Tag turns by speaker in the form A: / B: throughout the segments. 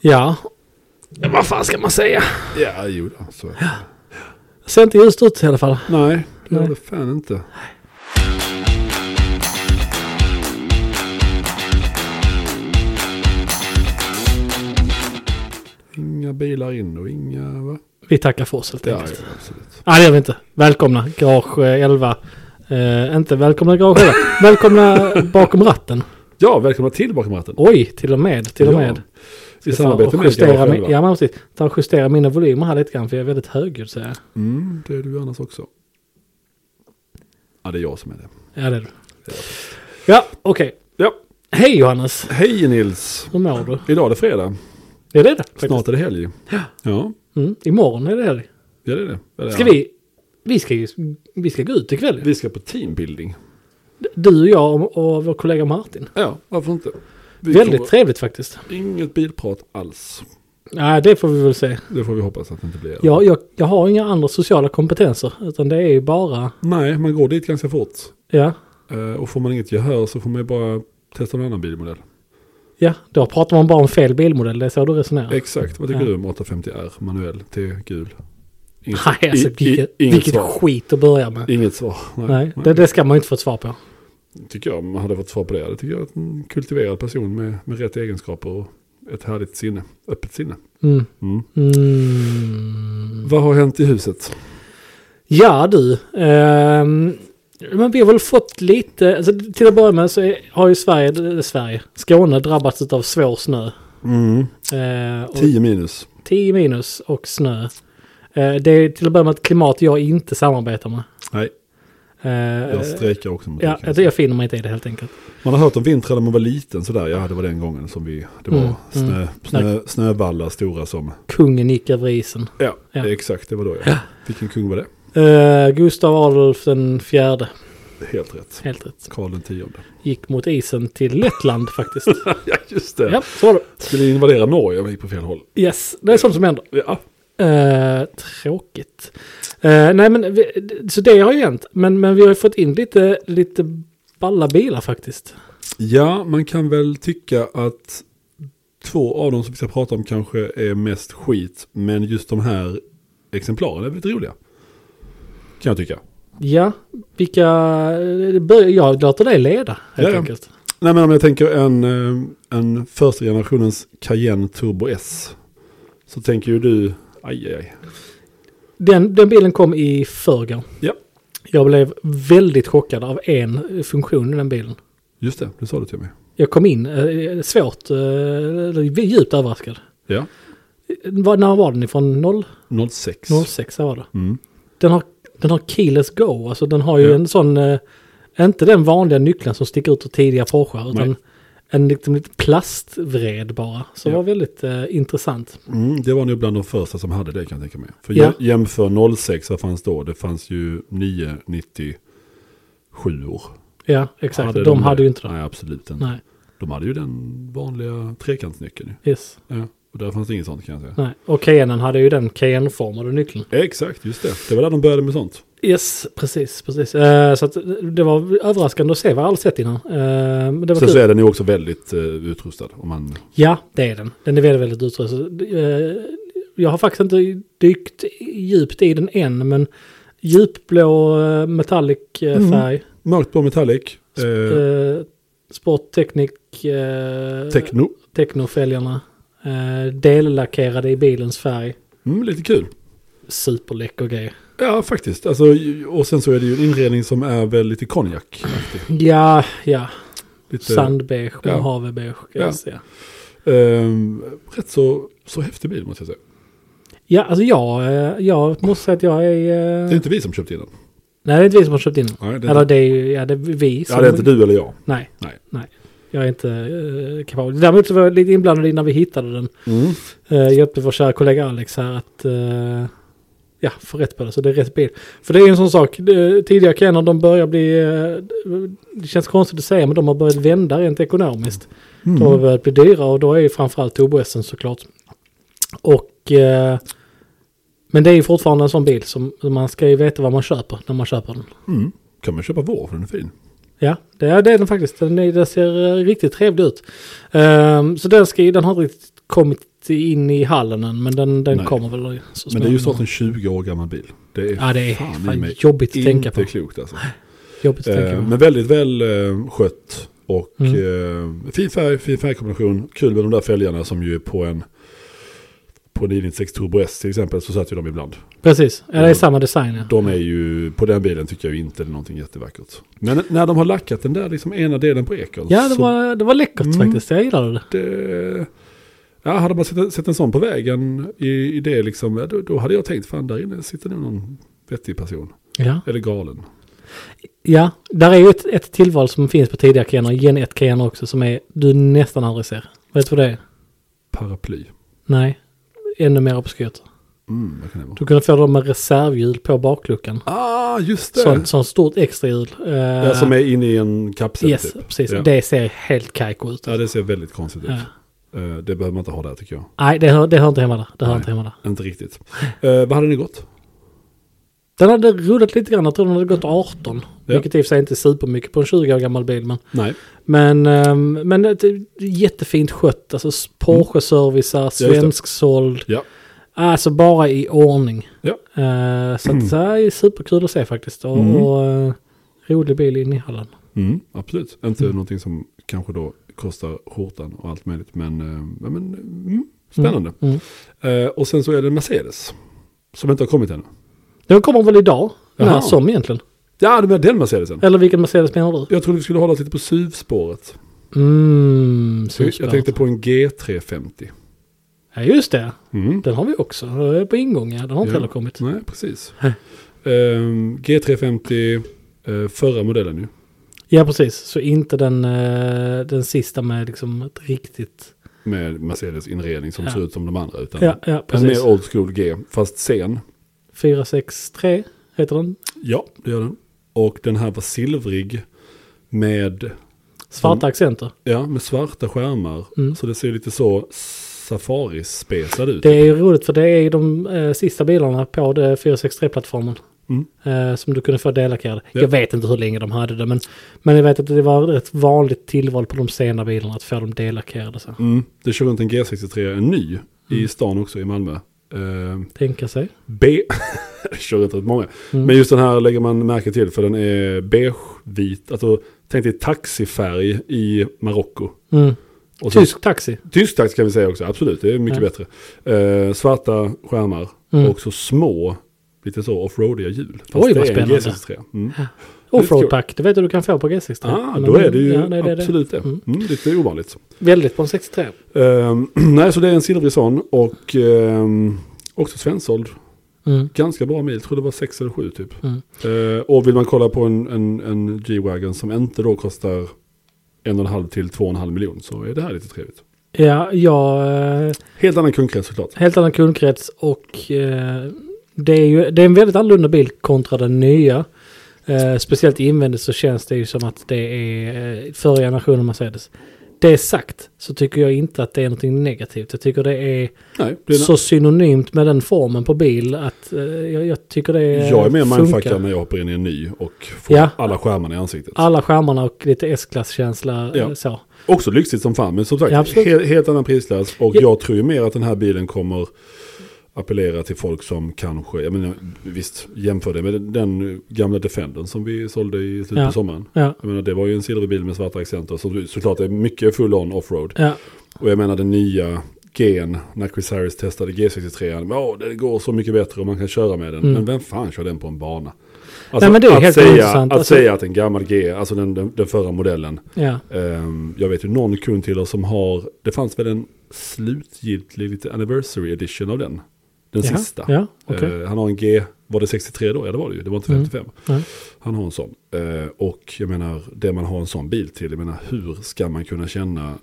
A: Ja. ja. Vad fan ska man säga?
B: Ja, jo då, så. är det.
A: Ser inte ljust ut i alla fall.
B: Nej, det gör
A: Nej.
B: det fan inte. Inga bilar in och inga va?
A: Vi tackar för oss helt
B: Ja,
A: enkelt.
B: ja, absolut.
A: Nej, det gör vi inte. Välkomna Garage eh, 11. Eh, inte välkomna Garage 11. Välkomna bakom ratten.
B: Ja, välkomna till Bakom ratten.
A: Oj, till och med. Till och
B: Ja,
A: med.
B: I
A: Ta
B: samarbete
A: och
B: med
A: justera min, Ja,
B: Garage ja.
A: men precis. Ta och justera mina volymer här lite grann för jag är väldigt högljudd så jag.
B: mm, Det är du annars också. Ja, det är jag som är det.
A: Ja, det är du. Ja, okej.
B: Ja,
A: Hej Johannes!
B: hej Nils.
A: Hur mår du?
B: Idag är det fredag.
A: Det är det det. faktiskt.
B: Snart är det helg. Ja,
A: Mm, imorgon är det helg.
B: ja det är det. Ja, det är
A: Ska
B: det.
A: vi... Vi ska, ju- vi ska gå ut ikväll.
B: Vi ska på teambuilding.
A: Du och jag och, och vår kollega Martin.
B: Ja, varför inte? Vi
A: Väldigt
B: kommer-
A: trevligt faktiskt.
B: Inget bilprat alls.
A: Nej, det får vi väl se.
B: Det får vi hoppas att det inte blir.
A: Jag, jag, jag har inga andra sociala kompetenser. Utan det är ju bara...
B: Nej, man går dit ganska fort.
A: Ja,
B: Eh, Och får man inget gehör så får man ju bara testa en annan bilmodell.
A: ja då pratar man bara om fel bilmodell. Det är så du resonerar.
B: Exakt, vad tycker
A: Ja.
B: du om 850R manuell till gul? Inget,
A: Nej, alltså
B: i- i-
A: vilket,
B: inget
A: vilket
B: svar.
A: skit att börja med.
B: Inget svar. Nej,
A: Nej,
B: nej.
A: det, det ska man ju inte få ett svar på.
B: tycker jag om man hade fått svar på det. Det tycker jag att en kultiverad person med, med rätt egenskaper och ett härligt sinne. Öppet sinne.
A: Mm.
B: Mm.
A: Mm.
B: Vad har hänt i huset?
A: Ja du, ehm, men vi har väl fått lite, alltså, till att börja med så är, har ju Sverige, eller Sverige, Skåne drabbats av svår snö.
B: Mm.
A: Eh, och
B: 10 minus.
A: 10 minus och snö. Eh, det är till att börja med ett klimat jag inte samarbetar med.
B: Nej,
A: Eh,
B: jag strejkar också mot
A: ja, alltså,
B: det. kan jag
A: jag, jag finner mig inte i det helt enkelt.
B: Man har hört om vintrar när man var liten sådär, ja det var den gången som vi, det var
A: Mm,
B: snö, Snö, snövallar stora som,
A: Kungen gick över isen.
B: ja,
A: Ja.
B: exakt det var då ja. Vilken kung var det?
A: Eh, Gustav Adolf den fjärde,
B: Helt rätt.
A: helt rätt,
B: Karl den tionde.
A: gick mot isen till Lettland faktiskt.
B: Ja just det.
A: ja, så var det.
B: Skulle invadera Norge men gick på fel håll.
A: Yes, det är sånt som händer.
B: Ja.
A: Eh, tråkigt. Eh, nej men, vi, så det har ju hänt. Men, men vi har ju fått in lite, lite balla bilar faktiskt.
B: ja, man kan väl tycka att två av dem som vi ska prata om kanske är mest skit, men just de här exemplaren är väldigt roliga. Kan jag tycka.
A: Ja, vilka... det bör- Jag låter dig leda helt
B: Ja, ja.
A: enkelt.
B: Nej men om jag tänker en, eh, en första generationens Cayenne Turbo S. Så tänker ju du, aj aj aj.
A: Den, den bilen kom i förrgår.
B: Ja,
A: Jag blev väldigt chockad av en funktion i den bilen.
B: just det, det sa du till mig.
A: Jag kom in eh, svårt, eh, eller djupt överraskad.
B: Ja,
A: Vad- När var den ifrån? 0,
B: 06.
A: 06 var det.
B: Mm.
A: Den har, den har keyless go, alltså den har ju
B: Ja.
A: en sån, eh, inte den vanliga nyckeln som sticker ut ur tidiga Porschar, utan
B: Nej.
A: en liksom, lite plastvred bara. Så det
B: Ja.
A: var väldigt eh, intressant.
B: Mm, det var nog bland de första som hade det kan jag tänka mig. För
A: Ja.
B: ja. jämför 06, vad fanns då? Det fanns ju 997 år.
A: Ja, exakt. de hade ju inte det.
B: Nej, absolut inte.
A: Nej,
B: De hade ju den vanliga trekantsnyckeln. ju.
A: yes.
B: Ja. Och där fanns det inget sånt kan jag säga.
A: Nej. Och Kenen hade ju den KN-formade nyckeln.
B: Exakt, just det. Det var där de började med sånt.
A: Yes, precis. precis. Eh, så att det var överraskande att se vad jag aldrig sett innan. Eh, men det var
B: Sen
A: kul.
B: så är den ju också väldigt eh, utrustad. Om man
A: Ja, det är den. Den är väldigt, väldigt utrustad. Eh, Jag har faktiskt inte dykt djupt i den än, men djupblå eh, metallic eh,
B: Mm.
A: färg.
B: Mörkt blå metallic. Eh,
A: Eh, Sportteknik, eh,
B: techno.
A: technofälgarna. Eh, dellackerade i bilens färg.
B: Mm, lite kul.
A: Superläcker grej.
B: Ja, faktiskt. Alltså, och sen så är det ju en inredning som är väl lite konjak.
A: Ja, ja.
B: Lite,
A: Sandbeige,
B: Ja.
A: mojavebeige.
B: Ja.
A: Ja. Ja.
B: ehm, rätt så, så häftig bil måste jag säga.
A: ja, alltså jag, eh, jag måste säga att jag är... eh,
B: Det är inte vi som köpte in den.
A: Nej, det är inte vi som har köpt in den.
B: Nej, det är,
A: Eller
B: inte,
A: det är ju, ja det är vi som...
B: ja, det är inte du eller jag.
A: Nej.
B: Nej.
A: Nej. Jag är inte eh, kapabel. Däremot så var jag lite inblandad i när vi hittade den.
B: Mm.
A: Eh, hjälpte vår kära kollega Alex här att eh, ja, få rätt på det. Så det är rätt bil. För det är ju en sån sak. eh, Det, tidiga Canon de börjar bli... Eh, det känns konstigt att säga men de har börjat vända rent ekonomiskt.
B: Mm.
A: De har börjat bli dyra och då är ju framförallt turbo såklart. Och... Eh, men det är ju fortfarande en sån bil som man ska ju veta vad man köper när man köper den.
B: Mm. Kan man köpa vår för den är fin.
A: Ja, det är, det är den faktiskt. Den, är, den ser eh, riktigt trevlig ut. Ehm, så den, ska, den har inte riktigt kommit riktigt in i hallen än, men den, den
B: Nej.
A: kommer väl så
B: Men det är ju snart
A: småningom.
B: en 20 år gammal bil. Det är,
A: Ja, det är
B: fan i
A: fan
B: mig
A: jobbigt att
B: inte
A: tänka på.
B: klokt alltså.
A: Jobbigt att tänka
B: Eh,
A: på.
B: men väldigt väl eh, skött och
A: Mm.
B: eh, fin färg, fin färgkombination. Kul med de där fälgarna som ju är på en på en 996 Turbo S till exempel så satt ju de ibland.
A: Precis, ja, det är
B: Ja.
A: samma design. Ja.
B: De är ju, på den bilen tycker jag ju inte det är någonting jättevackert. Men när de har lackat den där liksom ena delen på ekan.
A: Ja, det
B: så
A: var, det var läckert
B: Mm.
A: faktiskt. Jag gillade det.
B: Det, ja, hade man sett, sett en sån på vägen i, i det liksom, ja, då, då hade jag tänkt fan där inne sitter nog någon vettig person.
A: Ja,
B: Eller galen.
A: ja där är ju ett, ett tillval som finns på tidigare Cayener, Gen 1 Cayener också, som är du nästan aldrig ser. Vet du vad det är?
B: Paraply.
A: Nej, ännu mer obskyrt.
B: Mm, vad kan det vara?
A: Du kunde få dem med reservhjul på bakluckan.
B: Ah, just det!
A: Sån, sån stort extrahjul. Uh,
B: Ja, som är inne i en kapsel
A: Yes,
B: typ.
A: precis.
B: Ja.
A: Det ser helt kajko ut.
B: ja, det ser väldigt konstigt ut.
A: Ja.
B: Eh, det behöver man inte ha där tycker jag.
A: Nej, det hör, det hör inte hemma där. Det hör
B: Nej.
A: inte hemma där.
B: Inte riktigt. Eh, vad hade ni gått?
A: Den hade rullat lite grann. Jag tror den hade gått 18.
B: Ja.
A: Vilket i och för sig inte är supermycket på en 20 år gammal bil. Men,
B: Nej,
A: men, ehm, men ett jättefint skött. Alltså Porsche-servicar,
B: det.
A: svensksåld.
B: ja.
A: Alltså bara i ordning.
B: Ja.
A: Eh, så att, det här är superkul att se faktiskt. Och,
B: Mm.
A: och eh, rolig bil in i hallen.
B: Mm, absolut. Inte någonting som kanske då kostar skjortan och allt möjligt. Men, eh, ja, men mm, spännande.
A: Mm.
B: Eh, och sen så är det en Mercedes. Som inte har kommit ännu.
A: Den kommer väl idag? När
B: Jaha.
A: som egentligen?
B: Ja, det var den Mercedesen.
A: Eller vilken Mercedes menar du?
B: Jag trodde vi skulle hålla oss lite på SUV-spåret.
A: Mm,
B: Jag tänkte på en G350.
A: Ja, just det.
B: Mm.
A: Den har vi också. Den är På ingång, ja. Den har inte
B: Ja.
A: heller kommit.
B: Nej, precis.
A: Hä.
B: Ehm, G350, eh, förra modellen nu.
A: Ja, precis. Så inte den, eh, den sista med liksom ett riktigt...
B: Med Mercedes inredning som
A: Ja.
B: ser ut som de andra. Utan
A: Ja, ja
B: en
A: precis.
B: mer old school G, fast sen.
A: 463 heter den.
B: Ja, det gör den. Och den här var silvrig med,
A: Svarta
B: Mm.
A: accenter.
B: ja, med svarta skärmar.
A: Mm.
B: Så det ser lite så safarispesad ut.
A: Det är ju roligt för det är ju de eh, sista bilarna på eh, det 463-plattformen.
B: Mm.
A: Eh, som du kunde få delackade.
B: Ja.
A: Jag vet inte hur länge de hade det men, men jag vet att det var ett vanligt tillval på de sena bilarna att få dem delackerade. Så.
B: Mm. Det kör runt en G63, en ny,
A: Mm.
B: i stan också i Malmö. Ehm,
A: Tänka sig.
B: B, jag kör inte rätt många.
A: Mm.
B: Men just den här lägger man märke till för den är beige-vit. Alltså, tänk dig taxifärg i Marocko.
A: Mm.
B: Och sen-
A: Tysk taxi.
B: Tysk taxi kan vi säga också, absolut. Det är mycket
A: Ja.
B: bättre. Eh, svarta skärmar
A: Mm.
B: och så små, lite så offroadiga hjul. Fast
A: Oj,
B: det
A: vad
B: är en
A: spännande.
B: G63. Mm.
A: Offroad pack, det vet du du kan få på G63.
B: Ah,
A: Men
B: då är det ju
A: ja, nej, det är det.
B: absolut det.
A: Mm.
B: Mm, lite ovanligt.
A: Väldigt på en 63.
B: Ehm, nej, så det är en silvrig sån och ehm, också svensåld.
A: Mm.
B: Ganska bra mil, tror det var 6 eller 7 typ.
A: Mm.
B: Eh, och vill man kolla på en, en, en G-Wagon som inte då kostar en och en halv till två och en halv miljon så är det här lite trevligt.
A: Ja, jag... eh,
B: Helt annan kundkrets såklart.
A: Helt annan kundkrets och eh, det, är ju, det är en väldigt annorlunda bil kontra den nya. Eh, speciellt invändigt så känns det ju som att det är eh, förra generationen Mercedes. Det sagt så tycker jag inte att det är någonting negativt. Jag tycker det är
B: Nej, det är
A: så synonymt med den formen på bil att eh, jag, jag tycker det
B: Jag är mer
A: funkar.
B: mindfuckad när jag hoppar in i en ny och får
A: Ja.
B: alla skärmarna i ansiktet.
A: Alla skärmarna och lite S-klasskänsla. eh,
B: Ja.
A: Så.
B: Också lyxigt som fan, men som sagt,
A: Ja, absolut.
B: helt, helt annan prisklass. Och
A: Ja.
B: jag tror ju mer att den här bilen kommer appellera till folk som kanske, jag menar, visst, jämför det med den- den gamla Defendern som vi sålde i slutet
A: Ja.
B: på sommaren.
A: Ja.
B: Jag menar, det var ju en silvrig bil med svarta accenter, så såklart är mycket full-on offroad.
A: Ja.
B: Och jag menar den nya gen, när Chris Harris testade G63, han bara, "Åh, det går så mycket bättre och man kan köra med den.
A: Mm.
B: Men vem fan kör den på en bana? Alltså,
A: men det är
B: att,
A: helt
B: säga,
A: ointressant.
B: att
A: Alltså-
B: säga att en gammal G, alltså den, den, den förra modellen,
A: Ja.
B: ehm, jag vet ju någon kund till oss som har, det fanns väl en slutgiltig lite anniversary edition av den. Den
A: Jaha.
B: sista.
A: Ja, okej.
B: Eh, han har en G, var det 63 då? Ja det var det ju, det var inte
A: Mm.
B: 55.
A: Nej.
B: Han har en sån. Eh, och jag menar, det man har en sån bil till, jag menar hur ska man kunna känna,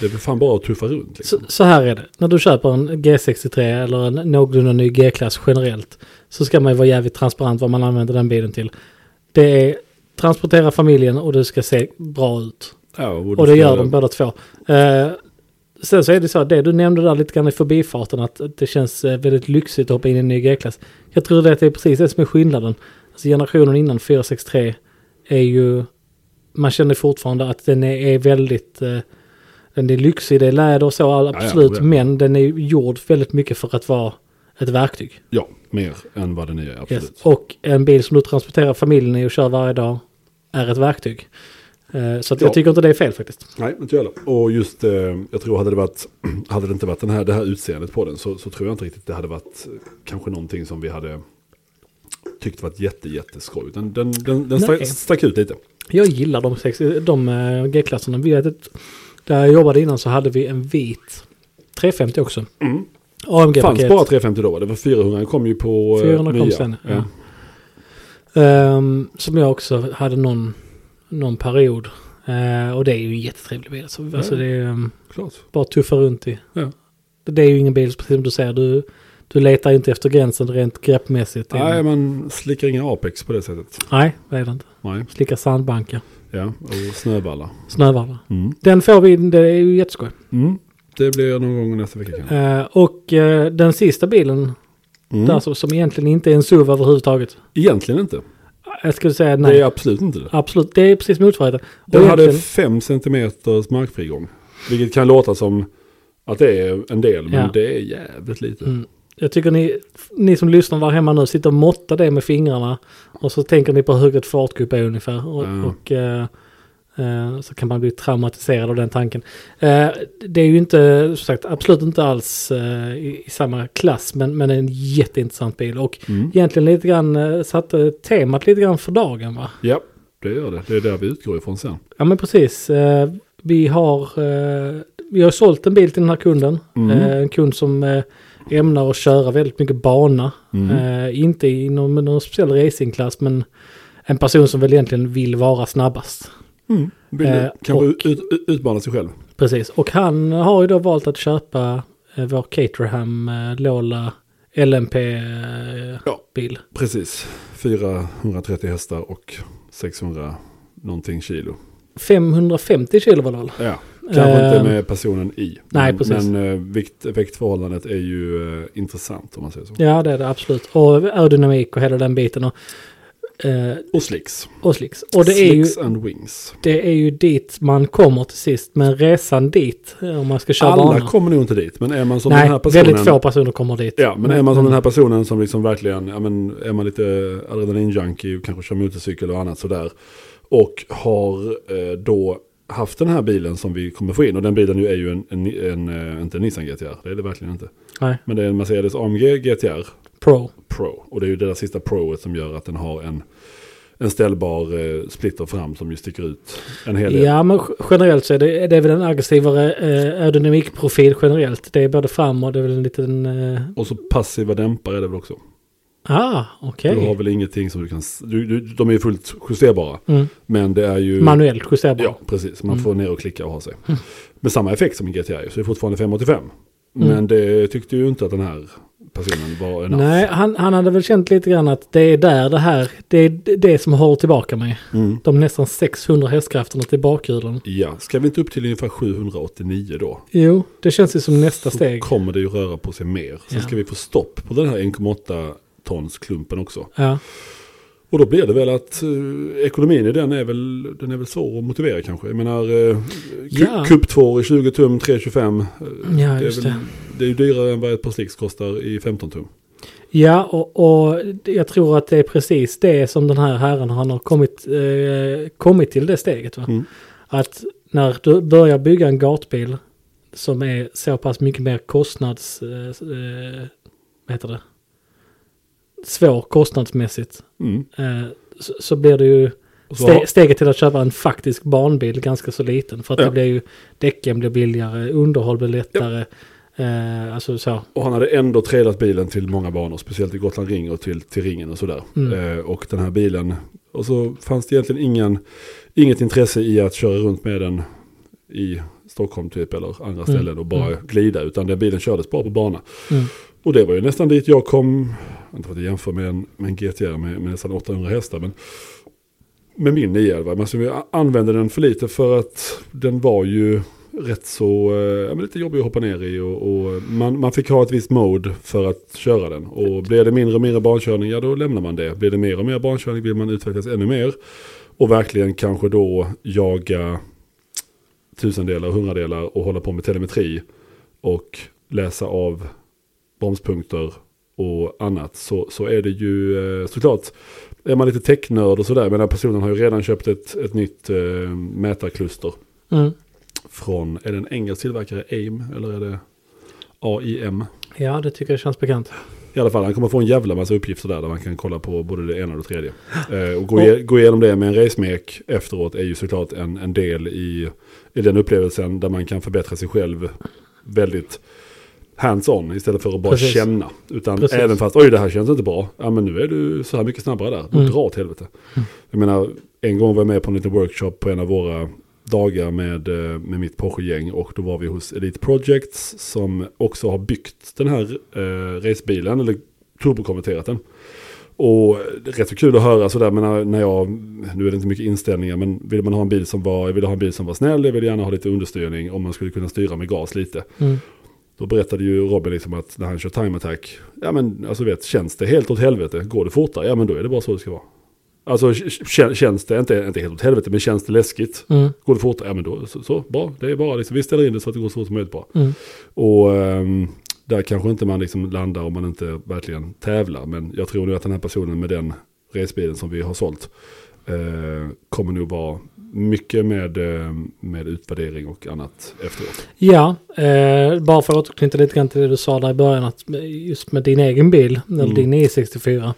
B: det är väl fan bara att tuffa runt liksom.
A: Så, så här är det. När du köper en G63 eller en någorlunda ny G-klass generellt så ska man ju vara jävligt transparent vad man använder den bilen till. Det är transportera familjen och det ska se bra ut.
B: Ja,
A: Och det
B: ska-
A: gör de båda två. Eh, sen så är det så att det du nämnde där lite grann i förbifarten att det känns eh, väldigt lyxigt att hoppa in i en ny G-klass. Jag tror det att det är precis det som är skillnaden. Alltså generationen innan 463 är ju... Man känner fortfarande att den är, är väldigt... Eh, Den är lyxig, det är läder och så, all-
B: ja,
A: absolut.
B: ja.
A: Men den är gjord väldigt mycket för att vara ett verktyg.
B: Ja, mer än vad den är, absolut.
A: Yes. Och en bil som du transporterar familjen i och kör varje dag är ett verktyg. Eh, Så att
B: Ja.
A: jag tycker inte det är fel faktiskt.
B: Nej, inte jag heller. Och just, eh, jag tror hade det, varit, hade det inte varit den här, det här utseendet på den så, så tror jag inte riktigt det hade varit eh, kanske någonting som vi hade tyckt varit jätte, jätteskoj. Den, den, den, den stack,
A: Nej.
B: stack ut lite.
A: Jag gillar de, sex- de eh, G-klasserna. Vi hade ett- Där jag jobbade innan så hade vi en vit 350 också.
B: Mm. Fanns
A: AMG-paket.
B: bara 350 då, va? det var 400, kom ju på eh,
A: 400 kom
B: nya.
A: sen, ja.
B: Ja.
A: Ehm, som jag också hade någon, någon period. Eh, och det är ju en jättetrevlig bil. Alltså, alltså det är ehm,
B: Klart.
A: bara tuffa runt i.
B: Ja.
A: Det är ju ingen bil, precis som du säger. Du, du letar inte efter gränsen rent greppmässigt. Det är-
B: Nej, man slickar inga Apex på det sättet.
A: Nej, det är det inte.
B: Nej,
A: Slicka sandbankar,
B: ja, och snöballar.
A: snövallar.
B: Mm.
A: Den får vi, det är ju jätteskoj.
B: Mm. Det blir någon gång nästa vecka kanske.
A: Eh, och eh, den sista bilen
B: Mm.
A: där alltså, som, som egentligen inte är en SUV överhuvudtaget.
B: Egentligen inte.
A: Jag skulle säga
B: Det
A: nej.
B: är absolut inte det.
A: Absolut, det är precis motsvarigheten. Och
B: Den hade
A: egentligen-
B: 5 centimeters markfrigång. Vilket kan låta som att det är en del, men
A: Ja.
B: det är jävligt lite.
A: Mm. Jag tycker ni, ni som lyssnar där hemma nu sitter och måttar det med fingrarna och så tänker ni på hur högt ett fartgupp är ungefär. Och,
B: Ja.
A: och, eh, eh, så kan man bli traumatiserad av den tanken. Eh, det är ju inte, som sagt, absolut inte alls eh, i, i samma klass men, men en jätteintressant bil. Och
B: Mm.
A: egentligen lite grann eh, satte temat lite grann för dagen va?
B: Ja, det gör det. Det är där vi utgår ifrån sen.
A: Ja men precis. Eh, vi har eh, vi har sålt en bil till den här kunden.
B: Mm.
A: Eh, en kund som eh, ämnar att köra väldigt mycket bana.
B: Mm.
A: Eh, inte inom någon speciell racingklass men en person som väl egentligen vill vara snabbast.
B: Mm. Vill
A: Eh,
B: kanske
A: och-
B: ut, ut, utmana sig själv.
A: Precis, och han har ju då valt att köpa eh, vår Caterham eh, Lola LMP-bil.
B: Ja. Precis. 430 hästar och 600 någonting kilo.
A: 550 kilo var det väl?
B: Ja, kanske
A: Eh,
B: inte med personen i.
A: nej,
B: men,
A: precis.
B: Men eh, vikt, väktförhållandet är ju eh, intressant om man säger så.
A: Ja det är det absolut. Och aerodynamik och hela den biten. Och, eh,
B: Och slicks.
A: och slicks. Och det är ju,
B: slicks and wings.
A: det är ju dit man kommer till sist. Men resan dit, eh, om man ska köra
B: Alla
A: bana.
B: kommer nog inte dit, men är man som den
A: Nej,
B: här personen.
A: väldigt få personer kommer dit. Mm.
B: Ja, men är man som den här personen som liksom verkligen, ja men är man lite adrenalinjunkie och kanske kör motorcykel och annat sådär. Och har eh, då haft den här bilen som vi kommer få in. Och den bilen ju är ju en, en, en, eh, inte en Nissan GTR, det är det verkligen inte.
A: Nej,
B: Men det är en Mercedes AMG GTR
A: pro.
B: Pro. Och det är ju det där sista Proet som gör att den har en, en ställbar eh, splitter fram som ju sticker ut en hel del.
A: Ja, men g- generellt så är det, det är väl en aggressivare eh, aerodynamikprofil generellt. Det är både fram och det är väl en liten... Eh,
B: Och så passiva dämpare är det väl också.
A: ah, okej.
B: Du har väl ingenting som du kan, s- du, du, de är ju fullt justerbara.
A: Mm.
B: Men det är ju...
A: Manuellt justerbar.
B: Ja, precis. Man
A: mm.
B: får ner och klicka och ha sig. Med samma effekt som i GTA ju, så det är fortfarande 585.
A: Mm.
B: Men det tyckte ju inte att den här personen var enough.
A: Nej, han, han hade väl känt lite grann att det är där det här, det är d- det som håller tillbaka mig.
B: Mm.
A: De nästan 600 hästkrafterna till bakhjulen.
B: Ja, ska vi inte upp till ungefär 789 då?
A: Jo, det känns ju som nästa
B: Så
A: steg.
B: kommer det ju röra på sig mer. Sen
A: Ja.
B: ska vi få stopp på den här 1,8 tons klumpen också.
A: Ja.
B: Och då blir det väl att eh, ekonomin i den är väl, den är väl svår att motivera kanske. Jag menar, eh,
A: Ja.
B: kupp 2 i 20 tum, 325. eh,
A: ja,
B: det,
A: just
B: är
A: det.
B: väl, det är ju dyrare än vad ett par slicks kostar i 15 tum.
A: Ja, och, och jag tror att det är precis det som den här herren han har kommit, eh, kommit till det steget. Va?
B: Mm.
A: Att när du börjar bygga en gatbil som är så pass mycket mer kostnads... Eh, eh, vad heter det? Svår kostnadsmässigt.
B: Mm.
A: Eh, så, så blir det ju...
B: Och så
A: Ste
B: har-
A: steget till att köpa en faktisk barnbil ganska så liten. För att
B: Ja.
A: det blir ju... Däcken blir billigare, underhåll blir lättare. Eh, alltså så.
B: Och han hade ändå trailat bilen till många banor, speciellt i Gotland Ring och till, till ringen och sådär.
A: Mm.
B: Eh, och den här bilen, och så fanns det egentligen ingen, inget intresse i att köra runt med den i Stockholm typ eller andra ställen och bara glida, utan den bilen kördes bara på bana.
A: Mm.
B: Och det var ju nästan dit jag kom, inte för att jag jämför med en, med en GTR med, med nästan 800 hästar, men med min 911. Men alltså, jag använde den för lite för att den var ju rätt så, eh, ja, men lite jobbig att hoppa ner i och, och man, man fick ha ett visst mode för att köra den. Och blir det mindre och mindre bankörning, ja då lämnar man det. Blir det mer och mer bankörning vill man utvecklas ännu mer. Och verkligen kanske då jaga tusendelar och hundradelar och hålla på med telemetri och läsa av bromspunkter och annat så, så är det ju eh, såklart är man lite technörd och sådär men den här personen har ju redan köpt ett, ett nytt eh, mätarkluster
A: Mm.
B: från, är det en engelsk tillverkare AIM eller är det AIM?
A: Ja, det tycker jag känns bekant.
B: I alla fall, han kommer få en jävla massa uppgifter där, där man kan kolla på både det ena och det tredje. Eh, och gå, ige- gå igenom det med en racemek efteråt är ju såklart en, en del i, i den upplevelsen där man kan förbättra sig själv väldigt hands-on istället för att bara
A: Precis.
B: känna. Utan
A: Precis.
B: även fast, oj det här känns inte bra, ja men nu är du så här mycket snabbare där, du
A: Mm.
B: drar åt helvete. Jag menar, en gång var jag med på en liten workshop på en av våra dagar med, eh, med mitt Porsche-gäng och då var vi hos Elite Projects som också har byggt den här eh, racebilen, eller turbokonverterat den. Och det är rätt så kul att höra sådär, men eh, när- när jag, nu är det inte mycket inställningar, men vill man ha en bil som var, jag ville ha en bil som var snäll, jag ville gärna ha lite understyrning om man skulle kunna styra med gas lite.
A: Mm.
B: Då berättade ju Robin liksom att när han kör time attack, ja men alltså vet, känns det helt åt helvete, går det fortare, ja men då är det bara så det ska vara. Alltså k- känns det, inte, inte helt åt helvete, men känns det läskigt,
A: Mm.
B: går det fortare, ja men då så, så bra, det är bara liksom, vi ställer in det så att det går så fort som möjligt bara.
A: Mm.
B: Och ehm, där kanske inte man liksom landar om man inte verkligen tävlar. Men jag tror nu att den här personen med den resbilen som vi har sålt eh, kommer nog vara mycket med, eh, med utvärdering och annat efteråt.
A: Ja, eh, bara för att återknyta lite grann till det du sa där i början, att med- just med din egen bil, eller
B: Mm.
A: din E64,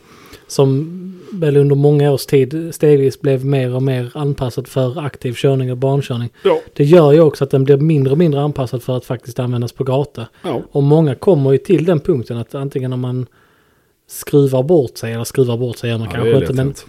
A: som väl under många års tid stegvis blev mer och mer anpassad för aktiv körning och bankörning.
B: Ja,
A: Det gör ju också att den blir mindre och mindre anpassad för att faktiskt användas på gata.
B: ja.
A: Och många kommer ju till den punkten att antingen om man skruvar bort sig, eller skruvar bort sig gör man
B: ja
A: kanske inte, men
B: hänt.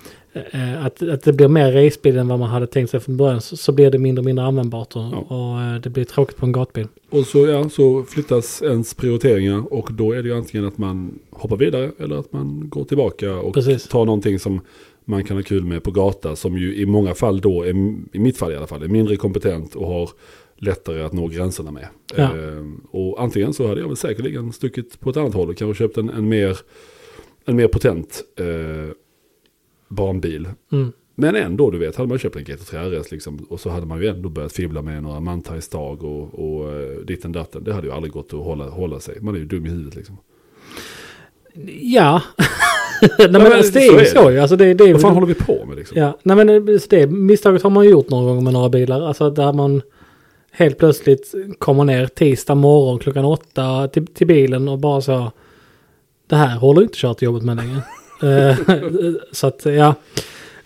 A: eh, att, att det blir mer racebil än vad man hade tänkt sig från början, så, så blir det mindre och mindre användbart och,
B: Ja.
A: och eh, det blir tråkigt på en gatbil.
B: Och så, ja, så flyttas ens prioriteringar och då är det ju antingen att man hoppar vidare eller att man går tillbaka och
A: Precis.
B: tar någonting som man kan ha kul med på gata som ju i många fall då, är, i mitt fall i alla fall, är mindre kompetent och har lättare att nå gränserna med.
A: Ja.
B: Ehm, och antingen så hade jag väl säkerligen stuckit på ett annat håll och kanske köpt en, en, mer, en mer potent eh, barnbil
A: Mm.
B: men ändå, du vet, hade man köpt en GT3 RS liksom, och så hade man ju ändå börjat fibbla med några Mantais-tag och, och eh, ditten datten. Det hade ju aldrig gått att hålla, hålla sig. Man är ju dum i huvudet liksom.
A: Ja. nej, men
B: men
A: alltså, det
B: så
A: är ju
B: är det.
A: så ju. Alltså, det, det är
B: Vad fan
A: väl-
B: håller vi på med liksom?
A: ja. Nej men det- så det misstaget har man ju gjort några gånger med några bilar. Alltså där man helt plötsligt kommer ner tisdag morgon klockan åtta till, till bilen och bara så. Det här håller inte kört jobbet med längre. Eh, så att ja.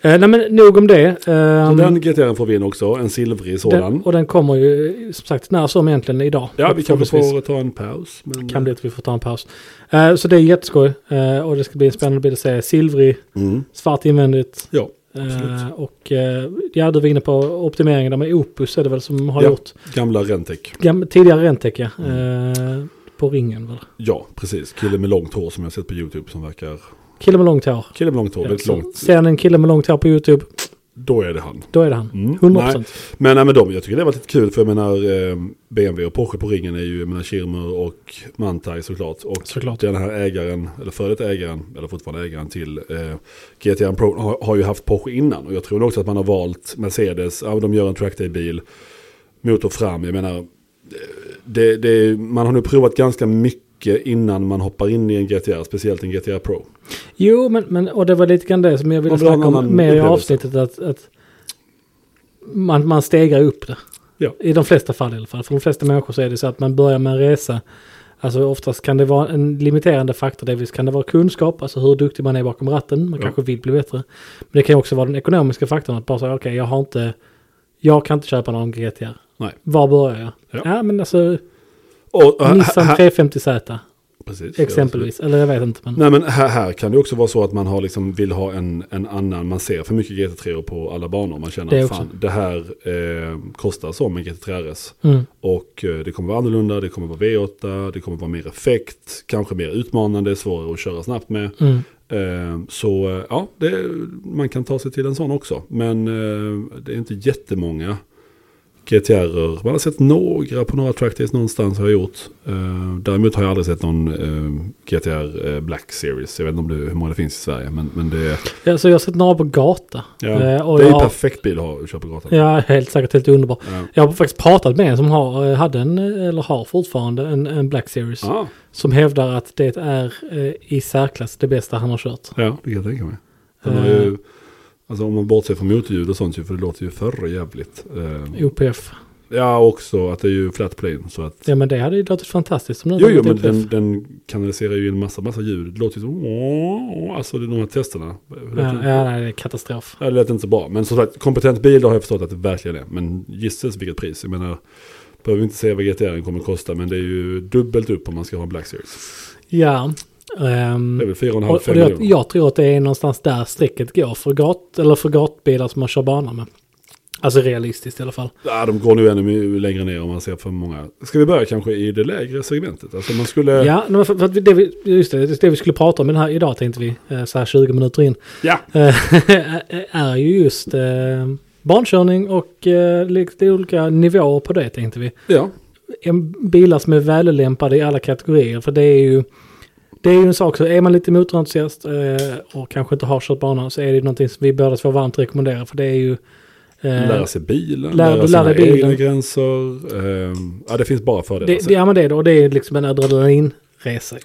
A: Eh, nej men nog om det. Eh,
B: Så den GT3 får vi in också, en silvrig sådan.
A: den, och den kommer ju som sagt när som egentligen idag.
B: ja, vi kanske
A: Förhoppningsvis
B: får ta en paus. Men,
A: kan bli att vi får ta en paus. Eh, så det är jätteskoj. Eh, och det ska bli en spännande bild att se. Silvrig,
B: Mm.
A: svart invändigt.
B: Ja,
A: Eh,
B: Absolut.
A: och eh, ja, du var inne på optimeringen där med Opus är det väl som har
B: Ja.
A: gjort
B: gamla Rentec.
A: gam- tidigare Rentec ja.
B: Mm.
A: eh, på ringen. Väl?
B: Ja, precis. Kille med långt hår som jag sett på YouTube som verkar...
A: Kille med långt hår.
B: Kille med långt hår,
A: Ja,
B: väldigt
A: så
B: långt.
A: Ser ni en kille med långt hår på YouTube,
B: Då är det han.
A: då är det han.
B: Mm.
A: 100%.
B: Nej, Men, nej, men de, jag tycker det var lite kul för jag menar eh, BMW och Porsche på ringen är ju, jag menar Schirmer och Mantai såklart. Och
A: Såklart.
B: den här ägaren, eller före detta ägaren, eller fortfarande ägaren till eh, GTM Pro har, har ju haft Porsche innan. Och jag tror nog också att man har valt Mercedes, ja, de gör en trackday-bil, motor fram, jag menar, eh, det, det, man har nu provat ganska mycket innan man hoppar in i en GTR, speciellt en GTR Pro.
A: Jo, men, men och det var lite grann det som jag ville
B: Man vill ha en
A: snacka om
B: annan
A: mer i
B: upplevelse.
A: avsnittet. Att, att man, man stegar upp det.
B: Ja.
A: I de flesta fall i alla fall. För de flesta människor så är det så att man börjar med en resa. Alltså oftast kan det vara en limiterande faktor. Delvis kan det vara kunskap, alltså hur duktig man är bakom ratten. Man
B: Ja.
A: kanske vill bli bättre. Men det kan ju också vara den ekonomiska faktorn. Att bara säga okej, jag har inte... Jag kan inte köpa någon GTR.
B: Nej.
A: Var börjar jag? Ja,
B: Ja.
A: men alltså
B: Och, äh,
A: Nissan
B: här-
A: 350Z
B: precis, ja,
A: exempelvis. Eller jag vet inte men.
B: Nej men här, här kan det också vara så att man har liksom vill ha en, en annan, man ser för mycket GT3 på alla banor. Man känner
A: Det
B: att
A: också.
B: fan, det här eh, kostar som en GT3 RS.
A: Mm.
B: Och eh, det kommer vara annorlunda, det kommer vara V8, det kommer vara mer effekt, kanske mer utmanande, svårare att köra snabbt med.
A: Mm.
B: Eh, så eh, ja, det, man kan ta sig till en sån också. Men eh, det är inte jättemånga GTR. Man har sett några på några trackdays någonstans har jag gjort. Eh, däremot har jag aldrig sett någon eh, GTR eh, Black Series. Jag vet inte om det, hur många det finns i Sverige. Men, men det, är-
A: Ja, så jag har sett några på gata.
B: ja, det
A: Eh, och
B: är ju
A: jag-
B: perfekt bil att ha att köra på gatan. Eh,
A: Ja, helt säkert helt underbar.
B: Ja.
A: Jag har faktiskt pratat med en som har, eh, hade en, eh, eller har fortfarande en, en Black Series.
B: Ah,
A: Som hävdar att det är eh, i särklass det bästa han har kört. Eh,
B: ja, det kan jag tänka mig. Den har ju, alltså om man bortser från motorljud och sånt ju, för det låter ju för jävligt. Eh,
A: OPF.
B: ja, också att det är ju flat plane. Så att,
A: Ja men det hade ju låtit fantastiskt om det
B: jo,
A: hade
B: jo, men
A: varit OPF.
B: den, den kanaliserar ju in massa, massa ljud. Det låter ju som... Alltså det är de här testerna.
A: Ja, ja, nej, det är katastrof.
B: Ja, Det lät inte så bra. Men som sagt, kompetent bil då har jag förstått att det verkligen är. Men gisses vilket pris. Jag menar, behöver inte säga vad GTR kommer att kosta. Men det är ju dubbelt upp om man ska ha en Black Series.
A: Ja. ehm,
B: Det är väl
A: och, och
B: 4,5-5
A: jag,
B: miljoner.
A: jag tror att det är någonstans där strecket går för, gat, eller för gatbilar som man kör bana med. Alltså realistiskt i alla fall.
B: Ja, de går nu ännu mer- längre ner om man ser för många. Ska vi börja kanske i det lägre segmentet? Alltså man skulle...
A: Ja, men för, för att vi- det, vi, just det, det vi skulle prata om i den här idag tänkte vi, eh, så här 20 minuter in.
B: ja.
A: eh, är ju just eh, barnkörning och eh, lite olika nivåer på det tänkte vi.
B: ja.
A: En, bilar som är vällämpade i alla kategorier för det är ju det är ju en sak så är man lite motorentusiast eh, och kanske inte har kört bana så är det ju någonting som vi båda två varmt rekommenderar för det är ju eh,
B: Lära sig bilen,
A: lär-
B: lära,
A: lär
B: sig sina
A: dig bilen.
B: egna gränser. ehm, ja, det finns bara fördelar.
A: det, det, ja, men det, är det, och det är liksom en adrenalinresa ju,
B: Alltså,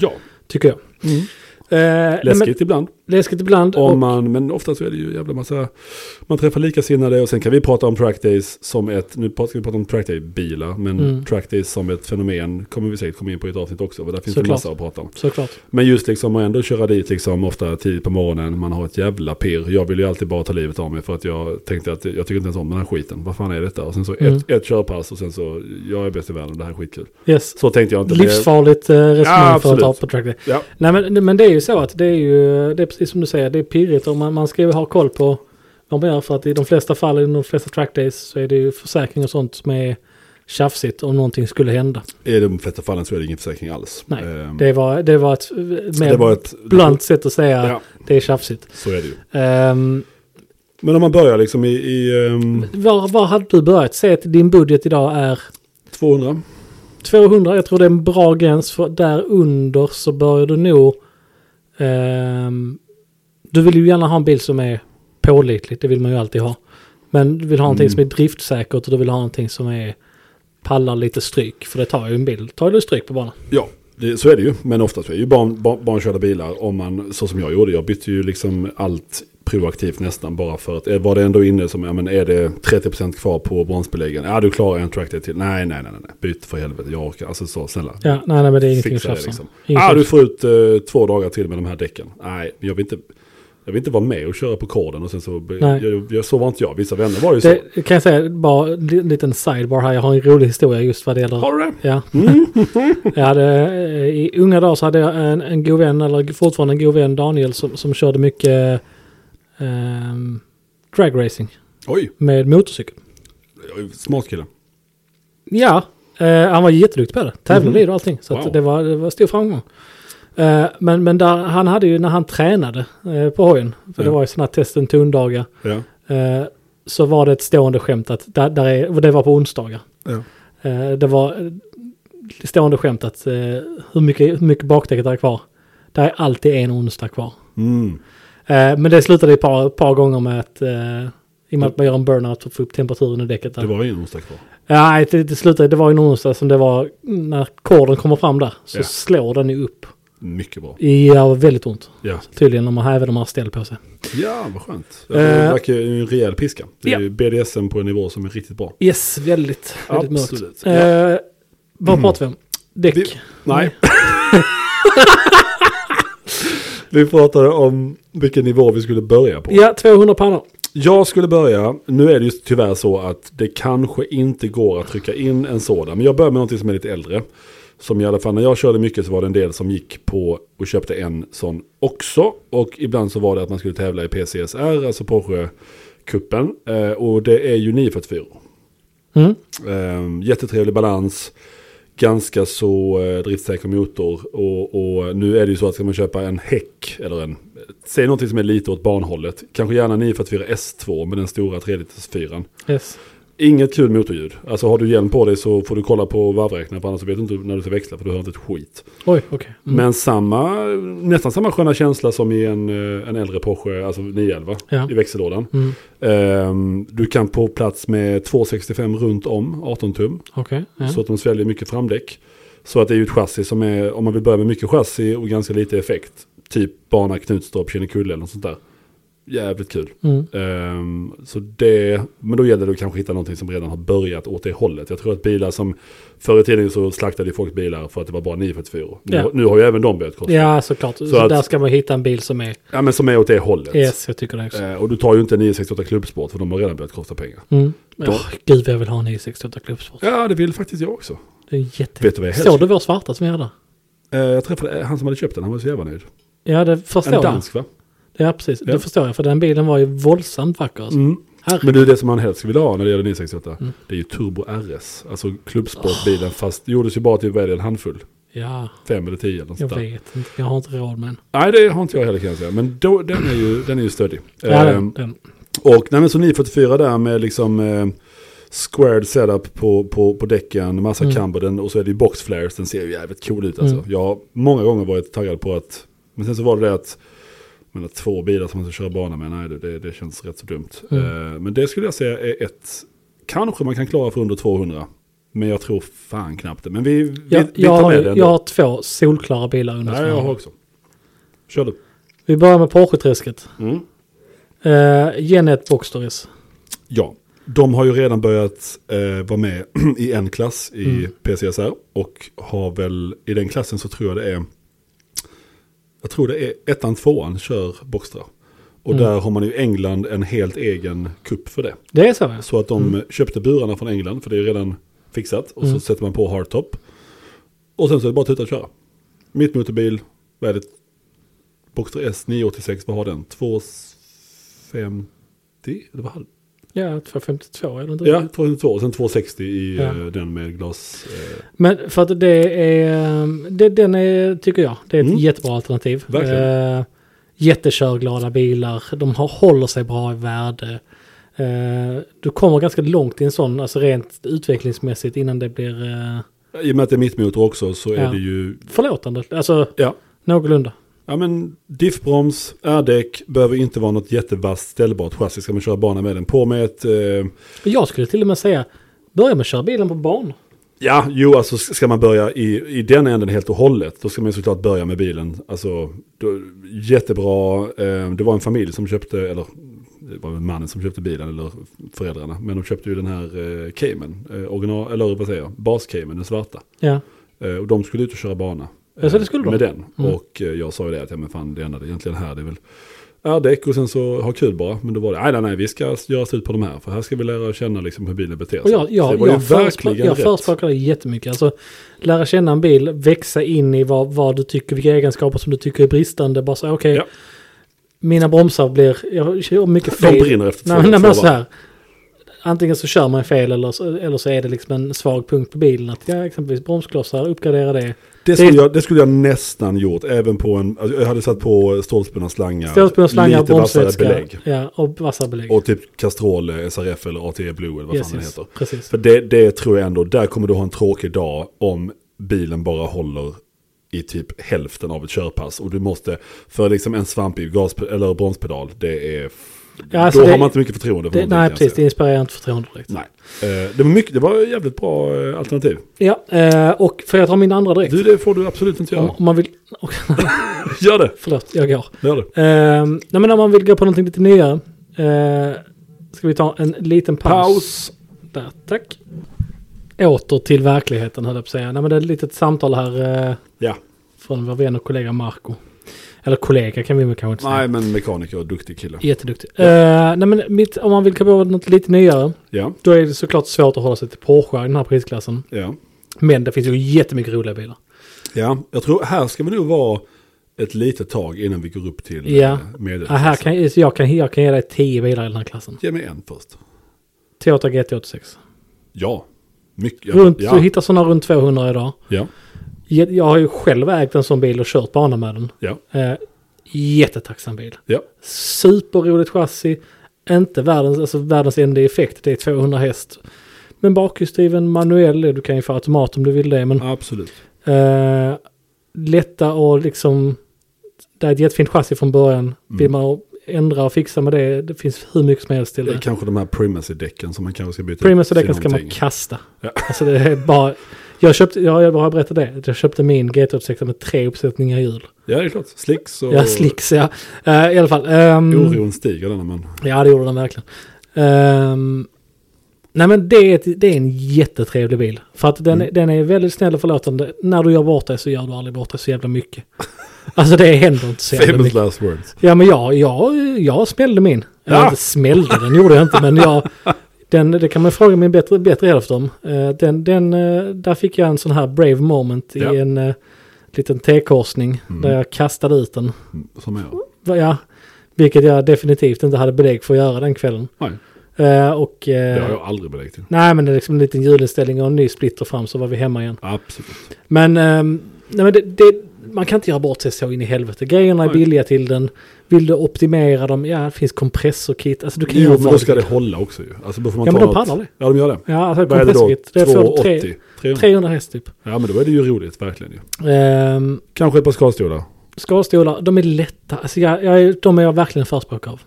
B: ja,
A: tycker jag. Eh, nej,
B: Mm. läskigt
A: Men,
B: ibland.
A: läskigt ibland.
B: Om
A: och,
B: man, men ofta så är det ju jävla massa, man träffar likasinnade och sen kan vi prata om trackdays som ett, nu ska vi prata om trackday-bilar, men
A: Mm.
B: trackdays som ett fenomen kommer vi säkert komma in på i ett avsnitt också, för där finns det
A: Såklart.
B: massa att prata om.
A: såklart.
B: Men just liksom att ändå köra dit liksom ofta tidigt på morgonen, man har ett jävla pirr. Jag vill ju alltid bara ta livet av mig för att jag tänkte att jag tycker inte ens om den här skiten. Vad fan är detta? Och sen så
A: Mm.
B: ett, ett körpass och sen så, jag är bäst i världen, det här är skitkul.
A: Yes.
B: Så tänkte jag inte. men-
A: Livsfarligt eh, resonemang
B: Ja,
A: för att ta
B: absolut.
A: på trackday.
B: Ja,
A: Nej men, men det är ju så att det är ju, eh, det är precis som du säger, det är pirrigt och man, man ska ju ha koll på vad man gör för att i de flesta fall, i de flesta trackdays så är det ju försäkring och sånt som är tjafsigt om någonting skulle hända.
B: i de flesta fallen så är det ingen försäkring alls.
A: Nej,
B: Ehm,
A: Det var, det var ett eh, mer
B: det var ett...
A: blunt sätt att säga
B: Ja,
A: det är tjafsigt.
B: så är det ju.
A: Ehm,
B: Men om man börjar liksom i, i ehm,
A: var, var hade du börjat? Säg att din budget idag är
B: 200.
A: 200, jag tror det är en bra gräns för där under så börjar du nog... ehm, du vill ju gärna ha en bil som är pålitlig, det vill man ju alltid ha. Men du vill ha någonting
B: Mm.
A: som är driftsäkert och du vill ha någonting som är pallar lite stryk. För det tar ju en bil, tar du stryk på banan.
B: Ja, det, så är det ju. Men oftast är det ju barn, barn, barnkörda bilar om man, så som jag gjorde. Jag bytte ju liksom allt proaktivt nästan bara för att eh, var det ändå inne som, ja men är det 30% kvar på bromsbeläggen? Ja du klarar en trackday till. Nej, nej, nej, nej, nej. byt för helvete, jag orkar. Alltså så snälla.
A: Ja, nej, nej men det är ingenting att
B: Fixa det
A: tjafsa
B: liksom.
A: om. Ingenting
B: ah,
A: att
B: du
A: tjafsa
B: får ut eh, två dagar till med de här däcken. Nej, men jag vill inte, jag vill inte vara med och köra på korden och sen så,
A: Nej.
B: jag, jag, så var inte jag. Vissa vänner var ju så.
A: om. Det kan jag säga, bara en li- liten sidebar här. Jag har en rolig historia just vad det gäller
B: Har du det?
A: Ja. jag hade, eh, I unga dagar så hade jag en, en god vän, eller fortfarande en god vän, Daniel, som, som körde mycket um, dragracing
B: Oj,
A: med motorcykel.
B: smart kille.
A: Ja, eh, han var jätteduktig på det. Tävlade i det och allting. Så
B: Mhm. Wow.
A: att det, var, det var stor framgång. Eh, men men där, han hade ju när han tränade eh, på hojen, för det
B: Ja.
A: var ju sådana test en tondagar,
B: Ja.
A: eh, så var det ett stående skämt att där, där är, och det var på onsdagar.
B: Ja.
A: Eh, Det var eh, stående skämt att eh, hur mycket, hur mycket bakdäcket är kvar. Det är alltid en onsdag kvar.
B: Mm.
A: Eh, Men det slutade ett par, par gånger med att eh, i och med att man gör en burnout för att få upp temperaturen i däcket. Där.
B: Det var ju en onsdag kvar.
A: Ja, nej, det, det slutade, det var en onsdag som det var när korden kommer fram där så
B: Ja.
A: slår den ju upp.
B: Mycket bra.
A: I gör väldigt ont.
B: Ja,
A: Tydligen när man har även om man har ställ på sig.
B: ja vad skönt. Det
A: Eh.
B: verkar ju en rejäl piska. Det är
A: Ja.
B: ju BDSM på en nivå som är riktigt bra.
A: Yes, väldigt, väldigt mörkt.
B: Absolut, ja. Mm.
A: Eh, vad pratar vi om? Däck.
B: Vi- Nej. vi pratade om vilken nivå vi skulle börja på.
A: Ja, 200 pannor.
B: Jag skulle börja, nu är det just tyvärr så att det kanske inte går att trycka in en sådan. Men jag börjar med någonting som är lite äldre. Som i alla fall när jag körde mycket så var det en del som gick på och köpte en sån också. Och ibland så var det att man skulle tävla i PCSR, alltså Porsche-kuppen. Eh, och det är ju 944.
A: Mm.
B: Eh, jättetrevlig balans. Ganska så eh, driftsäker motor. Och, och nu är det ju så att ska man köpa en häck eller en... Säg någonting som är lite åt barnhållet. Kanske gärna 944 S2 med den stora 3 liters fyran.
A: Yes.
B: Inget kul motorljud. Alltså har du hjälm på dig så får du kolla på varvräknaren för annars vet du inte när du ska växla för du hör inte ett skit.
A: Oj, okej. Mm.
B: Men samma, nästan samma sköna känsla som i en, eh, en äldre Porsche, alltså 911
A: Ja.
B: i växellådan.
A: Mm.
B: Ehm, du kan på plats med 265 runt om, 18 tum,
A: Okej. Ja.
B: så att de sväljer mycket framdäck. Så att det är ju ett chassi som är, om man vill börja med mycket chassi och ganska lite effekt, typ bana Knutstorp, Kinnekulle eller något sånt där. Jävligt kul.
A: Mm.
B: Ehm, så det, men då gäller det att kanske hitta någonting som redan har börjat åt det hållet. Jag tror att bilar som, förr i tiden så slaktade ju folk bilar för att det var bara 944. Nu,
A: Ja.
B: nu har ju även de börjat kosta.
A: ja, såklart. Så,
B: att-
A: där ska man hitta en bil som är...
B: Ja men som är åt det hållet.
A: Yes, jag tycker det också.
B: Eh, och du tar ju inte 968 klubbsport för de har redan börjat kosta pengar.
A: Mm.
B: Eh, då-
A: Åh, gud, vad jag vill ha en i68 klubbsport.
B: Ja det vill faktiskt jag också.
A: Det är jätte...
B: Vet du vad jag helst
A: Såg du vår svarta som vi hade?
B: Eh, Jag träffade eh, han som hade köpt den, han var så jävla nöjd.
A: Ja, det
B: En
A: förstår jag.
B: dansk va?
A: Ja, precis.
B: Ja.
A: Det förstår jag, för den bilen var ju våldsamt vacker. Alltså.
B: Mm.
A: Herregud. Mm.
B: Men det är det som man helst vill ha när det gäller 968. Det är ju Turbo RS. Alltså
A: Ah.
B: klubbsportbilen fast gjordes ju bara till vad är det, en handfull.
A: Ja,
B: Fem eller tio eller något
A: jag
B: sånt där.
A: vet inte. Jag har inte råd med en.
B: Nej det har inte jag heller kan jag säga. Men då, den är ju, den är ju stöddig.
A: Ja,
B: Ehm,
A: den, den.
B: Och nej, men så 944 där med liksom eh, squared setup på, på, på däcken, massa
A: Mm.
B: camberden och så är det ju box flares. Den ser ju jävligt cool ut alltså.
A: Mm.
B: Jag har många gånger varit taggad på att, men sen så var det det att, jag menar, två bilar som man ska köra bana med, nej det, det känns rätt så dumt.
A: Mm.
B: Eh, men det skulle jag säga är ett, kanske man kan klara för under 200. Men jag tror fan knappt det. Men vi, vi,
A: Jag,
B: vi
A: jag,
B: tar
A: har,
B: med
A: ju-
B: den.
A: jag har två solklara bilar under
B: nej, jag har också. Kör du.
A: Vi börjar med Porsche-träsket.
B: Mm.
A: Uh, Genet Boxstories.
B: Ja, de har ju redan börjat eh, vara med i en klass i
A: Mm.
B: PCSR och har väl i den klassen så tror jag det är jag tror det är ettan, tvåan kör Boxtra. Och
A: Mm.
B: där har man ju England en helt egen kupp för det.
A: Det är så ja.
B: Så att de köpte burarna från England för det är redan fixat och så
A: Mm.
B: sätter man på hardtop. Och sen så är det bara att tuta och köra. Mittmotorbil, vad är det? Boxtra S986, vad har den? 250? Eller vad hade
A: Ja, 252 eller inte
B: Ja, 202 och sen 260 i
A: Ja.
B: eh, den med glas. Eh,
A: Men för att det är, eh, det, den är, tycker jag, det är ett
B: Mm.
A: jättebra alternativ.
B: Verkligen.
A: Eh, jättekörglada bilar, de har, håller sig bra i värde. Eh, du kommer ganska långt i en sån, alltså rent utvecklingsmässigt innan det blir eh,
B: I och med att det är mittmotor också så är
A: Ja.
B: det ju,
A: förlåtande. Alltså
B: ja,
A: någorlunda.
B: ja men diffbroms, R-däck, behöver inte vara något jättevasst ställbart chassi. Ska man köra bana med den på med ett, eh,
A: Jag skulle till och med säga, börja med att köra bilen på barn.
B: ja, jo alltså ska man börja i, i den änden helt och hållet, då ska man ju såklart börja med bilen. Alltså, då, jättebra, eh, det var en familj som köpte, eller det var väl mannen som köpte bilen eller föräldrarna, men de köpte ju den här eh, Cayman, eh, original, eller vad säger jag, bas-Cayman, den svarta.
A: Ja,
B: Eh, Och de skulle ut och köra bana.
A: Ja, så
B: eh,
A: det skulle de?
B: Med den.
A: Mm.
B: Och eh, jag sa ju det att ja, men fan, det enda det egentligen här det är väl R-däck och sen så ha kul bara. Men då var det, nej nej nej, vi ska göra slut på de här. För här ska vi lära känna liksom hur bilen beter sig.
A: och jag,
B: så det
A: jag,
B: var
A: jag,
B: ju
A: förespråkar,
B: verkligen
A: jag
B: rätt.
A: förespråkar det jättemycket. Alltså, lära känna en bil, växa in i vad, vad du tycker, vilka egenskaper som du tycker är bristande. Bara så, okej,
B: Ja.
A: mina bromsar blir, jag kör mycket fel.
B: De brinner efter två,
A: Nej, men- nej,
B: två
A: men så
B: varv.
A: här. Antingen så kör man fel eller så, eller så är det liksom en svag punkt på bilen. Att jag exempelvis bromsklossar, uppgradera det.
B: Det skulle, jag, det skulle jag nästan gjort. Även på en, alltså, jag hade satt på stålspunna slangar.
A: Stålspinnar, slangar,
B: lite vassare
A: bromsvätska.
B: belägg.
A: Ja, och vassare belägg.
B: Och typ Castrol, eh, SRF eller ATE Blue eller vad
A: Yes,
B: fan den
A: yes,
B: heter.
A: Precis.
B: För det, det tror jag ändå, där kommer du ha en tråkig dag om bilen bara håller i typ hälften av ett körpass. Och du måste, för liksom en svampig gas eller bromspedal, det är...
A: Ja, alltså
B: då
A: det-
B: har man inte mycket förtroende för
A: Det,
B: någonting,
A: nej,
B: kan jag
A: precis. Det
B: säga.
A: inspirerar inte förtroende direkt.
B: Nej. Eh, Det var, mycket, det var ett jävligt bra eh, alternativ.
A: Ja, eh, och för jag tar min andra direkt.
B: Du, det får du absolut inte
A: Om,
B: göra.
A: om man vill... och-
B: Gör det!
A: förlåt, jag går.
B: Gör det.
A: Eh, nej, men om man vill gå på någonting lite nyare. Eh, ska vi ta en liten paus?
B: Paus!
A: Där, tack. Åter till verkligheten höll jag på att säga. Nej, men det är ett litet samtal här eh,
B: Ja.
A: från vår vän och kollega Marco. Eller kollega kan vi väl kanske inte säga.
B: Nej, men mekaniker och duktig kille.
A: Jätteduktig. Eh, nej, men mitt, om man vill gå på något lite nyare.
B: Ja,
A: Då är det såklart svårt att hålla sig till Porsche i den här prisklassen.
B: ja.
A: Men det finns ju jättemycket roliga bilar.
B: Ja, jag tror här ska vi nog vara ett litet tag innan vi går upp till
A: Ja.
B: eh,
A: Ja, här
B: medelklassen.
A: kan, jag- så jag, kan, jag kan ge dig tio bilar i den här klassen.
B: Ge mig en först.
A: Toyota GT86.
B: Ja, mycket.
A: runt,
B: ja.
A: Du hittar sådana runt 200 idag.
B: Ja,
A: Jag jag har ju själv ägt en sån bil och kört bana med den.
B: ja,
A: Eh, jättetacksam bil.
B: ja.
A: Superroligt chassi. inte världens, alltså världens enda effekt, det är 200 häst. Men bakhjulsdriven manuell, du kan ju få automat om du vill det, men
B: Absolut.
A: eh, lätta och liksom, det är ett jättefint chassi från början.
B: Mm.
A: Vill man ändra och fixa med det, det finns hur mycket som helst till
B: Det
A: det.
B: är kanske de här primacy-däcken som man kanske ska byta
A: Primus och
B: till
A: däcken ska man
B: någonting.
A: kasta.
B: Ja.
A: Alltså det är bara... Jag köpte, ja, jag har berättat det, att jag köpte min GT86 med tre uppsättningar hjul.
B: Ja, det är klart. Slicks och
A: Ja, slicks ja. Eh, I alla fall. ehm,
B: oron stiger där när man...
A: Ja, det gjorde den verkligen. Ehm, nej, men det är, ett, det är en jättetrevlig bil. För att den,
B: Mm.
A: är- den är väldigt snäll och förlåtande. När du gör bort dig så gör du aldrig bort dig så jävla mycket. Alltså det händer inte så jävla
B: Famous
A: mycket.
B: last words.
A: Ja, men jag, jag, jag smällde min. Eller
B: Ja.
A: inte smällde, den gjorde jag inte, men jag... Den, det kan man fråga min bättre, bättre hälft om. Eh, den, den, eh, där fick jag en sån här brave moment
B: Ja.
A: i en eh, liten T-korsning.
B: Mm.
A: Där jag kastade ut den.
B: Som
A: Eh.
B: jag.
A: Ja, vilket jag definitivt inte hade belägg för att göra den kvällen.
B: Nej,
A: Eh, och...
B: det
A: eh,
B: har jag aldrig belägg till.
A: Nej, men det är liksom en liten hjulinställning och en ny splitter fram så var vi hemma igen.
B: Absolut.
A: Men, ehm, nej, men det, det, man kan inte göra bort sig så in i helvete. Grejerna är
B: Nej.
A: billiga till den. Vill du optimera dem? Ja, det finns kompressorkit. Alltså du kan
B: Jo,
A: göra
B: men då
A: vad
B: ska
A: du
B: det
A: vill.
B: hålla också ju. Alltså då får man
A: Ja,
B: ta
A: men de
B: något-
A: pallar det.
B: Ja, de gör det.
A: Ja, alltså
B: Vad är det då?
A: kompressorkit. Det får du tre-
B: 280? 300?
A: 300 häst typ.
B: Ja, men då är det ju roligt, verkligen ju.
A: Um,
B: Kanske ett par skalstolar.
A: skalstolar, de är lätta. Alltså jag, jag, är- de är jag verkligen förespråkare av.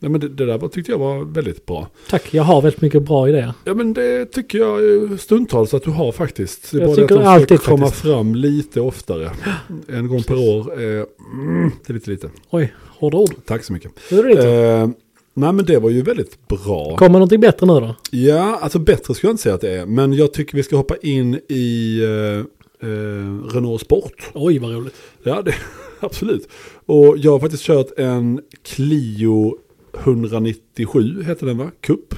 B: Nej, men det, det där var, tyckte jag var väldigt bra.
A: Tack, jag har väldigt mycket bra idéer.
B: Ja, men det tycker jag eh, stundtals att du har faktiskt. Det är
A: Jag
B: bara det att
A: tycker
B: de ska
A: alltid
B: komma
A: faktiskt.
B: fram lite oftare. En gång per år. Eh, mm, det är lite lite.
A: Oj, hårda ord.
B: Tack så mycket.
A: Hur är det lite?
B: Eh, nej, men det var ju väldigt bra.
A: Kommer någonting bättre nu då?
B: Ja, alltså bättre skulle jag inte säga att det är. Men jag tycker vi ska hoppa in i eh, eh, Renault Sport.
A: Oj, vad roligt.
B: Ja, det, absolut. Och jag har faktiskt kört en Clio 197, heter den va? Cup.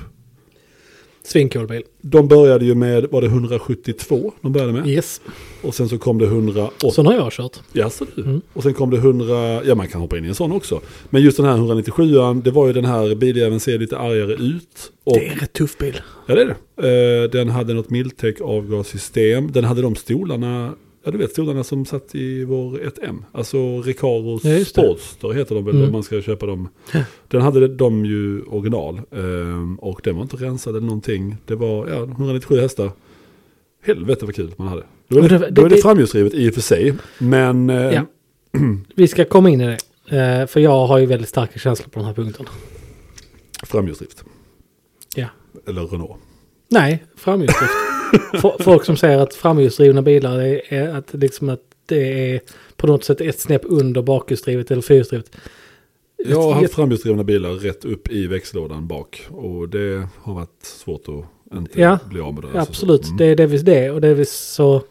A: Svincool bil.
B: De började ju med, var det 172 de började med?
A: Yes.
B: Och sen så kom det 180.
A: Sån har jag kört.
B: Jaså du?
A: Mm.
B: Och sen kom det 100, ja man kan hoppa in i en sån också. Men just den här 197an, det var ju den här biljäveln ser lite argare ut. Och,
A: Det är en rätt tuff bil.
B: Ja det är det. Eh, Den hade något Miltech avgassystem. Den hade de stolarna, ja du vet stolarna som satt i vår 1M. Alltså Recaro
A: Ja, just det.
B: Sportster heter de väl
A: Mm.
B: om man ska köpa dem. Den hade de ju original. eh, Och den var inte rensad eller någonting. Det var ja, 197 hästar. Helvete vad kul man hade. Då är
A: Och
B: det,
A: det-
B: då är
A: det-
B: det framhjulsdrivet i och för sig. Men eh,
A: Ja. Vi ska komma in i det. Eh, för jag har ju väldigt starka känslor på den här punkten.
B: framhjulsdrivet.
A: Ja.
B: Eller Renault.
A: Nej, framhjulsdrift. Fo- Folk som säger att framhjulsdrivna bilar är, är att, liksom att det är på något sätt ett snäpp under bakhjulsdrivet eller fyrhjulsdrivet.
B: Jag har
A: Jätte-
B: haft framhjulsdrivna bilar rätt upp i växellådan bak. Och det har varit svårt att inte
A: Ja,
B: bli av med det. alltså.
A: Absolut,
B: Mm.
A: det är delvis det och delvis så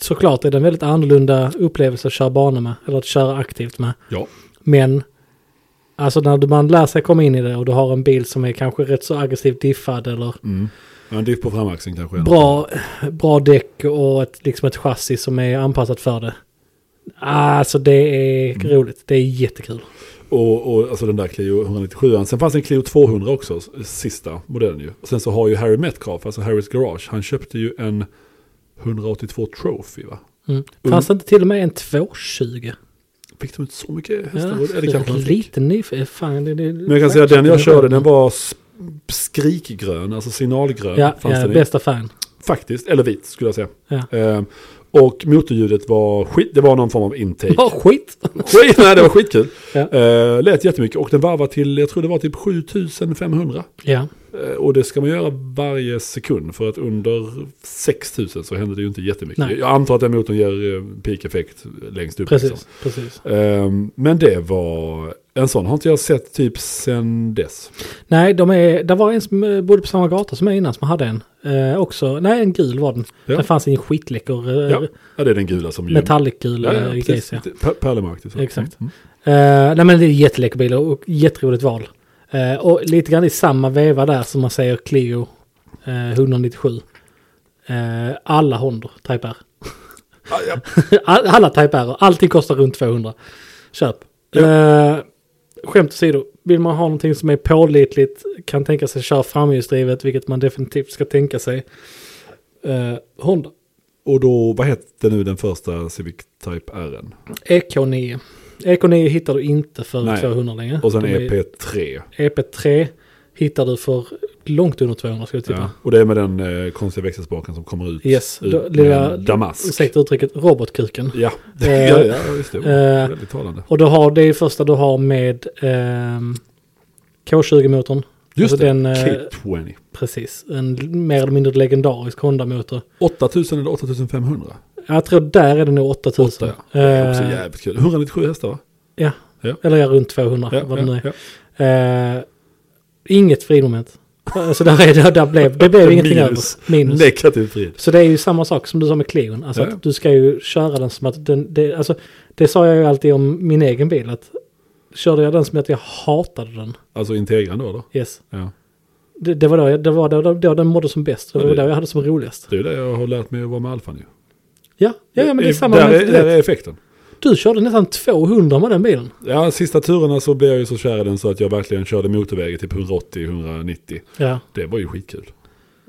A: såklart är det en väldigt annorlunda upplevelse att köra banor med eller att köra aktivt med.
B: Ja,
A: Men alltså när du- man lär sig komma in i det och du har en bil som är kanske rätt så aggressivt diffad eller
B: mm. Ja, en diff på framaxeln kanske. är något.
A: bra, bra däck och ett, liksom ett chassi som är anpassat för det. Alltså det är
B: Mm.
A: roligt, det är jättekul.
B: Och, och alltså den där Clio 197. Sen fanns en Clio 200 också, s- sista modellen ju. Och sen så har ju Harry Metcalf, alltså Harrys Garage, han köpte ju en 182 Trophy va?
A: Mm. Fanns det inte till och med en 220?
B: Fick de ut så mycket
A: Ja,
B: hästar? Eller kanske han fick.
A: lite nyfiken. Fan, det, det,
B: Men jag kan säga att den jag körde, den var s- skrikgrön, alltså signalgrön.
A: Ja,
B: fanns
A: ja
B: den i.
A: bästa fan.
B: Faktiskt, eller vit skulle jag säga.
A: Ja.
B: Ehm, och motorljudet var skit, det var någon form av intake.
A: Vad skit!
B: Skit, nej, det var skitkul.
A: Ja.
B: Eh, lät jättemycket och den varvade till, jag tror det var typ 7500.
A: Ja,
B: Eh, Och det ska man göra varje sekund för att under 6000 så händer det ju inte jättemycket.
A: Nej.
B: Jag antar att den motorn ger eh, peak-effekt längst upp.
A: precis.
B: liksom.
A: precis.
B: Ehm, men det var, en sån har inte jag sett typ sen dess.
A: Nej, de är, det var en som eh, bodde på samma gata som jag innan som hade en. Eh, också, nej en gul var den.
B: Ja.
A: Den fanns i en skitläcker eh,
B: Ja, ja det är den gula som ju...
A: metallicgul
B: ja, ja,
A: eh,
B: precis.
A: case. Ja.
B: Per- Pärlemark. typ så.
A: Exakt.
B: Mm.
A: Eh, nej men det är en jätteläcker bil och och jätteroligt val. Eh, och lite grann i samma veva där som man säger Clio eh, 197. Eh, alla Honda Type R.
B: Ah, ja.
A: All, alla Type R, allting kostar runt 200. Köp.
B: Ja.
A: Eh, skämt åsido, vill man ha någonting som är pålitligt, kan tänka sig köra framhjulsdrivet, vilket man definitivt ska tänka sig. Eh, Honda
B: Och då, vad hette nu den första Civic Type R?
A: EK9. EK9 hittar du inte för
B: Nej.
A: 200 längre.
B: Och sen E
A: De är-
B: EP3.
A: EP3 hittar du för långt under 200 skulle jag tippa.
B: Ja. Och det är med den eh, konstiga växelspaken som kommer ut.
A: typ. Yes,
B: ut
A: då- lilla-
B: med en damask.
A: Ursäkta uttrycket, robotkuken.
B: Ja,
A: Eh,
B: ja, ja just det.
A: eh,
B: Väldigt talande.
A: Och du har det första du har med ehm, K20-motorn.
B: Just
A: alltså
B: det,
A: den, eh,
B: K20.
A: Precis, en l- mer eller mindre legendarisk Honda-motor.
B: 8000 eller 8500?
A: Jag tror där är det nog 8000.
B: Åtta, ja. Det är också
A: Eh,
B: jävligt kul. 197 hästar va?
A: ja.
B: Ja.
A: eller ja, runt 200.
B: Ja,
A: vad det nu
B: ja,
A: är.
B: ja.
A: Eh, inget fridmoment. Alltså där, är, där, där blev, det blev ingenting
B: Minus.
A: över. Minus.
B: Negativ frid.
A: Så det är ju samma sak som du sa med Clion. Alltså
B: Ja.
A: att du ska ju köra den som att den, det, alltså, det sa jag ju alltid om min egen bil. Att körde jag den som att jag hatade den.
B: Alltså integran då då?
A: Yes.
B: Ja.
A: Det, det var då, jag, det var då, då den mådde som bäst. Det
B: Ja,
A: var
B: det-
A: då jag hade som roligast.
B: Det är ju det jag har lärt mig att vara med Alfan ju.
A: Ja, ja, ja men det är samma.
B: Där
A: moment,
B: är,
A: du
B: där
A: vet.
B: är effekten.
A: Du körde nästan 200 med den bilen.
B: Ja, sista turerna så blev jag ju så kär i den så att jag verkligen körde motorvägen typ 180-190.
A: Ja.
B: Det var ju skitkul.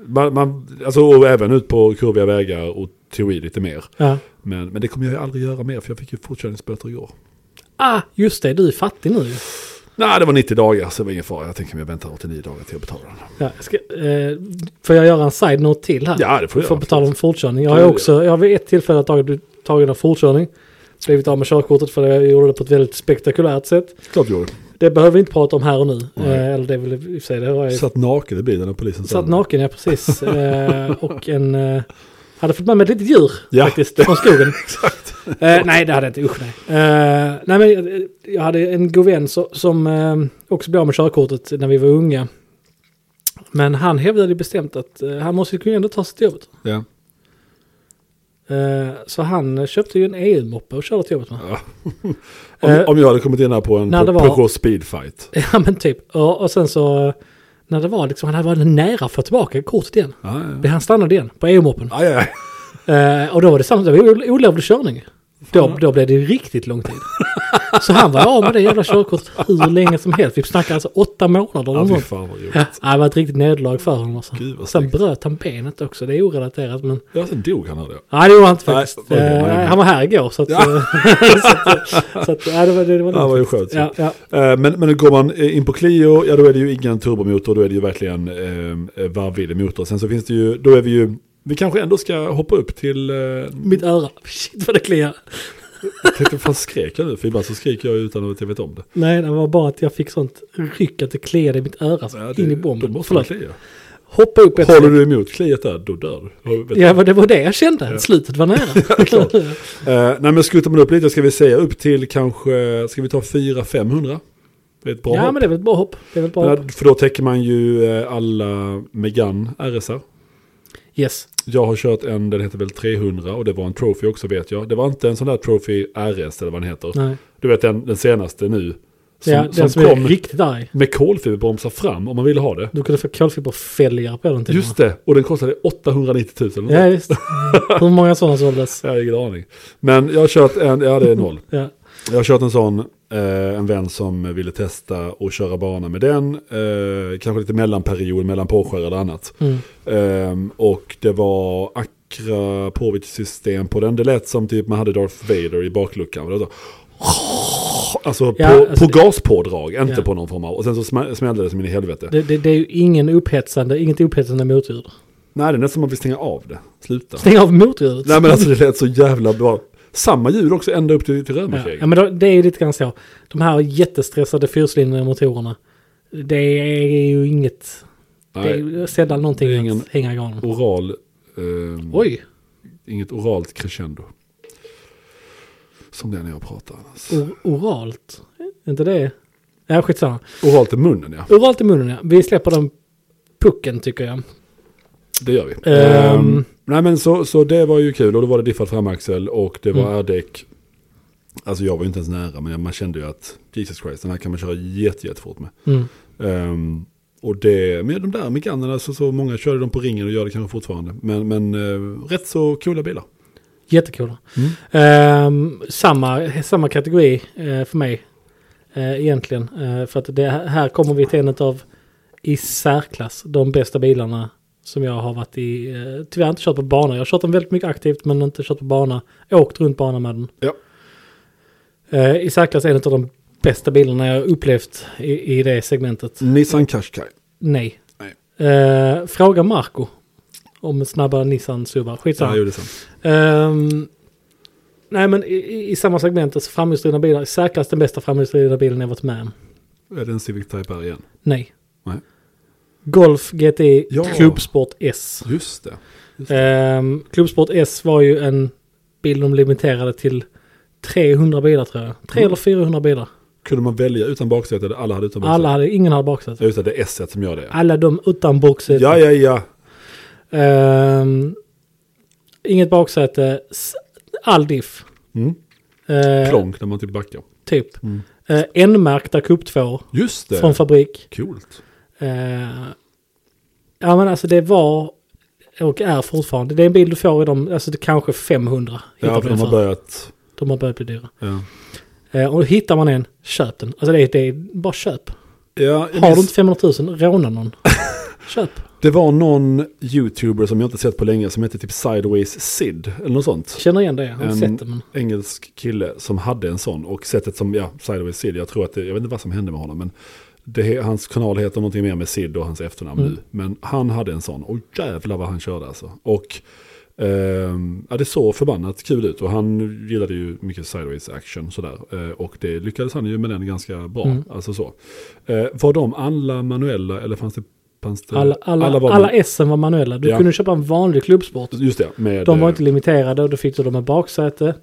B: Man, man, alltså, och även ut på kurviga vägar och tog i lite mer.
A: ja.
B: Men, men det kommer jag ju aldrig göra mer för jag fick ju fortkörningsböter igår.
A: Ah, just det. Du är fattig nu.
B: Nej, det var 90 dagar så det var ingen fara. Jag tänker mig jag väntar 89 dagar till att betala den.
A: Ja, jag ska, eh, får jag göra en side-note till här?
B: Ja, det får jag
A: För
B: göra.
A: att betala om fortkörning. Jag har ju
B: Ja, ja.
A: också, jag har vid ett tillfälle tagit, tagit en fortkörning. Blivit av med körkortet för jag gjorde det på ett väldigt spektakulärt sätt.
B: Klart du gjorde.
A: Det behöver vi inte prata om här och nu.
B: Nej.
A: Eh, eller det är väl i och för sig, det har jag ju.
B: Satt naken i bilen när polisen sa
A: Satt
B: det.
A: naken, ja precis. eh, och en... Eh, hade fått med mig ett litet djur
B: Ja.
A: faktiskt från skogen.
B: Exakt.
A: Eh, nej, det hade jag inte. Usch nej. Eh, nej men, jag- jag hade en god vän så, som eh, också blev av med körkortet när vi var unga. Men han hävdade ju bestämt att eh, han måste ju kunna ändå ta sig till jobbet.
B: Ja.
A: Eh, så han köpte ju en EU-moppe och körde till jobbet med.
B: Ja. Om,
A: Eh,
B: om jag hade kommit in här på en
A: när det
B: på,
A: var-
B: Peugeot Speedfight.
A: Ja men typ. Och, och sen så eh, när det var liksom, han hade varit nära att få tillbaka kortet igen.
B: Ja, ja, ja.
A: Men han stannade igen på EU-moppen.
B: Aj, aj, aj.
A: Eh, och då var det samma, det var ol- olovlig körning. Då, då blev det ju riktigt lång tid. Så han var av med det jävla körkortet hur länge som helst. Vi snackar alltså åtta månader. eller
B: Ja, fy
A: något.
B: fan vad roligt.
A: Ja, det var ett riktigt nederlag för honom. Alltså.
B: Gud, vad
A: Sen
B: snyggt.
A: bröt han benet också, det är orelaterat. Men...
B: Ja, sen dog han av det.
A: Nej, det gjorde han inte
B: Nej,
A: faktiskt.
B: okej,
A: Eh,
B: nej, nej.
A: han var här igår, så att...
B: Ja.
A: så att, så att ja, det var, det var
B: Ja, det var ju
A: lugnt.
B: skönt.
A: Ja, ja.
B: Eh, Men, men går man eh, in på Clio, ja då är det ju ingen turbomotor, då är det ju verkligen eh, varvvillig motor. Sen så finns det ju, då är vi ju, vi kanske ändå ska hoppa upp till, eh,
A: Mitt öra, shit vad det kliar.
B: jag tänkte fan skrek jag nu? För ibland så skriker jag utan att jag vet om det.
A: Nej, det var bara att jag fick sånt ryck att det kliade i mitt öra. så
B: Ja,
A: in i
B: Då
A: bomben.
B: måste man
A: Förlåt.
B: klia.
A: Hoppa upp ett
B: Håller du emot kliet där, då dör du. Har- vet
A: Ja, men det var det jag kände.
B: Ja.
A: Slutet var
B: klart.
A: nära.
B: du. Eh, nej men skuttar man upp lite ska vi säga upp till kanske, ska vi ta 400-500? Det är ett bra
A: ja,
B: hopp.
A: men det är väl ett bra hopp. Det är väl ett bra hopp.
B: Men, För då täcker man ju eh, alla Megane RSR.
A: Yes.
B: Jag har kört en, den heter väl 300 och det var en trophy också vet jag. Det var inte en sån där trophy RS eller vad den heter.
A: Nej.
B: Du vet den, den senaste nu. Som,
A: ja,
B: som,
A: den som,
B: kom
A: är riktigt arg.
B: med kolfiberbromsar fram om man ville ha det.
A: Du kunde få kolfiberfälgar på den till
B: Just det, och den kostade 890 000.
A: och
B: Eller
A: med. Ja,
B: något.
A: visst. Hur många sådana såldes?
B: Jag har ingen aning. Men jag har kört en, ja det är noll.
A: Ja.
B: Jag har kört en sån, eh, en vän som ville testa och köra bana med den. Eh, kanske lite mellanperiod mellan påskär eller annat.
A: Mm.
B: Ehm, och det var Acra system på den. Det lät som typ man hade Darth Vader i bakluckan. Det var så, alltså,
A: Ja,
B: på,
A: alltså
B: på gaspådrag, inte
A: Ja.
B: på någon form av. Och sen så smä- smällde det som in i helvete.
A: Det, det, det är ju ingen upphetsande, inget upphetsande motljud.
B: Nej, det är nästan som man vill stänga av det. Sluta.
A: Stäng av motljudet.
B: Nej men alltså det lät så jävla bra. Samma ljud också ända upp till, till
A: ja.
B: rörmarkeringen.
A: ja, men då, det är ju lite grann så. De här jättestressade fyrcylindriga motorerna. Det är ju inget. Det är
B: Nej,
A: ju sällan någonting
B: Det är ingen-
A: att hänga igång.
B: oral... ehm,
A: Oj,
B: Inget oralt crescendo. Som det är när jag pratar. Alltså.
A: or- oralt. Är inte det? Ja, skitsamma.
B: Oralt i munnen ja,
A: Oralt i munnen ja. Vi släpper den pucken tycker jag.
B: det gör vi.
A: Ehm.
B: Ehm, nej men så, så det var ju kul och då var det diffad framaxel och det var
A: Mm.
B: R-däck. Alltså jag var ju inte ens nära men jag- man kände ju att Jesus Christ, den här kan man köra jätte, jättefort med.
A: Mm.
B: Ehm, och det, med de där meganerna så, så många körde de på ringen och gör det kanske fortfarande. Men, men eh, rätt så coola bilar.
A: Jättekul.
B: Mm.
A: Ehm, samma, samma kategori eh, för mig eh, egentligen. Eh, för att det, här kommer vi till en av i särklass de bästa bilarna som jag har varit i. Eh, tyvärr inte kört på bana. Jag har kört den väldigt mycket aktivt men inte kört på bana. Åkt runt bana med den.
B: Ja.
A: Eh, I särklass en av de bästa bilarna jag upplevt i, i det segmentet.
B: Nissan Qashqai.
A: Nej.
B: Nej.
A: Eh, fråga Marco om snabba Nissan-suvar. Skitsamma.
B: Ja, jo, det är sant.
A: Ehm, nej men i, i, i samma segment, alltså framhjulsdrivna bilar, i särklass den bästa framhjulsdrivna bilen jag varit med om.
B: Är det en Civic Type R igen?
A: Nej.
B: Nej.
A: Golf GTI
B: Ja.
A: Klubbsport S.
B: Just det. Just det.
A: Ehm, Klubbsport S var ju en bil de limiterade till 300 bilar tror jag.
B: Mm.
A: 300 eller 400 bilar.
B: Kunde man välja utan baksäte? eller Alla hade utan baksäte.
A: Alla hade, ingen hade baksäte.
B: Ja, just det, det är S som gör det. Ja,
A: Alla de utan baksäte.
B: ja, ja. ja.
A: Ehm, inget baksäte, S- all diff.
B: Mm.
A: Ehm,
B: Plonk när man typ backar.
A: typ.
B: Mm.
A: Eh, N-märkta cup 2
B: Just det.
A: från fabrik.
B: Coolt.
A: Eh, ja men alltså det var och är fortfarande. Det är en bil du får i de, alltså det kanske 500. hittar
B: Ja,
A: du
B: för
A: den
B: de har
A: för.
B: börjat.
A: de har börjat bli dyra.
B: Ja.
A: Eh, och hittar man en, köp den. Alltså det är, det är bara köp.
B: Ja, jag
A: Har du
B: minns-
A: inte 500 000, råna någon. köp.
B: Det var någon YouTuber som jag inte sett på länge som hette typ Sideways Sid eller något sånt.
A: Känner igen det, jag har
B: En-
A: sett det. Men...
B: Engelsk kille som hade en sån och sättet som, ja, Sideways Sid, jag tror att det, jag vet inte vad som hände med honom men det, he- hans kanal heter någonting mer med Sid och hans efternamn
A: Mm.
B: nu. Men han hade en sån och jävlar vad han körde alltså. Och ehm, ja, det såg förbannat kul ut och han gillade ju mycket Sideways action sådär. Eh, och det lyckades han ju med den ganska bra.
A: Mm.
B: Alltså så. Eh, var de alla manuella eller fanns det, fanns det
A: Alla, alla, alla,
B: var
A: alla S var manuella. Du
B: Ja.
A: kunde köpa en vanlig klubbsport.
B: Just det, med...
A: De var
B: eh,
A: inte limiterade och då fick du dem med baksäte.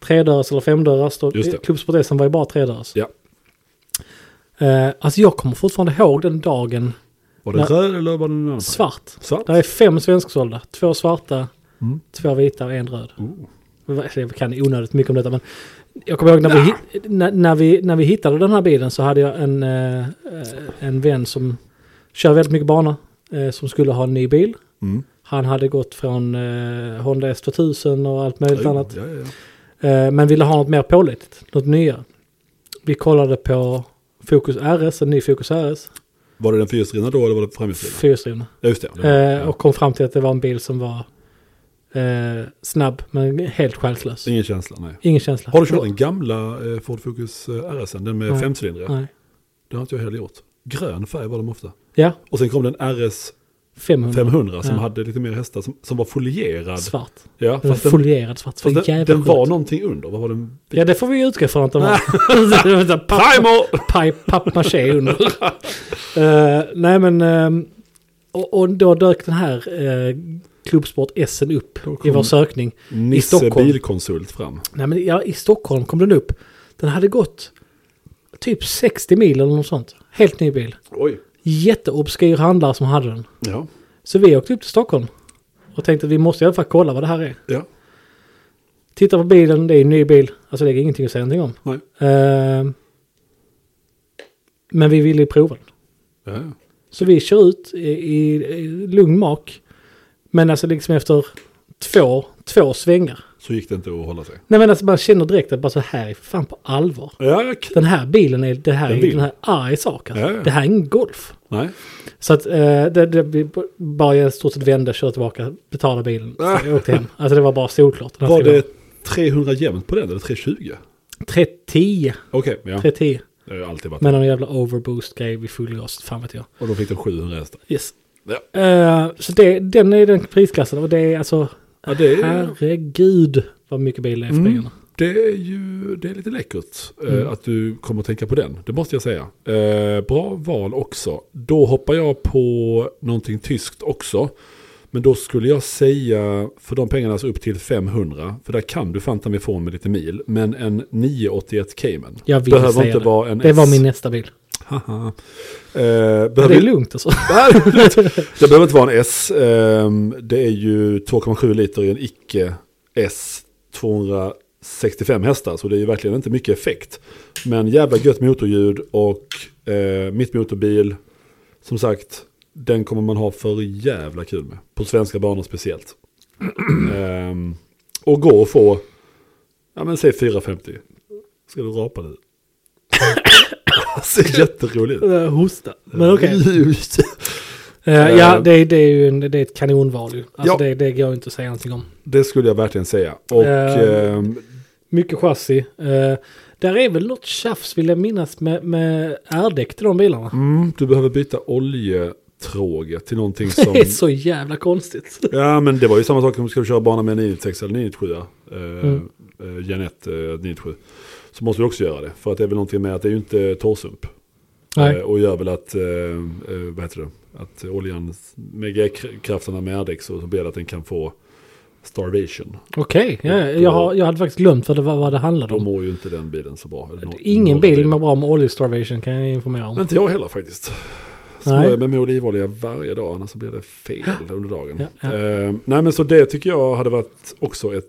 A: Tredörrars eller femdörrars. Då-
B: Just det.
A: Klubbsport S var ju bara tredörrars.
B: Ja.
A: Eh, alltså jag kommer fortfarande ihåg den dagen
B: Mm. Var det
A: Nej.
B: röd eller var det någon annan? färg?
A: svart.
B: Svart?
A: Där är fem svensksålda. Två svarta,
B: Mm.
A: två vita och en röd.
B: Oh.
A: Jag kan onödigt mycket om detta men jag kommer ihåg när, vi, hi- när, när, vi, när vi hittade den här bilen så hade jag en, eh, eh, en vän som kör väldigt mycket bana. Eh, som skulle ha en ny bil.
B: Mm.
A: Han hade gått från eh, Honda S2000 och allt möjligt
B: Jo,
A: annat.
B: Ja, ja, ja.
A: Eh, men ville ha något mer pålitligt, något nyare. Vi kollade på Focus RS, en ny Focus RS,
B: Var det den fyrhjulsdrivna då eller var det framhjulsdrivna?
A: fyrhjulsdrivna.
B: Ja, just det. det var-
A: Eh,
B: ja.
A: och kom fram till att det var en bil som var eh, snabb men helt själslös.
B: Ingen känsla, nej.
A: Ingen känsla.
B: Har du kört den gamla eh, Ford Focus eh, RS, den med
A: Nej.
B: femcylindriga?
A: Nej.
B: Det har inte jag heller gjort. Grön färg var de ofta.
A: Ja,
B: Och sen kom den RS
A: 500.
B: 500 som
A: Ja.
B: hade lite mer hästar, som, som var folierad.
A: Svart.
B: Ja,
A: Den var
B: fast den,
A: folierad svart. Så
B: fast den,
A: jävla
B: den var
A: sjukt.
B: någonting under. Vad var den?
A: Ja, det får vi utgå från att den var. Papp-
B: Primal!
A: paj- Pappmaché under. Eh, nej men, ehm, och, och då dök den här eh, Klubbsport S upp
B: Då
A: i
B: kom-
A: vår sökning.
B: Nisse
A: Stockholm.
B: Bilkonsult fram.
A: Nej men ja, i Stockholm kom den upp. Den hade gått typ 60 mil eller något sånt. Helt ny bil.
B: Oj.
A: Jätteobskyr handlare som hade den.
B: Ja.
A: Så vi åkte upp till Stockholm. Och tänkte att vi måste i alla fall kolla vad det här är.
B: Ja.
A: Titta på bilen, det är en ny bil. Alltså det är ingenting att säga någonting om.
B: Nej.
A: Ehm, men vi ville ju prova den.
B: Ja, ja.
A: Så vi kör ut i, i, i lugn mak. Men alltså liksom efter två, två svängar.
B: Så gick det inte att hålla sig.
A: Nej men alltså man känner direkt att bara så här är fan på allvar.
B: Ja, kul.
A: den här bilen är, det här
B: En
A: är
B: bil.
A: den här arg sak. Alltså.
B: Ja, ja.
A: Det här är ingen Golf.
B: Nej.
A: Så att eh, det, det, vi b- bara jag i stort sett vände, körde tillbaka, betalade bilen. Så jag åkte hem. Alltså det var bara solklart. Den här
B: Ah. Var
A: skulle
B: det 300 jämnt på den eller 320?
A: jag- 310,
B: Okej, ja.
A: 310.
B: Det har ju alltid varit.
A: Med någon jävla overboost-grej vid full gas, fan vet jag.
B: Och då fick de 700 hästar.
A: Yes.
B: Ja.
A: Eh, så det, den är den prisklassen och det är alltså,
B: Ja, det, är,
A: herregud vad mycket bil det är för
B: Mm.
A: pengarna.
B: det är ju det är lite läckert eh,
A: Mm.
B: att du kommer att tänka på den. Det måste jag säga. Eh, bra val också. Då hoppar jag på någonting tyskt också. Men då skulle jag säga, för de pengarna så upp till 500, för där kan du fan ta mig ifrån med lite mil, men en 981 Cayman.
A: Jag vill
B: Behöver
A: säga
B: inte
A: det.
B: vara en
A: Det
B: S.
A: var min nästa bil.
B: Haha. Eh,
A: Det
B: behöver
A: är lugnt alltså.
B: Nej, det behöver inte vara en S. Ehm, Det är ju 2,7 liter i en icke-S. 265 hästar, så det är ju verkligen inte mycket effekt. Men jävla gött motorljud och eh, mitt motorbil. Som sagt, den kommer man ha för jävla kul med. På svenska banor speciellt. Ehm, och gå och få, ja men säg 450. Ska du rapa nu? Det ser jätteroligt ut.
A: Eh, Hosta. Men okej.
B: Mm.
A: Eh,
B: Eh,
A: ja, det, är- det är ju en, det är ett kanonval ju. Alltså
B: Ja.
A: det, det går ju inte att säga någonting om.
B: Det skulle jag verkligen säga. Och
A: Ehm.
B: ehm,
A: Mycket chassi. Eh, där är väl något tjafs vill jag minnas med, med R-däck till de bilarna.
B: Mm, du behöver byta oljetråge till någonting som...
A: Det är så jävla konstigt.
B: Ja men det var ju samma sak om du skulle köra bana med en E 996 eller 997. Eh,
A: Mm.
B: eh, Gen 1 eh, 997. Så måste vi också göra det. För att det är väl någonting med att det är ju inte torrsump. Eh,
A: Nej.
B: och gör väl att, eh, eh, vad heter det, att oljan med G-krafterna med R-däck så så blir det att den kan få starvation.
A: Okej, ja, ja, jag, har- jag hade faktiskt glömt vad det, var- vad det handlade
B: Då
A: om.
B: mår ju inte den bilen så bra. Eller nå-
A: Ingen
B: någon
A: bil
B: bil.
A: med bra med oljestarvation kan jag informera om.
B: Inte jag heller faktiskt.
A: Nej.
B: Smörjer mig med olivolja varje dag, annars så blir det fel under dagen.
A: Ja, ja.
B: Eh, nej men så det tycker jag hade varit också ett,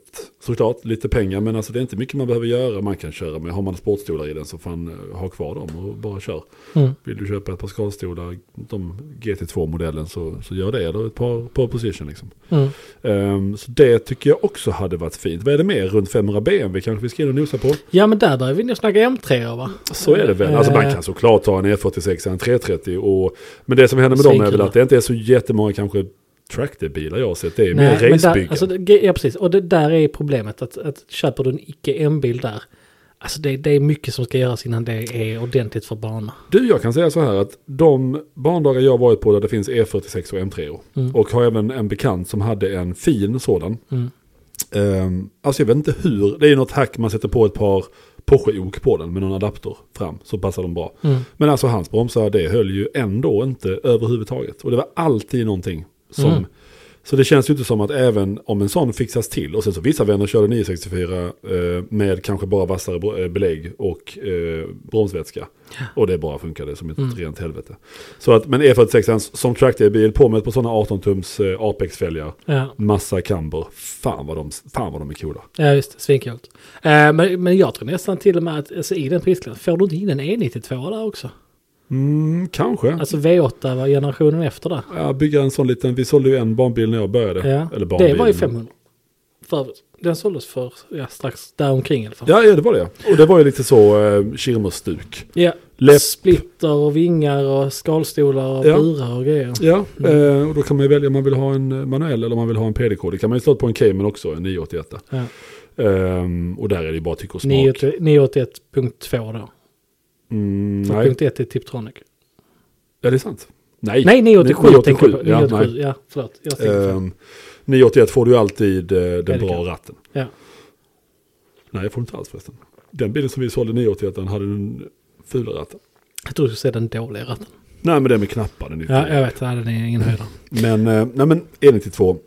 B: såklart lite pengar, men alltså det är inte mycket man behöver göra. Man kan köra med, har man sportstolar i den så fan eh, ha kvar dem och bara kör.
A: Mm.
B: Vill du köpa ett par skalstolar, de GT2-modellen så, så gör det, eller ett par, par position liksom.
A: Mm.
B: Eh, så det tycker jag också hade varit fint. Vad är det mer runt 500 BMW kanske vi ska in och nosa på?
A: Ja men där börjar vi nu snacka M3 va?
B: Så är det väl. Alltså man
A: Eh.
B: kan såklart ta en E46, en 330 och... Men det som händer med dem är väl
A: Svinkula.
B: att det inte är så jättemånga kanske tractorbilar jag har sett. Det är
A: Nej,
B: mer
A: men där,
B: racebyggen.
A: alltså, det, ja precis, och det där är problemet att, att köper du en icke-M-bil där, alltså det, det är mycket som ska göras innan det är ordentligt för bana.
B: Du, jag kan säga så här att de barndagar jag varit på där det finns E46 och M3
A: Mm.
B: och har även en bekant som hade en fin sådan.
A: Mm.
B: Ehm, alltså jag vet inte hur, det är ju något hack man sätter på ett par Porsche-ok på den med någon adapter fram så passar de bra.
A: Mm.
B: Men alltså hans bromsar, det höll ju ändå inte överhuvudtaget. Och det var alltid någonting som...
A: Mm.
B: Så det känns ju inte som att även om en sån fixas till, och sen så vissa vänner körde 964 eh, med kanske bara vassare br- eh, belägg och eh, bromsvätska. Och det bara funkade som ett
A: Mm.
B: rent helvete. Så att, men E46 som trackday-bil på med på sådana 18-tums eh, Apex-fälgar,
A: Ja,
B: massa kamber, fan vad de, fan vad de är coola.
A: ja just det, svincoolt. Eh, men, men jag tror nästan till och med att alltså, i den prisklassen, får du inte in en E92 där också?
B: Mm, kanske.
A: Alltså V8 var generationen efter där.
B: Ja, bygga en sån liten, vi sålde ju en barnbil när jag började.
A: Ja.
B: Eller barnbil.
A: det var ju 500. För, den såldes för ja, strax däromkring i alla fall.
B: Ja, ja, det var det. Och det var ju lite så eh, kirmerstuk.
A: Ja.
B: Läpp.
A: Splitter och vingar och skalstolar och
B: Ja.
A: burar och grejer.
B: Ja,
A: Mm.
B: eh, och då kan man ju välja om man vill ha en eh, manuell eller om man vill ha en PDK. Det kan man ju slå på en Cayman också, en 981.
A: Ja.
B: Ehm, och där är det ju bara tyck och smak.
A: 981.2 då.
B: Mm,
A: För
B: nej,
A: punkt 1 är Tiptronic.
B: ja det är sant. Nej,
A: Nej, 987 tänker
B: 987,
A: jag på.
B: ja,
A: 987, ja, förlåt. Jag tänkte fel.
B: Ehm, 981 får du ju alltid eh, den
A: PDK.
B: bra ratten.
A: ja.
B: Nej, det får du inte alls förresten. Den bilen som vi sålde 981 den hade den fula ratten.
A: Jag tror du skulle säga den dåliga ratten.
B: Nej, men den med knappar, den är ju
A: Ja,
B: fin.
A: jag vet. Nej, den är ingen höjdare.
B: Men, eh, nej men E92,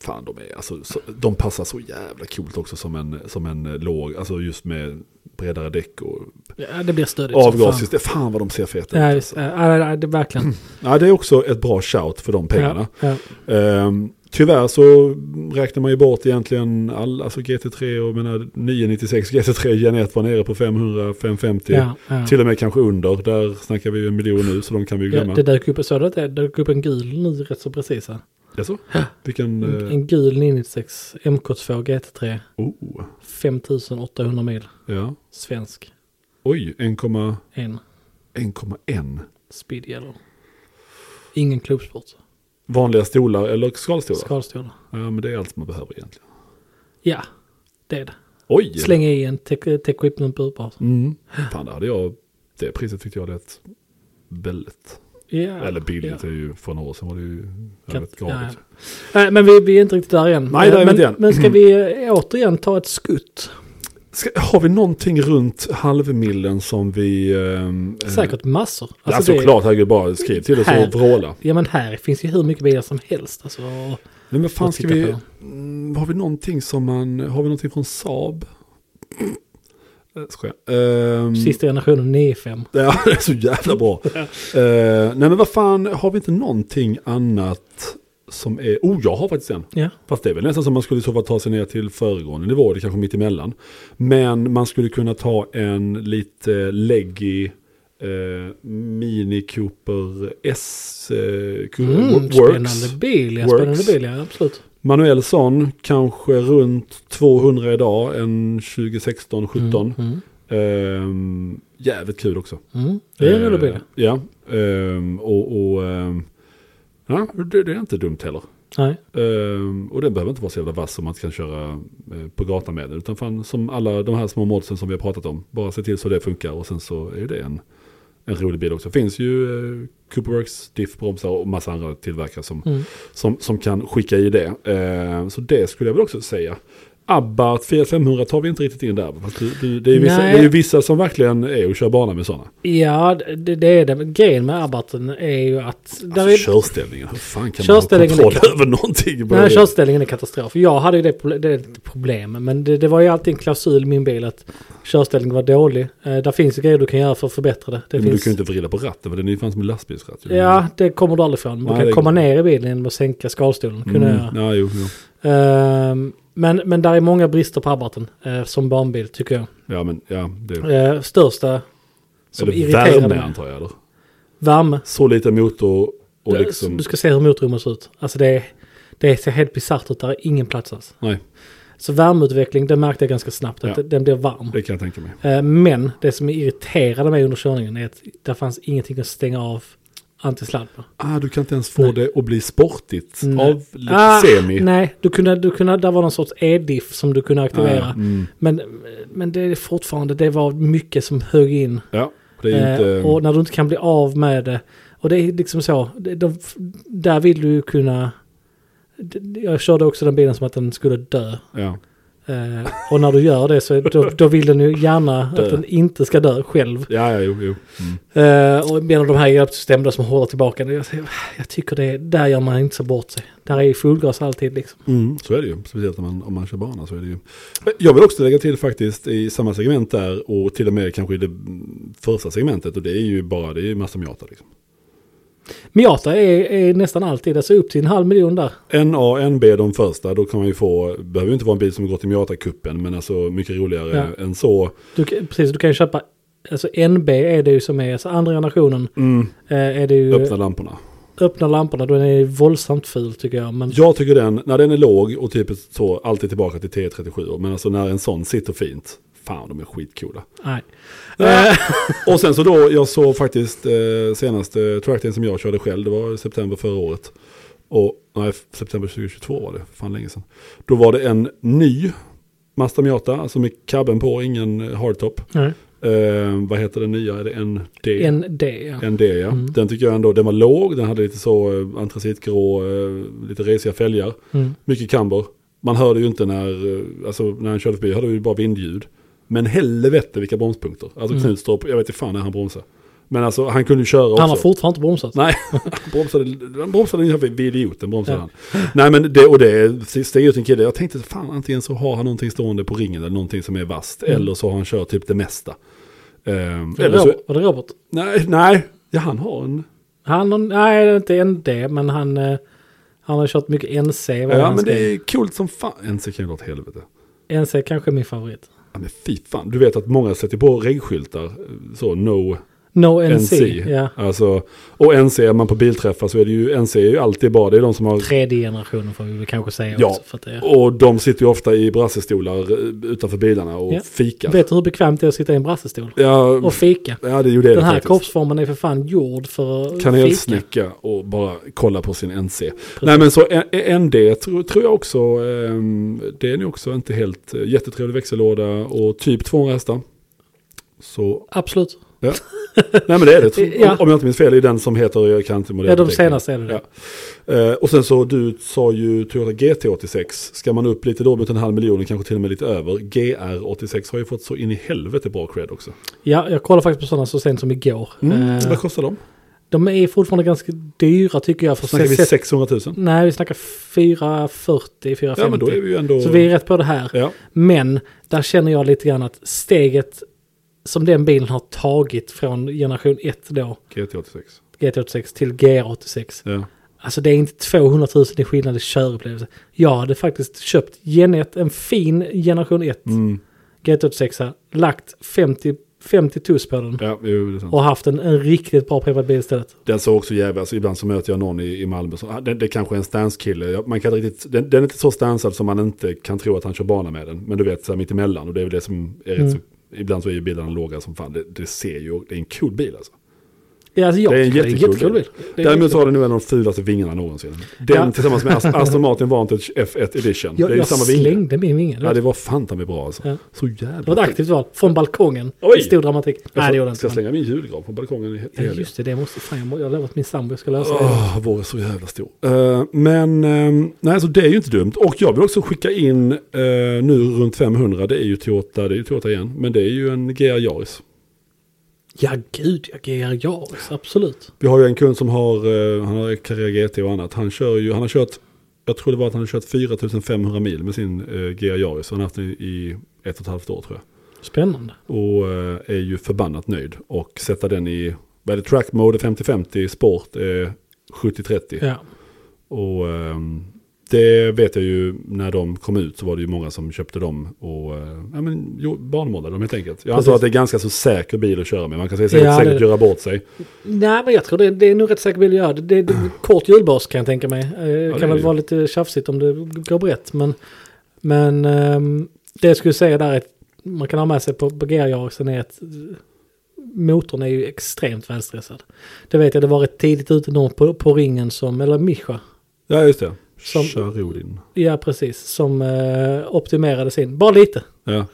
B: fan de är, alltså, så, de passar så jävla coolt också som en, som en eh, låg, alltså just med bredare däck och
A: Ja, det blir stödigt. som fan.
B: avgassystem. Fan vad de ser feta
A: Ja,
B: ut.
A: just,
B: Alltså.
A: ja, ja, ja, det, verkligen.
B: Ja, det är också ett bra shout för de pengarna.
A: Ja, ja.
B: Ehm, tyvärr så räknar man ju bort egentligen all, alltså GT3 och jag menar 996 GT3 Gen 1 var nere på 500, 550.
A: Ja, ja.
B: Till och med kanske under, där snackar vi ju en miljon nu så de kan vi ju
A: Ja,
B: glömma.
A: det dök upp, såg du att det dök upp en gul nu rätt så precis här?
B: det... så? Vilken...
A: En,
B: eh,
A: en gul 996 MK2 GT3
B: oh,
A: 5800 mil
B: ja.
A: svensk.
B: Oj, 1,
A: En
B: 1,1.
A: speed yellow. Ingen klubbsport.
B: Vanliga stolar eller skalstolar?
A: Skalstolar.
B: Ja, men det är allt man behöver egentligen.
A: Ja, det är det.
B: Oj!
A: Slänga i en tech- equipment burbart.
B: Mm. Fan, det hade jag... Det priset tyckte jag lät väldigt...
A: Ja.
B: Eller billigt
A: Ja.
B: är ju, för några år sedan var det ju
A: Kan-
B: över ett grad.
A: ja, ja.
B: också.
A: Nej, men vi, vi är inte riktigt där än.
B: Nej, där är vi
A: men,
B: inte än. Mm.
A: men ska vi eh, återigen ta ett skutt?
B: Ska, har vi någonting runt halvmillen som vi... ehm, Eh,
A: Säkert massor. Alltså,
B: ja,
A: det-
B: såklart, herregud, bara skriv till oss
A: Här.
B: och vråla.
A: Ja, men här finns ju hur mycket bilar som helst. Alltså.
B: Nej, men fan
A: Och
B: ska
A: titta
B: vi...
A: på.
B: Mm, Har vi någonting som man... Har vi någonting från Saab? Eh, Skojar. Ehm,
A: Sista generationen E 95.
B: Ja, det är så jävla bra. Eh, nej men vad fan, har vi inte någonting annat som är... Oh, jag har faktiskt en.
A: Ja.
B: Fast det är väl nästan som man skulle i så fall ta sig ner till föregående nivå, det kanske mitt emellan. Men man skulle kunna ta en lite leggy eh, Mini Cooper S eh, Cu-
A: Mm,
B: Works.
A: spännande bil, ja, spännande
B: Works.
A: bil, ja, absolut.
B: Manuell sån, kanske runt 200 idag, en 2016, 17.
A: Mm,
B: Ehm, jävligt kul också.
A: mm. Det är en rolig bil.
B: Eh, Ja, ehm, och, och ehm, ja, det, det är inte dumt heller.
A: Nej.
B: Ehm, och den behöver inte vara så jävla vass som man kan köra eh, på gatan med den. Utan fan som alla de här små modsen som vi har pratat om. Bara se till så det funkar och sen så är det en, en rolig bil också. Det finns ju eh, Cooperworks, Diff, bromsar och massa andra tillverkare som,
A: Mm.
B: som, som kan skicka i det. Ehm, så det skulle jag väl också säga. Abarth 4500 tar vi inte riktigt in där. Fast du, du, det, är ju vissa,
A: Nej.
B: det är ju vissa som verkligen är och kör bana med sådana.
A: Ja, det, det är det. Men Grejen med Abarthen är ju att... där
B: Alltså,
A: är,
B: körställningen, hur fan kan man ha
A: Körställningen är
B: kontroll
A: katt-
B: över någonting? på
A: Nej,
B: det?
A: körställningen är katastrof. Jag hade ju det, proble- det är ett problem. Men det, det var ju alltid en klausul i min bil att körställningen var dålig. Eh, där finns ju grejer du kan göra för att förbättra det. det
B: men
A: finns,
B: du kan ju inte vrida på ratten, för den är ju fan som en lastbilsratt. ju.
A: Ja, det kommer du aldrig ifrån. Du
B: Nej,
A: kan
B: det
A: komma
B: går.
A: ner i bilen genom att sänka skalstolen. Kunde jag.
B: Mm. Ja, jo, jo.
A: Ehm, men, men där är många brister på Abarthen eh, som barnbil tycker jag.
B: Ja, men ja, det är
A: Eh, största som
B: Eller
A: irriterar
B: värme
A: mig.
B: antar jag. Eller?
A: Värme. Eh,
B: Så liten motor och liksom...
A: Du ska se hur motorrummet ser ut. Alltså det, är- det ser helt bisarrt ut. Där är ingen plats alls.
B: Nej,
A: Så värmeutveckling, det märkte jag ganska snabbt. Att
B: Ja.
A: den blir varm.
B: det kan jag tänka mig.
A: Eh, Men det som irriterade mig under körningen är att det fanns ingenting att stänga av antisladd på.
B: Ah, du kan inte ens få
A: Nej.
B: det att bli sportigt
A: Nej. Ah,
B: av lite semi.
A: Nej, du kunde, du kunde, där var någon sorts e-diff som du kunde
B: Ah,
A: aktivera.
B: ja. Mm.
A: Men, men det är fortfarande, det var mycket som högg in.
B: ja, det är ju
A: Eh,
B: inte...
A: Och när du inte kan bli av med det. Och det är liksom så, det, de, där vill du ju kunna... det- Jag körde också den bilen som att den skulle dö.
B: Ja.
A: Eh, och när du gör det så är- då, då vill den ju gärna
B: Dö.
A: att den inte ska dö själv.
B: ja, ja, jo, jo. Mm.
A: Eh, och genom de här hjälpsystemen då som håller tillbaka. det. Jag, säger, jag tycker det, där gör man inte så bort sig. Där är ju fullgas alltid liksom.
B: Mm, så är det ju, speciellt om man, om man kör bana. Så är det ju. Jag vill också lägga till faktiskt i samma segment där och till och med kanske i det mm, första segmentet och det är ju bara, det är ju massa Miata liksom.
A: Miata är, är nästan alltid, alltså upp till en halv miljon där.
B: NA, NB de första, då kan man ju få, behöver ju inte vara en bil som går till Miata-kuppen, men alltså mycket roligare än så.
A: Du, kan- precis, du kan ju köpa, alltså NB är det ju som är, alltså andra generationen eh, är det ju,
B: Öppna
A: öppna,
B: lamporna.
A: lamporna, då är det ju våldsamt ful tycker jag. Men
B: Jag tycker den, när den är låg och typ så, alltid tillbaka till T37, men alltså när en sån sitter fint, fan de är skitcoola.
A: nej.
B: Eh, och sen så då, jag såg faktiskt eh, senaste trackdayn som jag körde själv, det var i september förra året. Och, nej, september 2022 var det, fan länge sedan. Då var det en ny Mazda Miata, alltså med cabben på, ingen hardtop.
A: nej.
B: Eh, vad heter den nya? Är det ND?
A: ND ja.
B: ND ja.
A: Mm.
B: Den tycker jag ändå, den var låg, den hade lite så eh, antracitgrå, eh, lite resiga fälgar.
A: Mm.
B: Mycket kamber. Man hörde ju inte när, eh, alltså när han körde förbi, hörde vi ju bara vindljud. Men helvete vilka bromspunkter. Alltså
A: Mm.
B: Knutstorp, jag vet inte fan när han bromsade. Men alltså han kunde ju köra också.
A: Han har fortfarande inte bromsat.
B: Nej, han bromsade, han bromsade ungefär vid vid idioten. Bromsade han. Nej men det, och det steg ut en kille, jag tänkte fan antingen så har han någonting stående på ringen eller någonting som är vasst.
A: Mm.
B: Eller så har han kört typ det mesta. Eh,
A: Var
B: eller
A: det
B: så,
A: Robert? Var det Robert?
B: nej, nej, ja han har en
A: Han, har- nej det är inte ND men han, eh, han har kört mycket NC. vad
B: Ja
A: han
B: men
A: skrev.
B: det är coolt som fan. En sekund åt helvete.
A: NC kanske är min favorit.
B: Ja men fy fan. Du vet att många sätter på regskyltar. eh, Så no
A: No NC.
B: NC.
A: Ja.
B: Alltså, och NC är man på bilträffar så är det ju NC är ju alltid bara det är de som har.
A: Tredje generationen får vi väl kanske säga
B: Ja.
A: också. För att det är.
B: Och de sitter ju ofta i brassestolar eh, utanför bilarna och
A: Ja.
B: fikar.
A: Vet du hur bekvämt det är att sitta i en brassestol?
B: Ja,
A: Och fika.
B: ja det är ju det
A: Den här
B: faktiskt.
A: kroppsformen är för fan gjord för att fika.
B: Kanelsnäcka och bara kolla på sin NC. Nej men så Ä- Ä- ND tror, tror jag också, ehm, det är nog också inte helt eh, jättetrevlig växellåda och typ 200 hästar. Så
A: Absolut.
B: Ja. Nej men det är det. Tro-
A: Ja.
B: Om jag inte minns fel, det är den som heter, jag kan inte
A: Ja,
B: modellen.
A: de senaste är det.
B: Ja. Eh, och sen så, du sa ju Toyota GT86. Ska man upp lite då mot en halv miljon, kanske till och med lite över. GR86 har ju fått så in i helvete bra cred också.
A: Ja, jag kollade faktiskt på sådana så sent som igår.
B: Mm.
A: Eh,
B: Vad kostar de?
A: de är fortfarande ganska dyra tycker jag. För
B: Snackar vi
A: sätt-
B: 600 000?
A: Nej, vi snackar 440, 450.
B: Ja men då är vi ju ändå...
A: Så vi är rätt på det här.
B: Ja,
A: Men där känner jag lite grann att steget som den bilen har tagit från generation 1 då,
B: GT86.
A: GT86 till GR86.
B: Ja.
A: Alltså det är inte 200 000 i skillnad i körupplevelse. Jag hade faktiskt köpt Gen 1, en fin generation 1
B: Mm.
A: GT86, lagt 50, 50 tus på den
B: ja, jo, det är sant.
A: och haft en, en riktigt bra privatbil istället.
B: Den såg också jävligt, alltså ibland så möter jag någon i, i Malmö som, ah, det, det kanske är en stance-kille. Ja, Man kan inte riktigt, den, den är inte så stansad som man inte kan tro att han kör bana med den. Men du vet, så här mitt emellan och det är väl det som är rätt så, ibland så är ju bilarna låga som fan. Det, det ser ju, det är en cool bil alltså.
A: Ja, alltså jag
B: Det är en
A: tycker
B: jättekul bil.
A: Det är
B: Däremot
A: jättekul.
B: har den nog en av de fulaste vingarna någonsin. Den
A: Ja.
B: tillsammans med Ast- Aston Martin Vantage F1 Edition.
A: jag,
B: det är ju
A: jag
B: samma vinge.
A: slängde min vinge. Det
B: Ja,
A: var-
B: det var fan ta mig bra alltså.
A: Ja.
B: Så
A: det var
B: jävla
A: ett aktivt val. Från balkongen.
B: Oj!
A: Stor dramatik. Nej, det gjorde
B: Jag
A: jag
B: ska
A: inte. men-
B: slänga min julgran på balkongen i he-
A: Ja,
B: helgen.
A: just det. Det måste... Fan, jag, må, jag har lovat min sambo jag ska lösa det.
B: Åh, vår är så jävla stor. Eh, men eh, nej, så det är ju inte dumt. Och jag vill också skicka in eh, nu runt 500. Det är ju Toyota, det är ju Toyota igen. Men det är ju en GR Yaris.
A: Ja, gud. Jag ger Yaris. Absolut.
B: Vi har ju en kund som har, eh, han har Carrera GT och annat. Han kör ju, han har kört, jag tror det var att han har kört 4500 mil med sin eh, GR Yaris. Han har haft den i ett och ett halvt år tror jag.
A: Spännande.
B: Och eh, är ju förbannat nöjd. Och sätta den i, vad är det, track mode 50-50, sport eh, 70-30.
A: Ja.
B: Och ehm, det vet jag ju när de kom ut så var det ju många som köpte dem och eh, ja, men, jo, barnmålade dem helt enkelt. Jag
A: Precis.
B: antar att det är ganska så säker bil att köra med. Man kan säga säkert,
A: Ja, det-
B: säkert göra bort sig.
A: Nej, men jag tror det, det är nog rätt säker bil att göra. Det, det, det, kort julbas kan jag tänka mig. Eh,
B: det
A: kan
B: är
A: väl
B: det.
A: vara lite tjafsigt om det går brett. Men, men ehm, det jag skulle säga där är att man kan ha med sig på, på GR-jarsen är att eh, motorn är ju extremt välstressad. Det vet jag, det var rätt tidigt ute någon på, på ringen som, eller Mischa,
B: Ja, just det.
A: Som-
B: Kör Rodin.
A: ja precis, som eh, optimerade sin, bara lite,
B: Ja,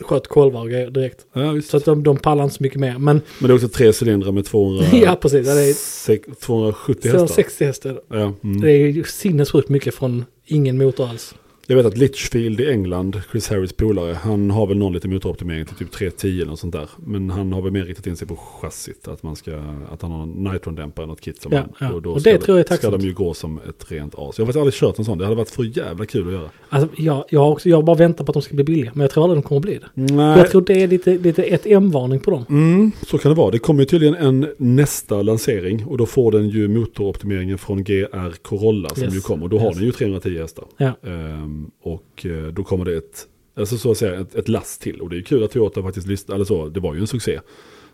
A: sköt kolvar och grejer direkt.
B: ja visst.
A: Så att de, de pallar inte så mycket mer. Men
B: Men det är också tre cylindrar med 200,
A: ja, precis, ja, det är
B: sex- 270 hästar.
A: 60 hästar.
B: Ja,
A: Det
B: mm.
A: är ju sinnessjukt mycket från ingen motor alls.
B: Jag vet att Litchfield i England, Chris Harris polare, han har väl någon liten motoroptimering till typ 310 eller något sånt där. Men han har väl mer riktat in sig på chassit, att, man ska, att han har en nitron-dämpare, något kit som
A: Ja,
B: han,
A: ja.
B: då
A: Och
B: ska
A: det tror jag är
B: Ska
A: tacksamt.
B: de ju gå som ett rent as. Jag har faktiskt aldrig kört en sån, det hade varit för jävla kul att göra.
A: Alltså, jag, jag, har också, jag bara väntar på att de ska bli billiga, men jag tror aldrig de kommer bli det.
B: Nej,
A: Jag tror det är lite, lite ett M-varning på dem.
B: mm, så kan det vara. Det kommer ju tydligen en nästa lansering och då får den ju motoroptimeringen från GR Corolla som
A: Yes.
B: ju kommer. Och då har
A: Yes.
B: den ju 310 hästar.
A: Ja,
B: Ehm, och eh, då kommer det ett, alltså så att säga, ett, ett last till. Och det är kul att Toyota faktiskt lyssnade, eller så, det var ju en succé.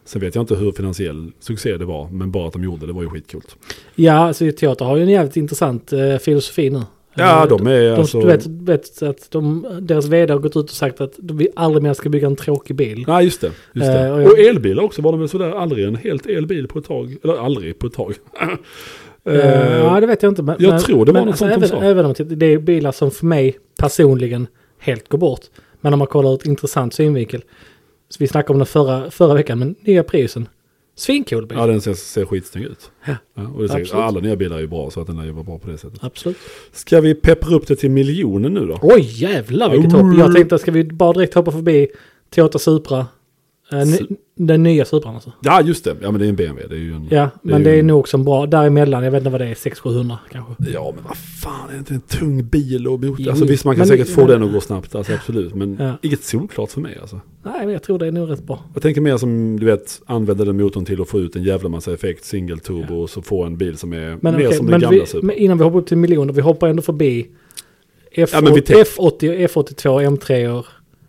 B: Sen vet jag inte hur finansiell succé det var, men bara att de gjorde det var ju skitcoolt.
A: ja alltså, teater har ju en jävligt intressant eh, filosofi nu.
B: Ja,
A: Eh,
B: de är
A: de,
B: alltså...
A: du vet, vet att de, deras vd har gått ut och sagt att vi aldrig mer ska bygga en tråkig bil.
B: Nej, just det. Just det.
A: Eh, och
B: och,
A: jag-
B: elbilar också, var de väl sådär aldrig en helt elbil på ett tag? Eller aldrig på ett tag. Eh,
A: Eh, ja, det vet jag inte. Men,
B: jag
A: men-
B: tror det var
A: men alltså,
B: något sånt de
A: även,
B: sa.
A: Även om det är bilar som för mig personligen helt går bort. Men om man kollar ur ett intressant synvinkel. Så vi snackade om den förra, förra veckan, men nya Priusen. Svincool bil.
B: ja, den ser, ser skitsnygg ut.
A: Ja.
B: Ja, och det är säkert,
A: Absolut.
B: alla nya bilar är ju bra, så att den lär ju vara bra på det sättet.
A: Absolut.
B: Ska vi peppra upp det till miljonen nu då?
A: Oj jävlar vilket hopp.
B: Mm.
A: Jag tänkte ska vi bara direkt hoppa förbi Toyota Supra. Eh, ny-
B: Su-
A: den nya Supran alltså.
B: Ja, just det. Ja, men det är en BMW. Det är ju en...
A: Ja,
B: Det är
A: men det
B: ju-
A: är nog som bra. Däremellan, jag vet inte vad det är, 600-700 kanske.
B: Ja men vad fan, är inte en tung bil och bota?
A: Jo,
B: Alltså visst man kan
A: men-
B: säkert få
A: men-
B: den att gå snabbt, alltså, absolut. Men
A: Ja.
B: inget solklart för mig alltså.
A: Nej, men jag tror det är nog rätt bra.
B: Jag tänker mer som du vet, använda den motorn till att få ut en jävla massa effekt, single turbo och så få en bil som är
A: Men,
B: mer
A: okej,
B: som den
A: men,
B: gamla
A: vi,
B: Supra.
A: men innan vi hoppar upp till miljoner, vi hoppar ändå förbi F-
B: Ja, men vi tänk-
A: F80, F82, M3 och...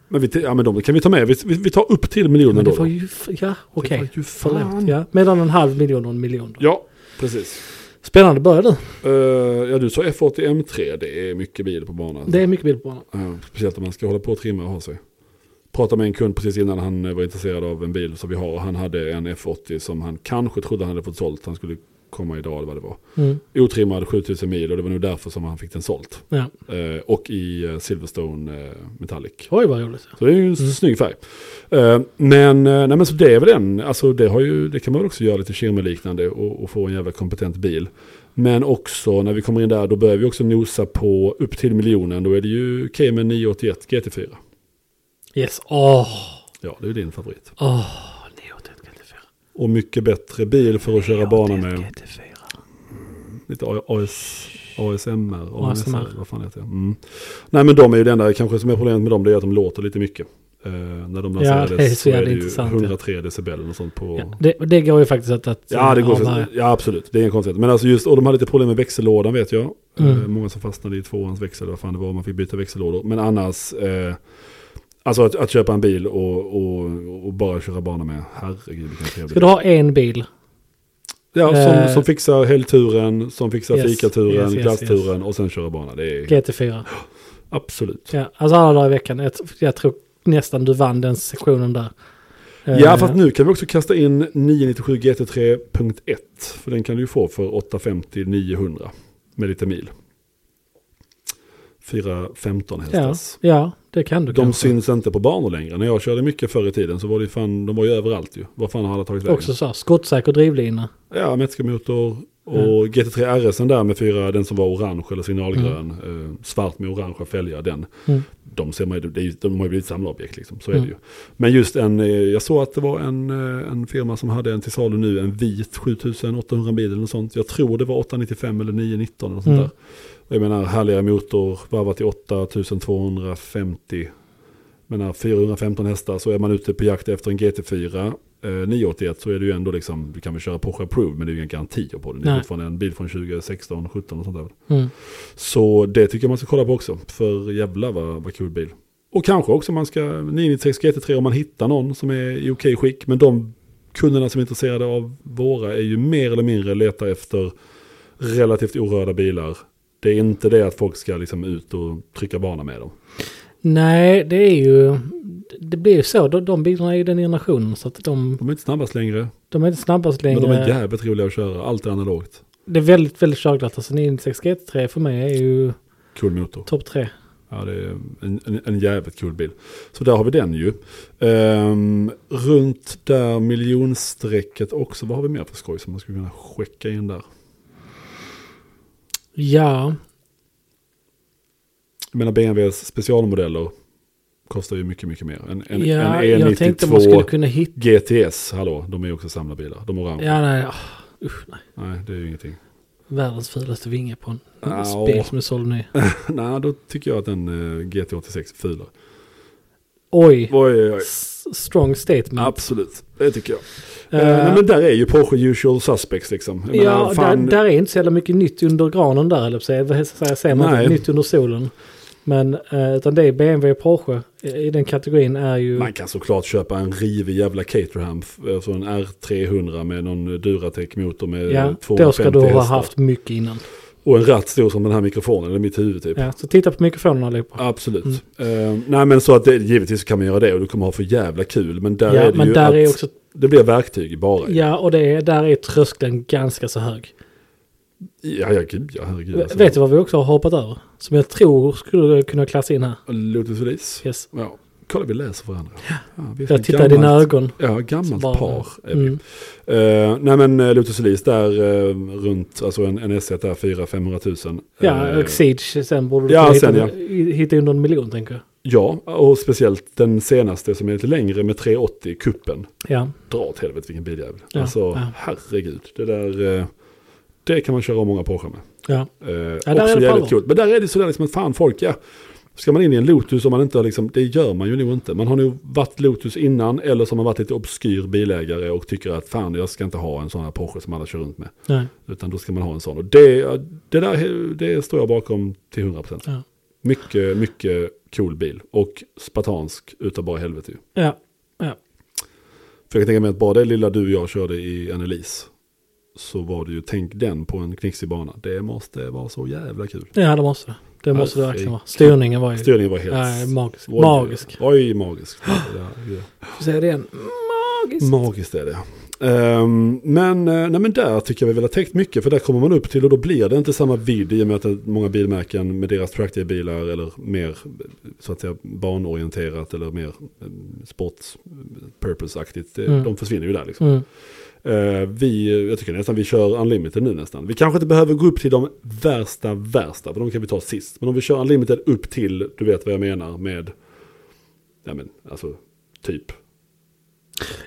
B: Men, vi, ja, men de kan vi ta med, vi, vi, vi tar upp till miljonen
A: Men det
B: då.
A: var
B: då.
A: ju... f- Ja, okej.
B: var ju fan.
A: Förlåt. Ja. Mellan en halv miljon och en miljon. då.
B: Ja, precis.
A: Spännande, börja du.
B: Eh, ja du sa F80 M3, det är mycket bil på banan.
A: Det är mycket bild på honom.
B: Ja, speciellt om man ska hålla på och trimma och ha sig. Pratade med en kund precis innan han eh, var intresserad av en bil som vi har. och Han hade en F80 som han kanske trodde han hade fått sålt. Han skulle komma idag eller vad det var.
A: Mm.
B: Otrimmad 7000 mil och det var nog därför som han fick den sålt.
A: Ja.
B: Eh, och i eh, Silverstone eh, Metallic.
A: Oj, vad roligt.
B: Så det är ju en
A: Mm.
B: snygg färg. Eh, men, eh, nej, men så det är väl en, alltså det, har ju, det kan man väl också göra lite Kirme-liknande och, och få en jävla kompetent bil. Men också när vi kommer in där då börjar vi också nosa på upp till miljonen. Då är det ju Cayman 981 GT4.
A: Yes. Åh!
B: Ja, det är ju din favorit.
A: Åh! Neo GT4.
B: Och mycket bättre bil för att köra bana med.
A: GT4.
B: Lite A- AS, ASMR,
A: ASMR.
B: ASMR, vad fan heter det? Mm. Nej men de är ju det enda kanske som är problemet med dem, det är att de låter lite mycket. Eh, när de lanserades
A: det är så
B: så är
A: jävla
B: det ju
A: intressant, ja.
B: 103 decibel och sånt på,
A: Ja, det, det går ju faktiskt att... att
B: Ja, det går
A: avvärja.
B: för, ja, absolut. Det är en konstighet. Men alltså just, och de hade lite problem med växellådan vet jag.
A: Mm.
B: Eh, många som fastnade i tvåans växel, vad fan det var, man fick byta växellådor. Men annars, eh, alltså att, att köpa en bil och, och, och bara köra bana med, herregud vilken trevlig
A: Ska du ha en bil?
B: Ja, som,
A: Eh,
B: som fixar helgturen, som fixar
A: Yes,
B: fikaturen,
A: yes, yes,
B: glassturen och sen köra bana. Det är
A: GT4.
B: absolut.
A: Ja, alltså alla dagar i veckan. Jag, jag tror nästan du vann den sektionen där.
B: Ja, för att nu kan vi också kasta in 997 GT3.1. För den kan du ju få för 850-900 med lite mil. 415
A: ja,
B: hästas.
A: ja, det kan du
B: De
A: kanske.
B: syns inte på banor längre. När jag körde mycket förr i tiden så var det ju fan, de var ju överallt ju. Var fan har alla tagit vägen?
A: Också så här, skottsäker drivlina.
B: Ja, Metzgermotor och GT3 RS där med fyra, den som var orange eller signalgrön, eh, svart med orangea fälgar, den.
A: Mm.
B: De, ser man ju, det är, ju- de har ju blivit samlarobjekt liksom, så är det ju. Men just en, eh, jag såg att det var en, eh, en firma som hade en till salu nu, en vit 7800 bil eller något sånt. Jag tror det var 895 eller 919 eller något
A: Mm.
B: sånt där. Och Jag menar härligare motor, varvat till 8250. Jag menar 415 hästar så är man ute på jakt efter en GT4 eh, 981 så är det ju ändå liksom, du kan väl köra Porsche Approve men det är ju inga garantier på den. Det är
A: Nej.
B: fortfarande en bil från 2016, 17 och sånt där.
A: Mm.
B: Så det tycker jag man ska kolla på också. För jävlar vad, vad kul bil. Och kanske också man ska 996 GT3 om man hittar någon som är i okej skick. Men de kunderna som är intresserade av våra är ju mer eller mindre letar efter relativt orörda bilar. Det är inte det att folk ska liksom ut och trycka bana med dem.
A: Nej, det är ju... Det blir ju så. De, de bilarna är ju den generationen så att de,
B: De är inte snabbast längre,
A: de är inte snabbast längre.
B: men de är jävligt roliga att köra. Allt är analogt.
A: det är väldigt, väldigt körglatt. Alltså 996 GT3 för mig är ju
B: Kul motor.
A: topp tre.
B: Ja, det är en, en, en jävligt kul bil. Så där har vi den ju. Ehm, runt där miljonstrecket också. Vad har vi mer för skoj som man skulle kunna skicka in där?
A: Ja,
B: Jag menar BMWs specialmodeller kostar ju mycket, mycket mer. En, en,
A: ja
B: en
A: jag tänkte man skulle
B: E92
A: kunna hitta...
B: GTS, hallå, de är ju också samlarbilar. De orangea.
A: Ja, nej. ah, Usch, nej.
B: Nej, det är ju ingenting.
A: Världens fulaste vinge på en
B: Ja.
A: bil som är såld ny.
B: Nej, då tycker jag att en eh, GT86 är fulare.
A: Oj,
B: Oj, oj, oj.
A: S- strong statement.
B: Absolut, det tycker jag.
A: Eh,
B: Eh, nej, men där är ju Porsche usual suspects liksom. Jag
A: ja,
B: menar, fan-
A: där, där är inte så jävla mycket nytt under granen där, eller så jag vill helst säga, säger man
B: Nej.
A: inte nytt under solen. Men eh, utan det är BMW och Porsche i i den kategorin är ju...
B: Man kan såklart köpa en rivig jävla Caterham, f- alltså en R300 med någon Duratec-motor med
A: ja, då
B: 250
A: ska du ha
B: hästar.
A: haft mycket innan.
B: Och en ratt stor som den här mikrofonen, eller mitt huvud typ.
A: Ja, Mm. så titta på mikrofonen allihopa.
B: Absolut. Ehm, nej men så att det, givetvis kan man göra det och du kommer ha för jävla kul. Men där
A: Ja,
B: är det
A: men
B: ju
A: där
B: att
A: är också...
B: det blir verktyg bara. Ja,
A: Ja, och det är, där är tröskeln ganska så hög.
B: ja, ja, gud, ja herregud. alltså.
A: Vet du vad vi också har hoppat över? Som jag tror skulle kunna klassa in här.
B: Lotus Elise.
A: Yes.
B: Ja, kolla vi läser varandra. Ja, vi är som
A: Jag tittar i dina
B: gammalt-
A: ögon.
B: Ja, gammalt
A: Bara-
B: par. är vi.
A: Mm.
B: Eh, nej men eh, Lotus Elise där eh, runt, alltså en, en S1 där 400-500 000.
A: Ja,
B: Eh,
A: och Siege sen borde du
B: ja,
A: kunna
B: sen,
A: hitta, hitta under en miljon tänker jag.
B: Ja, och speciellt den senaste som är lite längre med 380, kuppen.
A: Ja,
B: Dra åt helvete vilken biljävel.
A: Ja,
B: alltså,
A: ja.
B: herregud. Det där, eh, det kan man köra om många Porsche med.
A: ja.
B: Eh,
A: där är
B: också
A: det på
B: jävligt
A: allvar.
B: kul. Men där är det sådär liksom att fan folk, ja. Ska man in i en Lotus om man inte har liksom, det gör man ju nog inte. Man har nog varit Lotus innan eller som har man varit lite obskyr bilägare och tycker att fan jag ska inte ha en sån här Porsche som alla kör runt med.
A: Nej.
B: Utan då ska man ha en sån. Och det, det där det står jag bakom till 100%.
A: Ja.
B: Mycket, mycket cool bil. Och spartansk utav bara helvete ju.
A: Ja, ja.
B: För jag kan tänka mig att bara det lilla du och jag körde i en Elise. Så var det ju, tänk den på en knixig bana. Det måste vara så jävla kul.
A: ja det måste det. Det måste det
B: Alltså,
A: verkligen vara. Styrningen var ju
B: Styrningen var helt...
A: nej, magisk.
B: Oj,
A: magisk.
B: Oj, magisk. Ja, ja.
A: Får säga det igen. Magisk.
B: Magiskt är det. Ehm, men, eh, nej, men där tycker jag vi väl har täckt mycket. För där kommer man upp till och då blir det inte samma vidd i och med att det är många bilmärken med deras traktiga bilar eller mer så att säga banorienterat eller mer eh, sports purpose-aktigt. Det-
A: Mm.
B: De försvinner ju där liksom.
A: Mm.
B: Eh, vi, jag tycker nästan vi kör Unlimited nu nästan. Vi kanske inte behöver gå upp till de värsta, värsta, för de kan vi ta sist. Men om vi kör Unlimited upp till, du vet vad jag menar med, ja men alltså, typ.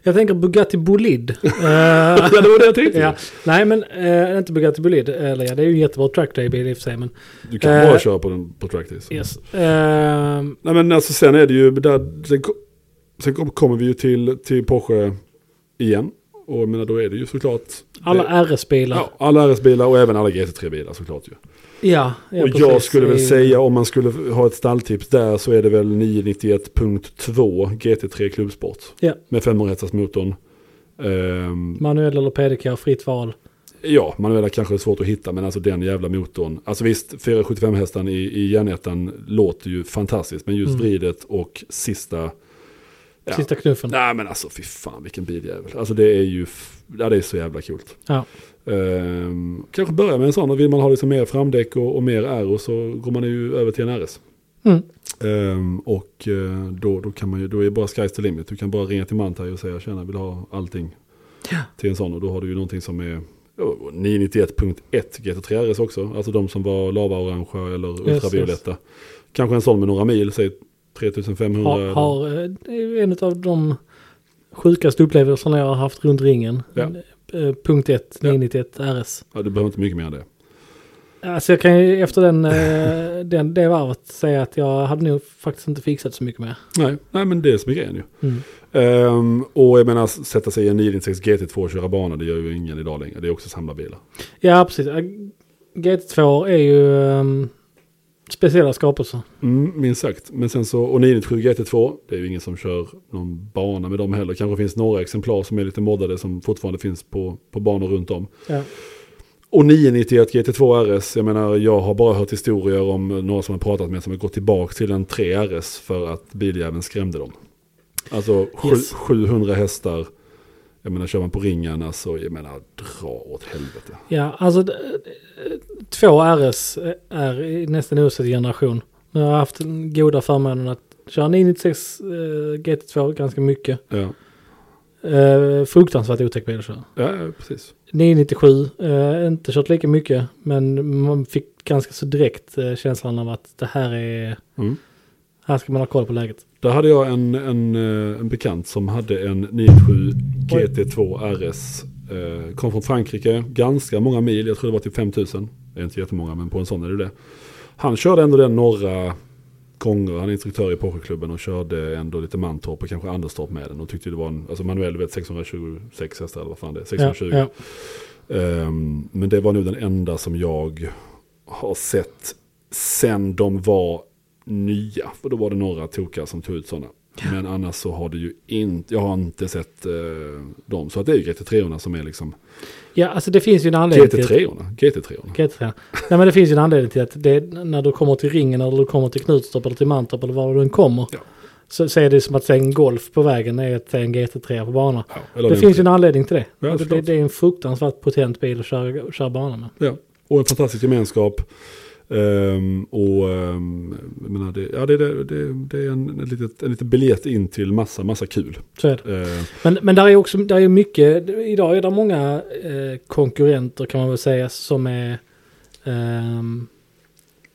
A: Jag tänker Bugatti Bolid. Eh,
B: Ja, det var det jag tänkte.
A: ja. Nej, men eh, inte Bugatti Bolid. Eller ja, det är ju en jättebra trackday-bil i och för sig. Men,
B: Du kan
A: Eh,
B: bara köra på den på track days.
A: yes. Ehm,
B: Nej men alltså sen är det ju, där, sen, ko- sen kom- kommer vi ju till, till Porsche igen. Och jag menar då är det ju såklart. det,
A: alla RS-bilar.
B: ja, alla RS-bilar och även alla GT3-bilar såklart ju.
A: Ja, ja,
B: och jag
A: precis.
B: skulle
A: Det är
B: väl
A: ju-
B: säga om man skulle ha ett stalltips där så är det väl 991.2 GT3 Klubbsport.
A: Ja.
B: Med 500 motorn. Ehm,
A: Manuell eller PDK, fritt val.
B: Ja, manuella kanske är svårt att hitta, men alltså den jävla motorn. Alltså visst, 475 hästan i, i järnettan låter ju fantastiskt, men just
A: Mm.
B: vridet och sista Ja.
A: Sista knuffen.
B: Nej men alltså fy fan vilken biljävel. Alltså det är ju, f- ja, det är så jävla coolt.
A: Ja.
B: Ehm, kanske börja med en sån och vill man ha liksom mer framdäck och, och mer aero så går man ju över till en RS.
A: Mm.
B: Ehm, och eh, då, då, kan man ju, då är det bara sky's the limit. Du kan bara ringa till Mantaj och säga tjena, vill ha allting
A: Ja.
B: till en sån. Och då har du ju någonting som är ja, 991.1 GT3 RS också. Alltså de som var lava-orangea eller
A: Yes,
B: ultravioletta. Kanske en sån med några mil, säg 3500.
A: Har,
B: eller-
A: har, eh, det är ju en av de sjukaste upplevelserna jag har haft runt ringen.
B: Ja.
A: Eh, Punkt 1,
B: Ja.
A: 991 RS.
B: Ja, du behöver inte mycket mer än det.
A: Alltså jag kan ju efter den, eh, den, det varvet säga att jag hade nog faktiskt inte fixat så mycket mer.
B: Nej, nej men det är som är grejen ju.
A: Mm.
B: Ehm, och jag menar, sätta sig i en 996 GT2 och köra bana, det gör ju ingen idag längre. Det är också samlarbilar.
A: Ja, precis. Eh, GT2 är ju ehm, speciella skapelser.
B: Mm, minst sagt. Men sen så, och 997 GT2, det är ju ingen som kör någon bana med dem heller. Kanske finns några exemplar som är lite moddade som fortfarande finns på, på banor runt om.
A: Ja.
B: Och 991 GT2 RS, jag menar jag har bara hört historier om några som jag pratat med som har gått tillbaka till en 3 RS för att biljäveln skrämde dem. Alltså sju-
A: Yes.
B: 700 hästar, jag menar kör man på ringen alltså, jag menar dra åt helvete.
A: Ja, alltså d- eh, två RS är i nästan oavsett generation. Nu har jag haft den goda förmånen att köra 996 eh, GT2 ganska mycket.
B: Ja,
A: Eh, fruktansvärt otäck bil att köra.
B: ja ja, precis.
A: 997, eh, inte kört lika mycket men man fick ganska så direkt eh, känslan av att det här är,
B: Mm.
A: här ska man ha koll på läget.
B: Där hade jag en, en, eh, en bekant som hade en 97
A: Oj.
B: GT2 RS. Eh, kom från Frankrike, ganska många mil, jag tror det var typ 5000. Det är inte jättemånga, men på en sån är det det. Han körde ändå den några gånger, han är instruktör i Porscheklubben och körde ändå lite Mantorp och kanske Anderstorp med den. Och tyckte det var en, alltså manuell, du vet 626 hästar eller vad fan det är, 620.
A: Ja, ja.
B: Ehm, men det var nog den enda som jag har sett sen de var nya. För då var det några tokar som tog ut sådana. Men annars så har det ju inte, jag har inte sett eh, dem. Så att det är ju GT3orna som är liksom,
A: ja, alltså det finns ju en anledning till...
B: GT3orna, GT3orna.
A: GT3. Nej men det finns ju en anledning till att det, när du kommer till ringen eller du kommer till Knutstorp eller till Mantorp eller var du än kommer.
B: Ja.
A: Så, så är det som att se en Golf på vägen är att se en GT3 på banan.
B: Ja, eller
A: det
B: en-
A: finns ju en anledning till det.
B: Ja,
A: Alltså, det,
B: såklart.
A: det är en fruktansvärt potent bil att köra, köra bana med.
B: Ja, och en fantastisk gemenskap. Ehm, och ehm, jag menar, det, ja, det, det, det, det är en, en, litet, en liten biljett in till massa, massa kul.
A: Så är det.
B: Ehm,
A: Men, men där är också där är mycket, idag är det många eh, konkurrenter kan man väl säga som är ehm,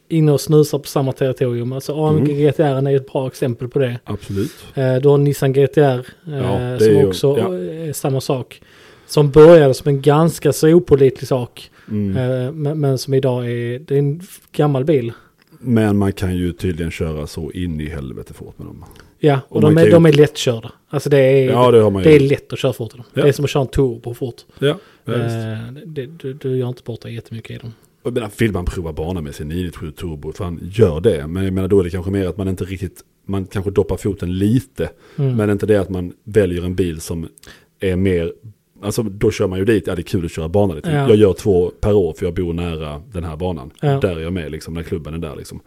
A: inne och snusar på samma territorium. Alltså AMG
B: Mm.
A: GTR är ju ett bra exempel på det.
B: absolut.
A: Eh, Du har Nissan GTR eh,
B: Ja, det
A: som
B: är ju-
A: också eh,
B: ja.
A: är samma sak. Som började som en ganska så opålitlig sak.
B: Mm.
A: eh, Men, men som idag är, det är en f- gammal bil.
B: Men man kan ju tydligen köra så in i helvete fort med dem.
A: Ja, och,
B: Och man
A: de,
B: kan
A: är,
B: ju-
A: de är lättkörda. Alltså det är,
B: Ja, det har man ju.
A: det är lätt att köra fort i dem.
B: Ja.
A: Det är som att köra en turbo fort.
B: Ja, ja, visst.
A: Eh, det, du, du gör inte bort dig jättemycket i dem.
B: Jag menar, vill man prova bana med sin 997 turbo, fan gör det. Men jag menar, då är det kanske mer att man inte riktigt, man kanske doppar foten lite.
A: Mm.
B: Men inte det att man väljer en bil som är mer, alltså då kör man ju dit, ja det är kul att köra bana lite.
A: Ja.
B: Jag gör två per år för jag bor nära den här banan.
A: Ja.
B: Där är jag med liksom, när klubben är där liksom.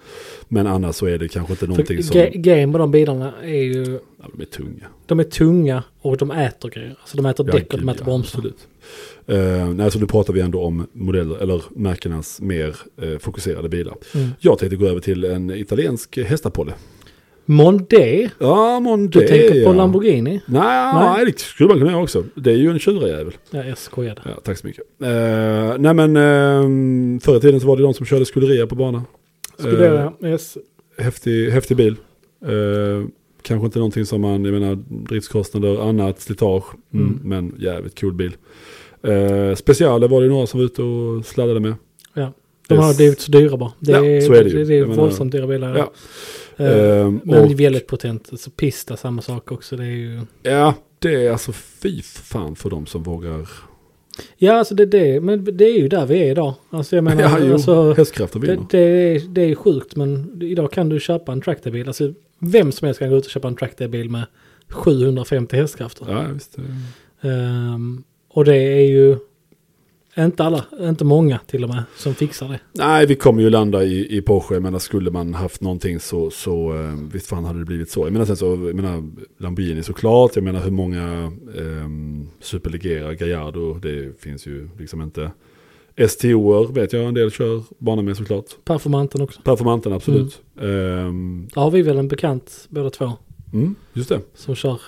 B: Men annars så är det kanske inte
A: För
B: någonting som,
A: ge- Grejen med de bilarna är ju,
B: ja, de är tunga.
A: de är tunga och de äter grejer. Alltså de äter
B: Ja,
A: däck och de
B: gud,
A: äter
B: ja,
A: bromsar.
B: Absolut. Eh, nej, så nu pratar vi ändå om modeller, eller märkenas mer eh, fokuserade bilar.
A: Mm.
B: Jag tänkte gå över till en italiensk hästapolle.
A: Mondé,
B: Ja, men det
A: du tänker på
B: ja.
A: Lamborghini?
B: Nej,
A: Nej.
B: nej, det skulle man kunna göra också. Det är ju en tjurjävel.
A: Ja, jag skojade.
B: Ja, tack så mycket. Eh, nej, men uh, förr i tiden så var det de som körde skulderia på banan.
A: Skulle
B: Eh,
A: jag, yes.
B: häftig, häftig bil. Eh, kanske inte någonting som man, jag menar driftskostnader, annat, slitage. Mm,
A: Mm.
B: Men jävligt cool bil. Eh, Specialer var det några som var ute och sladdade med.
A: De har
B: Yes.
A: blivit så dyra bara. Det
B: Ja,
A: är,
B: så
A: det,
B: är
A: det
B: det ju.
A: är
B: Jag menar-
A: våldsamt dyra bilar.
B: Ja.
A: Eh,
B: Eh,
A: men
B: och-
A: väldigt potent. Alltså pista, samma sak också. Det är ju...
B: Ja, det är alltså fy fan för de som vågar.
A: Ja, alltså det, det, men det är ju där vi är idag. Alltså jag menar,
B: ja, jo,
A: alltså,
B: hästkrafter vinner.
A: det, det, är, det är sjukt, men idag kan du köpa en traktorbil. Alltså vem som helst kan gå ut och köpa en traktorbil med 750 hästkrafter.
B: Ja, visst. eh,
A: Ehm, och det är ju Inte alla, inte många till och med, som fixar det.
B: Nej, vi kommer ju landa i, i Porsche. Jag menar, skulle man haft någonting så, så eh, visst fan hade det blivit så. Jag menar, sen så, jag menar Lamborghini såklart. Jag menar hur många eh, Superligera, Gallardo, det finns ju liksom inte. STOer vet jag en del kör bana med såklart.
A: Performanten också.
B: Performanten absolut. Ehm,
A: Där har vi väl en bekant båda två.
B: mm, just det.
A: Som kör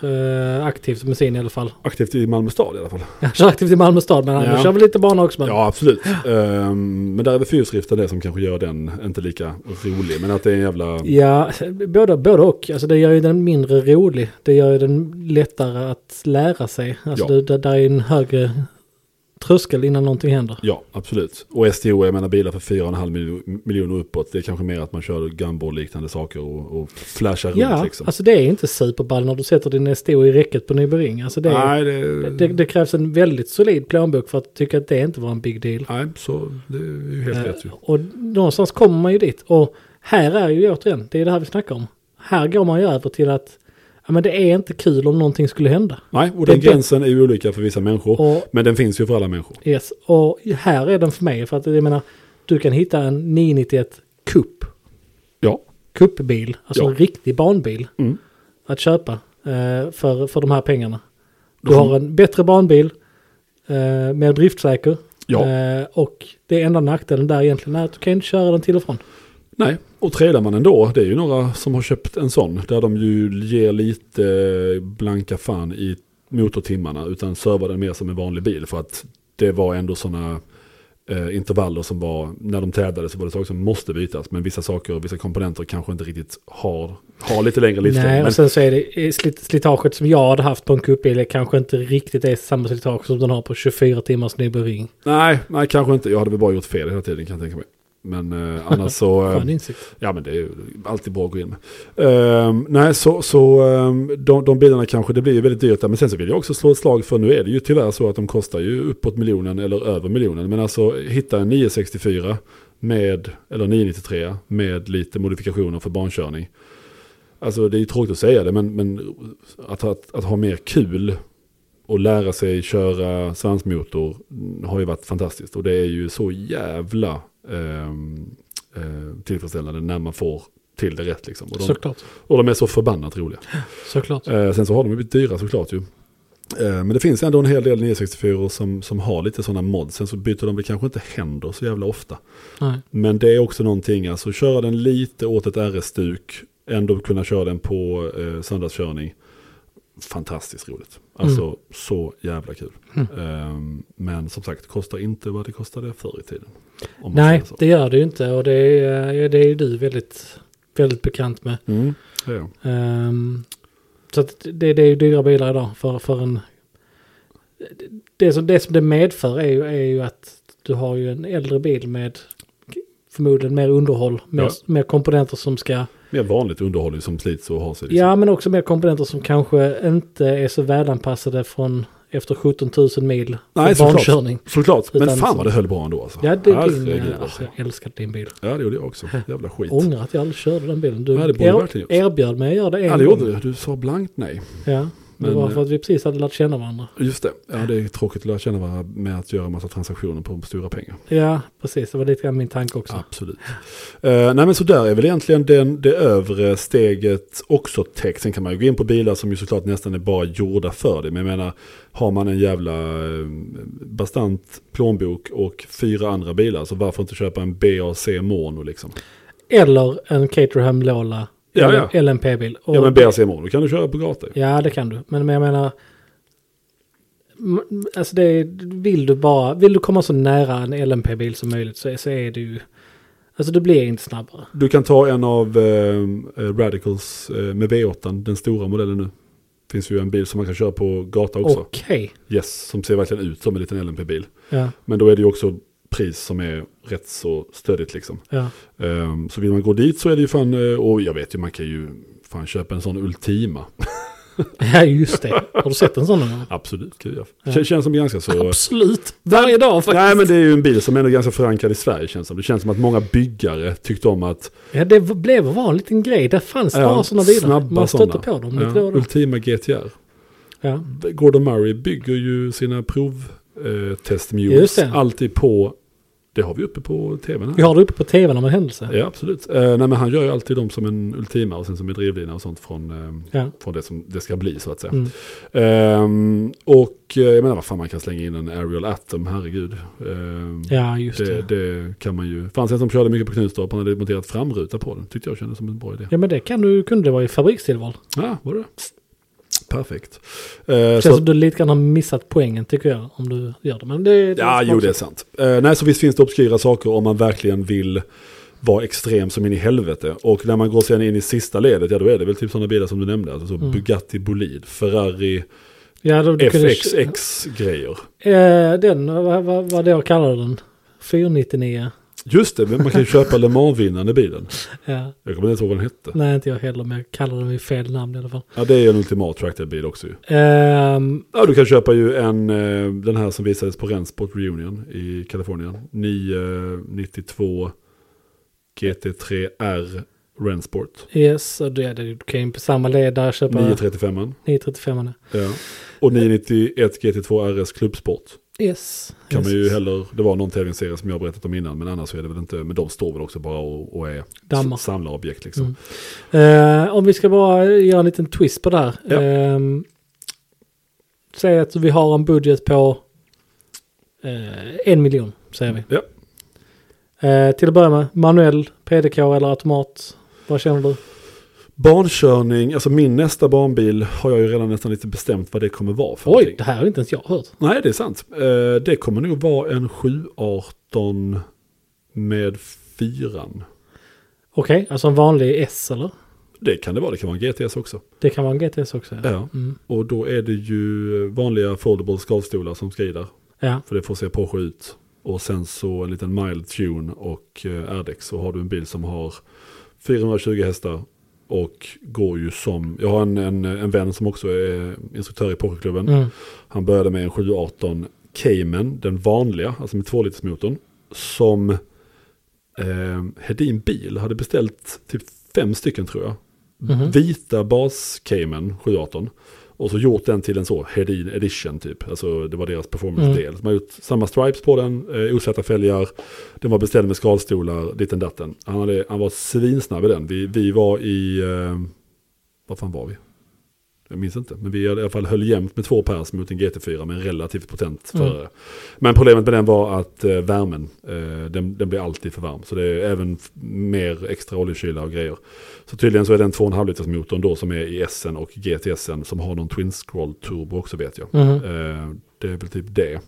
A: eh, aktivt med sin i alla fall.
B: Aktivt i Malmö stad i alla fall.
A: Han kör aktivt i Malmö stad men han
B: Ja.
A: kör väl lite bana också. Men
B: Ja, absolut. Ehm, men där är väl fyrhjulsdriften det som kanske gör den inte lika rolig. Men att det är en jävla...
A: Ja, både, både och. Alltså det gör ju den mindre rolig. Det gör ju den lättare att lära sig. Alltså
B: Ja.
A: det, det, där är ju en högre tröskel innan någonting händer.
B: Ja, absolut. Och STO, jag menar bilar för 4,5 miljo- miljoner uppåt. Det är kanske mer att man kör gunball-liknande saker och, och flashar runt
A: Ja,
B: liksom.
A: alltså det är inte superball när du sätter din STO i räcket på Nybering. Alltså det, är,
B: nej, det,
A: det, det krävs en väldigt solid plånbok för att tycka att det inte var en big deal.
B: nej, så det är ju helt rätt ju.
A: Eh, Och någonstans kommer man ju dit. Och här är ju återigen, det är det här vi snackar om. Här går man ju över till att ja, men det är inte kul om någonting skulle hända.
B: Nej, och
A: det-
B: den gränsen är ju olika för vissa människor.
A: Och,
B: Men den finns ju för alla människor.
A: yes, och här är den för mig. För att jag menar, du kan hitta en 991 Cup.
B: Ja,
A: Cupbil, alltså
B: Ja.
A: en riktig banbil.
B: Mm.
A: Att köpa eh, för, för de här pengarna. Du
B: Då får-
A: har en bättre banbil, eh, mer driftsäker.
B: ja.
A: Eh, och det enda nackdelen där egentligen är att du kan inte köra den till och från.
B: Nej, och trälar man ändå, det är ju några som har köpt en sån. Där de ju ger lite blanka fan i motortimmarna. Utan servar den mer som en vanlig bil. För att det var ändå sådana eh, intervaller som var, när de tävlade så var det saker som måste bytas. Men vissa saker och vissa komponenter kanske inte riktigt har, har lite längre livslängd.
A: Nej,
B: men,
A: och sen så är det eh, slit, slitaget som jag hade haft på en cupbil är kanske inte riktigt är samma slitage som den har på 24 timmars Nybering.
B: nej, nej, kanske inte. Jag hade väl bara gjort fel hela tiden kan jag tänka mig. Men eh, annars så... eh,
A: Skön insikt.
B: Ja men det är ju alltid bra att gå in med. Ehm, nej så, så ehm, de, de bilarna kanske, det blir ju väldigt dyrt där. Men sen så vill jag också slå ett slag för, nu är det ju tyvärr så att de kostar ju uppåt miljonen eller över miljonen. Men alltså hitta en 964 med, eller 993 med lite modifikationer för barnkörning. Alltså det är ju tråkigt att säga det men, men att, att, att ha mer kul och lära sig köra svansmotor mm, har ju varit fantastiskt. Och det är ju så jävla ehm, eh, tillfredsställande när man får till det rätt. Liksom. Och, de,
A: Såklart.
B: och de är så förbannat roliga.
A: Såklart.
B: Eh, sen så har de ju blivit dyra såklart ju. Eh, men det finns ändå en hel del 964 som, som har lite sådana mods. Sen så byter de väl kanske inte händer så jävla ofta.
A: Nej.
B: Men det är också någonting, alltså köra den lite åt ett RS-stuk, ändå kunna köra den på eh, söndagskörning. Fantastiskt roligt. Alltså
A: Mm.
B: så jävla kul. Ehm, men som sagt, kostar inte vad det kostade förr i tiden. Om man
A: Nej,
B: säger så.
A: det gör det ju inte. Och det är, eh, det är ju du väldigt, väldigt bekant med.
B: Mm, det är jag.
A: Ehm, så att det, det är ju dyra bilar idag för, för en... Det som, det som det medför är ju, är ju att du har ju en äldre bil med förmodligen mer underhåll, mer,
B: Ja.
A: mer komponenter som ska...
B: Mer vanligt underhåll som slits och har sig. Liksom.
A: Ja, men också mer komponenter som kanske inte är så välanpassade från efter 17 000 mil
B: Nej,
A: för
B: såklart.
A: barnkörning.
B: Såklart, men
A: Utan
B: fan
A: som-
B: vad det höll bra ändå alltså.
A: Ja, det är din,
B: Herregud,
A: alltså,
B: alltså.
A: jag älskar din bil.
B: Ja, det gjorde jag också. Jävla skit.
A: Ångrar att jag aldrig körde den bilen. Du
B: Nej, det borde du verkligen gjort.
A: erbjöd mig att göra det en
B: Ja, det gjorde
A: gång.
B: du. Du sa blankt nej.
A: Ja, det
B: Men,
A: var
B: eh,
A: för att vi precis hade lärt känna varandra.
B: Just det. Ja, det är tråkigt att lära känna varandra med att göra en massa transaktioner på stora pengar.
A: Ja, precis. Det var lite grann min tanke också.
B: Absolut. Eh, nej men så där är väl egentligen den, det övre steget också täckt. Sen kan man ju gå in på bilar som ju såklart nästan är bara gjorda för det. Men jag menar, har man en jävla eh, bastant plånbok och fyra andra bilar så varför inte köpa en BAC Mono liksom?
A: Eller en Caterham Lola
B: Ja, ja.
A: LMP-bil. Och-
B: Ja men BAC Mono kan du köra på gatan.
A: ja, det kan du. Men, men jag menar... m- Alltså det är, vill du bara, vill du komma så nära en LMP-bil som möjligt så, är- så är det ju... Alltså du blir inte snabbare.
B: Du kan ta en av eh, Radicals eh, med V8, den stora modellen nu. Finns ju en bil som man kan köra på gata också.
A: Okej.
B: Yes, som ser verkligen ut som en liten LMP-bil.
A: Ja,
B: Men då är det ju också pris som är rätt så stödigt liksom.
A: ja.
B: Ehm, så vill man gå dit så är det ju fan, eh, och jag vet ju man kan ju fan köpa en sån Ultima.
A: ja, just det. Har du sett en sån någon gång?
B: Absolut, gud ja.
A: Ja.
B: Kän- Känns som ganska så...
A: Absolut. Varje dag faktiskt.
B: Nej men det är ju en bil som ändå är ganska förankrad i Sverige känns som. Det känns som att många byggare tyckte om att
A: Ja, det v- blev och var en liten grej. Där fanns
B: Ja,
A: bara sådana bilar.
B: snabba
A: Man stötte
B: såna.
A: på dem lite
B: ja,
A: då och då.
B: Ultima GTR.
A: Ja.
B: Gordon Murray bygger ju sina prov eh,
A: Just
B: test mules.
A: det.
B: Alltid på, det har vi uppe på tvn här.
A: Vi har det uppe på tvn om en händelse.
B: Ja, absolut. Eh, nej, men han gör ju alltid dem som en ultima och sen som en drivlina och sånt från, eh,
A: Ja.
B: från det som det ska bli så att säga.
A: Mm.
B: Ehm, och eh, jag menar vad fan man kan slänga in en Ariel Atom, herregud. Ehm,
A: ja, just
B: det,
A: det.
B: det kan man ju. Fanns en som körde mycket på Knutstorp, han hade monterat framruta på den. Tyckte jag kändes som en bra idé. Ja,
A: Ja, men det kan du, kunde det vara i fabrikstillval.
B: var det? Perfekt. Eh,
A: Det
B: så
A: känns som du lite grann har missat poängen tycker jag om du gör det. Men det är
B: Ja, jo det är sant. Eh, nej, så visst finns det obskyra saker om man verkligen vill vara extrem som in i helvete. Och när man går sen in i sista ledet, ja då är det väl typ sådana bilar som du nämnde. Alltså så Bugatti Bolid, Ferrari,
A: Ja, då, Mm. du kunde,
B: FXX-grejer.
A: eh, den, vad, vad, vad det jag kallade den? 499.
B: Just det, men man kan ju köpa Le Mans-vinnande bilen.
A: Ja.
B: Jag kommer inte ihåg vad den hette.
A: Nej, inte jag heller, men jag kallade den vid fel namn i alla fall.
B: Ja, det är ju en ultimat tracked bil också ju.
A: Ehm,
B: Ja, du kan köpa ju en, eh, den här som visades på Rensport Reunion i Kalifornien. 992 GT3R Rensport.
A: yes, och det, det, du kan ju på samma led där köpa
B: 935an.
A: 935.
B: Ja. Och 991 GT2 RS klubbsport.
A: Yes.
B: Kan
A: yes.
B: man ju heller, det var någon tävlingsserie som jag har berättat om innan, men annars så är det väl inte, men de står väl också bara och, och är
A: Dammar.
B: s- samlarobjekt liksom.
A: Mm. Eh, om vi ska bara göra en liten twist på det här.
B: Ja.
A: Ehm, säg att vi har en budget på eh, en miljon, säger vi.
B: Ja.
A: Eh, till att börja med, manuell, PDK eller automat? Vad känner du?
B: Barnkörning, alltså min nästa barnbil har jag ju redan nästan lite bestämt vad det kommer vara för
A: Oj, det
B: någonting.
A: här har inte ens jag hört.
B: Nej, det är sant. Eh, det kommer nog vara en 718 med 4.
A: Okej, alltså en vanlig S eller?
B: Det kan det vara, det kan vara en GTS också.
A: Det kan vara en GTS också. Ja.
B: Ja.
A: Mm.
B: Och då är det ju vanliga foldable skalstolar som ska i där.
A: ja.
B: För det får se påsjö ut. Och sen så en liten mild tune och eh, R-Dex. Så har du en bil som har 420 hästar. Och går ju som, jag har en, en, en vän som också är instruktör i Porscheklubben.
A: Mm.
B: Han började med en 718 Cayman, den vanliga, alltså med 2-litersmotorn. Som eh, Hedin Bil hade beställt typ fem stycken tror jag.
A: Mhm.
B: Vita bas Cayman 718. Och så gjort den till en så Hedin Edition typ. Alltså det var deras performance-del. Man har gjort samma stripes på den, eh, osätta fälgar. Den var beställd med skalstolar, ditten datten. Han, hade, han var svinsnabb i den. Vi, vi var i, eh, vad fan var vi? Jag minns inte, men vi i alla fall höll jämnt med två pers mot en GT4 med en relativt potent
A: Mm.
B: förare. Men problemet med den var att eh, värmen, eh, den, den blir alltid för varm. Så det är även f- mer extra oljekyla och grejer. Så tydligen så är den 2,5 liters motorn då som är i S-en och GTS-en som har någon Twin Scroll Turbo också vet jag.
A: Mhm.
B: Eh, det är väl typ det.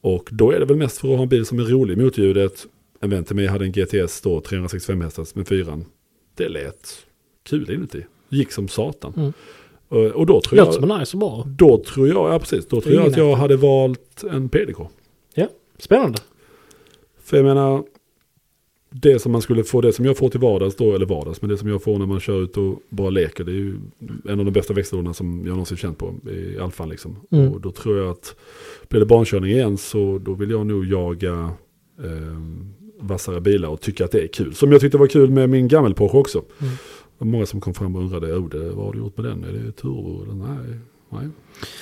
B: Och då är det väl mest för att ha en bil som är rolig mot ljudet. En vän till mig hade en GTS då, 365 hästars med fyran. Det lät kul inuti. Gick som satan.
A: Mm.
B: Och, och då
A: Låter
B: tror jag... Mm.
A: som en nice och bra.
B: Då tror jag, ja precis, då tror jag att jag hade valt en PDK.
A: Ja, spännande.
B: För jag menar, det som man skulle få, det som jag får till vardags då, eller vardags, men det som jag får när man kör ut och bara leker, det är ju en av de bästa växellådorna som jag någonsin känt på i Alfan liksom.
A: Mm.
B: Och då tror jag att blir det barnkörning igen så då vill jag nog jaga eh, vassare bilar och tycka att det är kul. Som jag tyckte var kul med min gammel Porsche också.
A: Mm.
B: Det var Många som kom fram och undrade, oh, det, vad har du gjort med den? Är det turbo? Eller, nej, nej.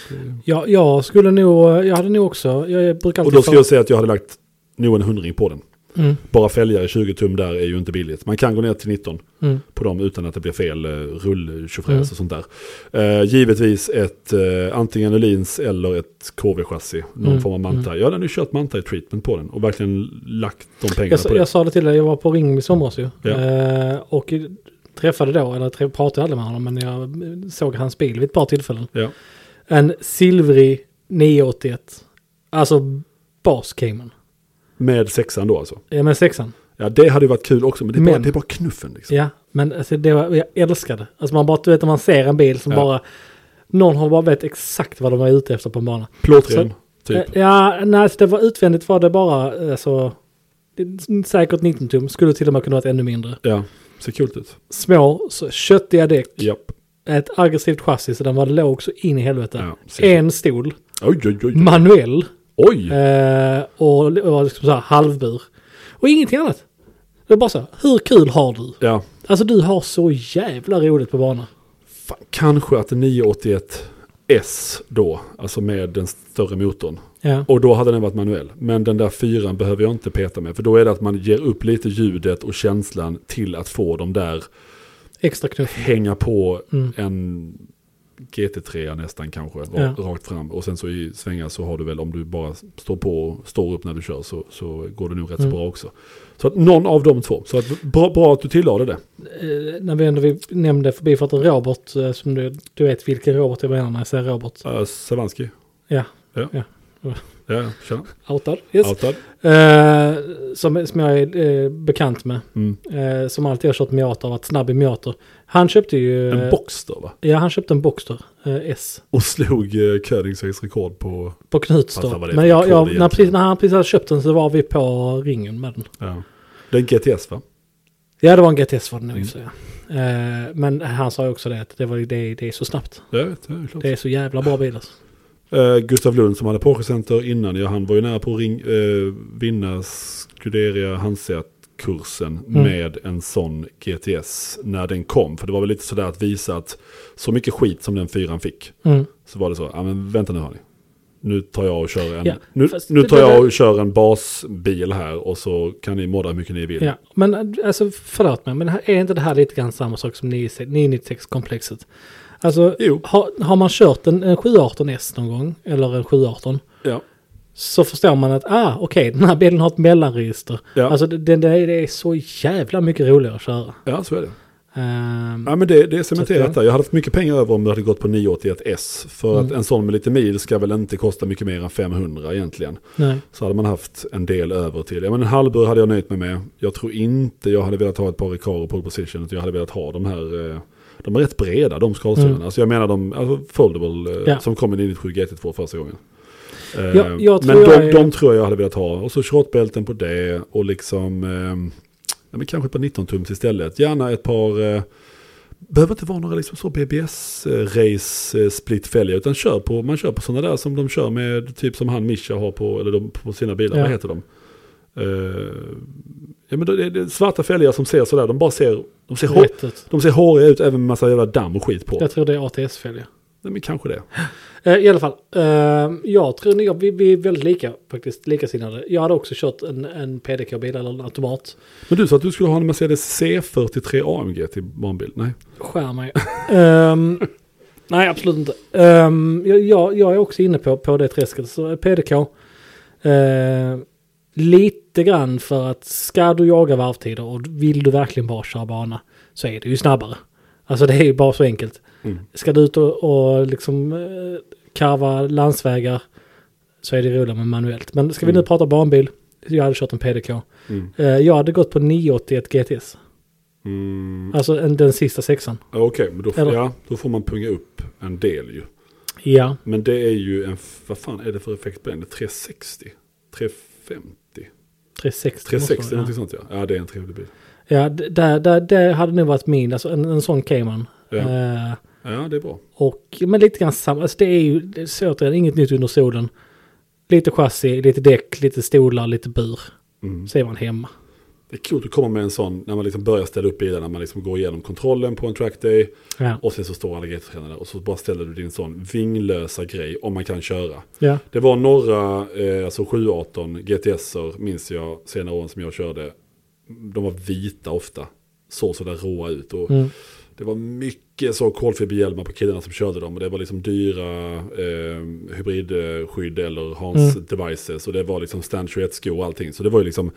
B: Det...
A: Ja, jag skulle nog, jag hade nog också, jag brukar
B: Mm.
A: alltid...
B: Och då ska
A: få-
B: jag säga att jag hade lagt nog en hundring på den.
A: mm,
B: Bara fälgar i 20 tum där är ju inte billigt. Man kan gå ner till 19
A: mm.
B: på dem utan att det blir fel eh, rull
A: Mm.
B: och sånt där. Eh, givetvis ett eh, antingen Öhlins eller ett KV-chassi. Någon
A: Mm,
B: form av Mantai. Jag hade nu kört Mantai-treatment på den och verkligen lagt de pengarna
A: Jag,
B: på
A: sa-
B: det.
A: jag sa det till dig, jag var på Ring i somras ju.
B: Ja.
A: Eh, och träffade då, eller trä- pratade aldrig med honom, men jag såg hans bil vid ett par tillfällen.
B: Ja.
A: En silvrig 981. Alltså bas Cayman.
B: Med sexan då alltså.
A: Ja, men sexan.
B: Ja, det hade ju varit kul också, men det är, Bara,
A: Men-
B: det är bara knuffen liksom.
A: Ja, men alltså det var, jag älskade. Alltså man bara, du vet när man ser en bil som
B: Ja.
A: bara, någon har bara vet exakt vad de var ute efter på en bana.
B: Plåtren, typ.
A: Eh, Ja, nej, så det var utvändigt var det bara, alltså, det- säkert 19 tum, skulle till och med kunna varit ännu mindre.
B: Ja, ser kul ut.
A: Små, så köttiga däck,
B: Japp.
A: ett aggressivt chassi så den var låg så in i helvete.
B: Ja, ser kul.
A: en stol,
B: Oj, oj, oj.
A: manuell
B: Oj!
A: eh, och, och liksom så här halvbur. Och ingenting annat. Det är bara så här, hur kul har du?
B: Ja,
A: Alltså du har så jävla roligt på banan.
B: Fan, kanske att en 981 S då, alltså med den större motorn.
A: Ja.
B: Och då hade den varit manuell. Men den där fyran behöver jag inte peta med. För då är det att man ger upp lite ljudet och känslan till att få de där
A: Extra knuff.
B: hänga på
A: Mm.
B: en GT3 nästan kanske, ra-
A: Ja.
B: rakt fram. Och sen så i svängar så har du väl, om du bara står på och står upp när du kör så, så går det nog rätt så
A: Mm.
B: bra också. Så att någon av de två. Så att, bra, bra att du tillade det.
A: Eh, när vi ändå vi nämnde förbifarten Robert, eh, som du, du vet vilken Robert jag menar när jag säger Robert.
B: Uh, Savanski,
A: Ja,
B: ja, tjena.
A: outad. Yes.
B: Outad.
A: Eh, som, som jag är eh, bekant med.
B: Mm.
A: Eh, som alltid har kört Miata och varit snabb i Miata. Han köpte ju...
B: En
A: eh,
B: box då va?
A: Ja, han köpte en Boxster eh, S.
B: Och slog uh, Königsvägs rekord på...
A: På
B: Fast han var
A: Knutstorp. Men
B: det för
A: jag,
B: kod
A: jag, när,
B: egentligen.
A: precis, när han precis hade köpt den så var vi på ringen med den.
B: Ja. Det är en GTS va?
A: Ja, det var en GTS var det
B: Mm.
A: nog i och för sig. Eh, Men han sa ju också det att det, var, det, det är så snabbt.
B: Ja, det är klart.
A: Det är så jävla bra bil alltså.
B: Eh, Gustav Lund som hade Porsche Center innan, ja, han var ju nära på att ring, eh, vinna Scuderia Hanseat-kursen
A: Mm.
B: med en sån GTS när den kom. För det var väl lite sådär att visa att så mycket skit som den fyran fick,
A: Mm.
B: så var det så, ja men vänta nu hörni. Nu tar jag och kör en,
A: Ja,
B: nu,
A: fast
B: nu
A: det-
B: tar
A: det-
B: jag och kör en basbil här och så kan ni modda hur mycket ni vill.
A: Ja, men eh, alltså förlåt mig, men är inte det här lite grann samma sak som 996-komplexet? Alltså,
B: Jo.
A: har, har man kört en, en 718S någon gång, eller en 718,
B: Ja.
A: så förstår man att ah, okej, den här bilen har ett mellanregister.
B: Ja.
A: Alltså det, det, det är- det är så jävla mycket roligare att köra.
B: ja, så är det.
A: Ehm,
B: Ja, men det, det är
A: Så
B: cementerat
A: att,
B: där. Jag hade haft mycket pengar över om det hade gått på 981S. För
A: Mm.
B: att en sån med lite mil ska väl inte kosta mycket mer än 500 egentligen.
A: nej.
B: Så hade man haft en del över till. Ja, men en halvbur hade jag nöjt mig med. Jag tror inte jag hade velat ha ett par Recaro pole position. Utan jag hade velat ha de här. eh, De är rätt breda de skalstenarna.
A: Mm.
B: Alltså jag menar de alltså foldable eh,
A: Ja.
B: som kom med 97 GT2 första gången. Eh,
A: Jag- jag
B: men
A: tror
B: de,
A: jag är-
B: de tror jag hade velat ha. Och så shortbälten på det. Och liksom eh, ja, men kanske ett par 19-tums istället. Gärna ett par eh, Behöver inte vara några liksom så BBS-race-split-fälgar, utan kör på, man kör på sådana där som de kör med, typ som han Mischa har på, eller de, på sina bilar,
A: Ja.
B: vad heter de? Eh, ja men det är det är svarta fälgar som ser sådär, de bara ser, de ser, hår,
A: Rätt ut.
B: de ser håriga ut även med massa jävla damm och skit på.
A: Jag tror det är ATS-fälgar.
B: Nej men kanske det.
A: Eh, I alla fall, eh, jag tror ni, vi, vi är väldigt lika faktiskt, likasinnade. Jag hade också kört en, en PDK-bil eller en automat.
B: Men du sa att du skulle ha en Mercedes C43 AMG till barnbil, nej?
A: Skär mig. Ehm, nej, absolut inte. Ehm, jag, jag, jag är också inne på, på det träsket. Så PDK. eh, lite grann för att ska du jaga varvtider och vill du verkligen bara köra bana så är det ju snabbare. Alltså det är ju bara så enkelt.
B: Mm.
A: Ska du ut och, och liksom eh, karva landsvägar så är det roligare med manuellt. Men ska vi nu
B: Mm.
A: prata barnbil, jag hade kört en PDK.
B: Mm.
A: Eh, jag hade gått på 981 GTS.
B: Mm,
A: Alltså en, den sista sexan.
B: Okej, men då,
A: Eller-
B: ja, då får man punga upp en del ju.
A: Ja.
B: Men det är ju en, vad fan är det för effekt på den? Det är 360? 350?
A: 360.
B: 360
A: måste det vara,
B: någonting sånt ja. Ja det är en trevlig bil.
A: Ja, ja d- där, där, där hade nog varit min, alltså en, en sån Cayman.
B: Ja.
A: Eh,
B: Ja det är bra.
A: och, men lite grann samma, alltså det är ju, det är så återigen, inget nytt under solen. Lite chassi, lite däck, lite stolar, lite bur.
B: Mm.
A: Så är man hemma.
B: Det är kul att komma med en sån när man liksom börjar ställa upp bilen, när man liksom går igenom kontrollen på en trackday
A: Ja.
B: och sen så står alla GT-tränare och så bara ställer du din sån vinglösa grej om man kan köra.
A: ja.
B: Det var några, eh, alltså 718 GTS-er minns jag senare åren som jag körde. De var vita ofta, såg sådär råa ut. Och
A: Mm.
B: Det var mycket så kolfiberhjälmar på killarna som körde dem. Och det var liksom dyra eh, hybridskydd eller Hans devices. Och det var liksom Stand 21-skor och allting. Så det var ju liksom,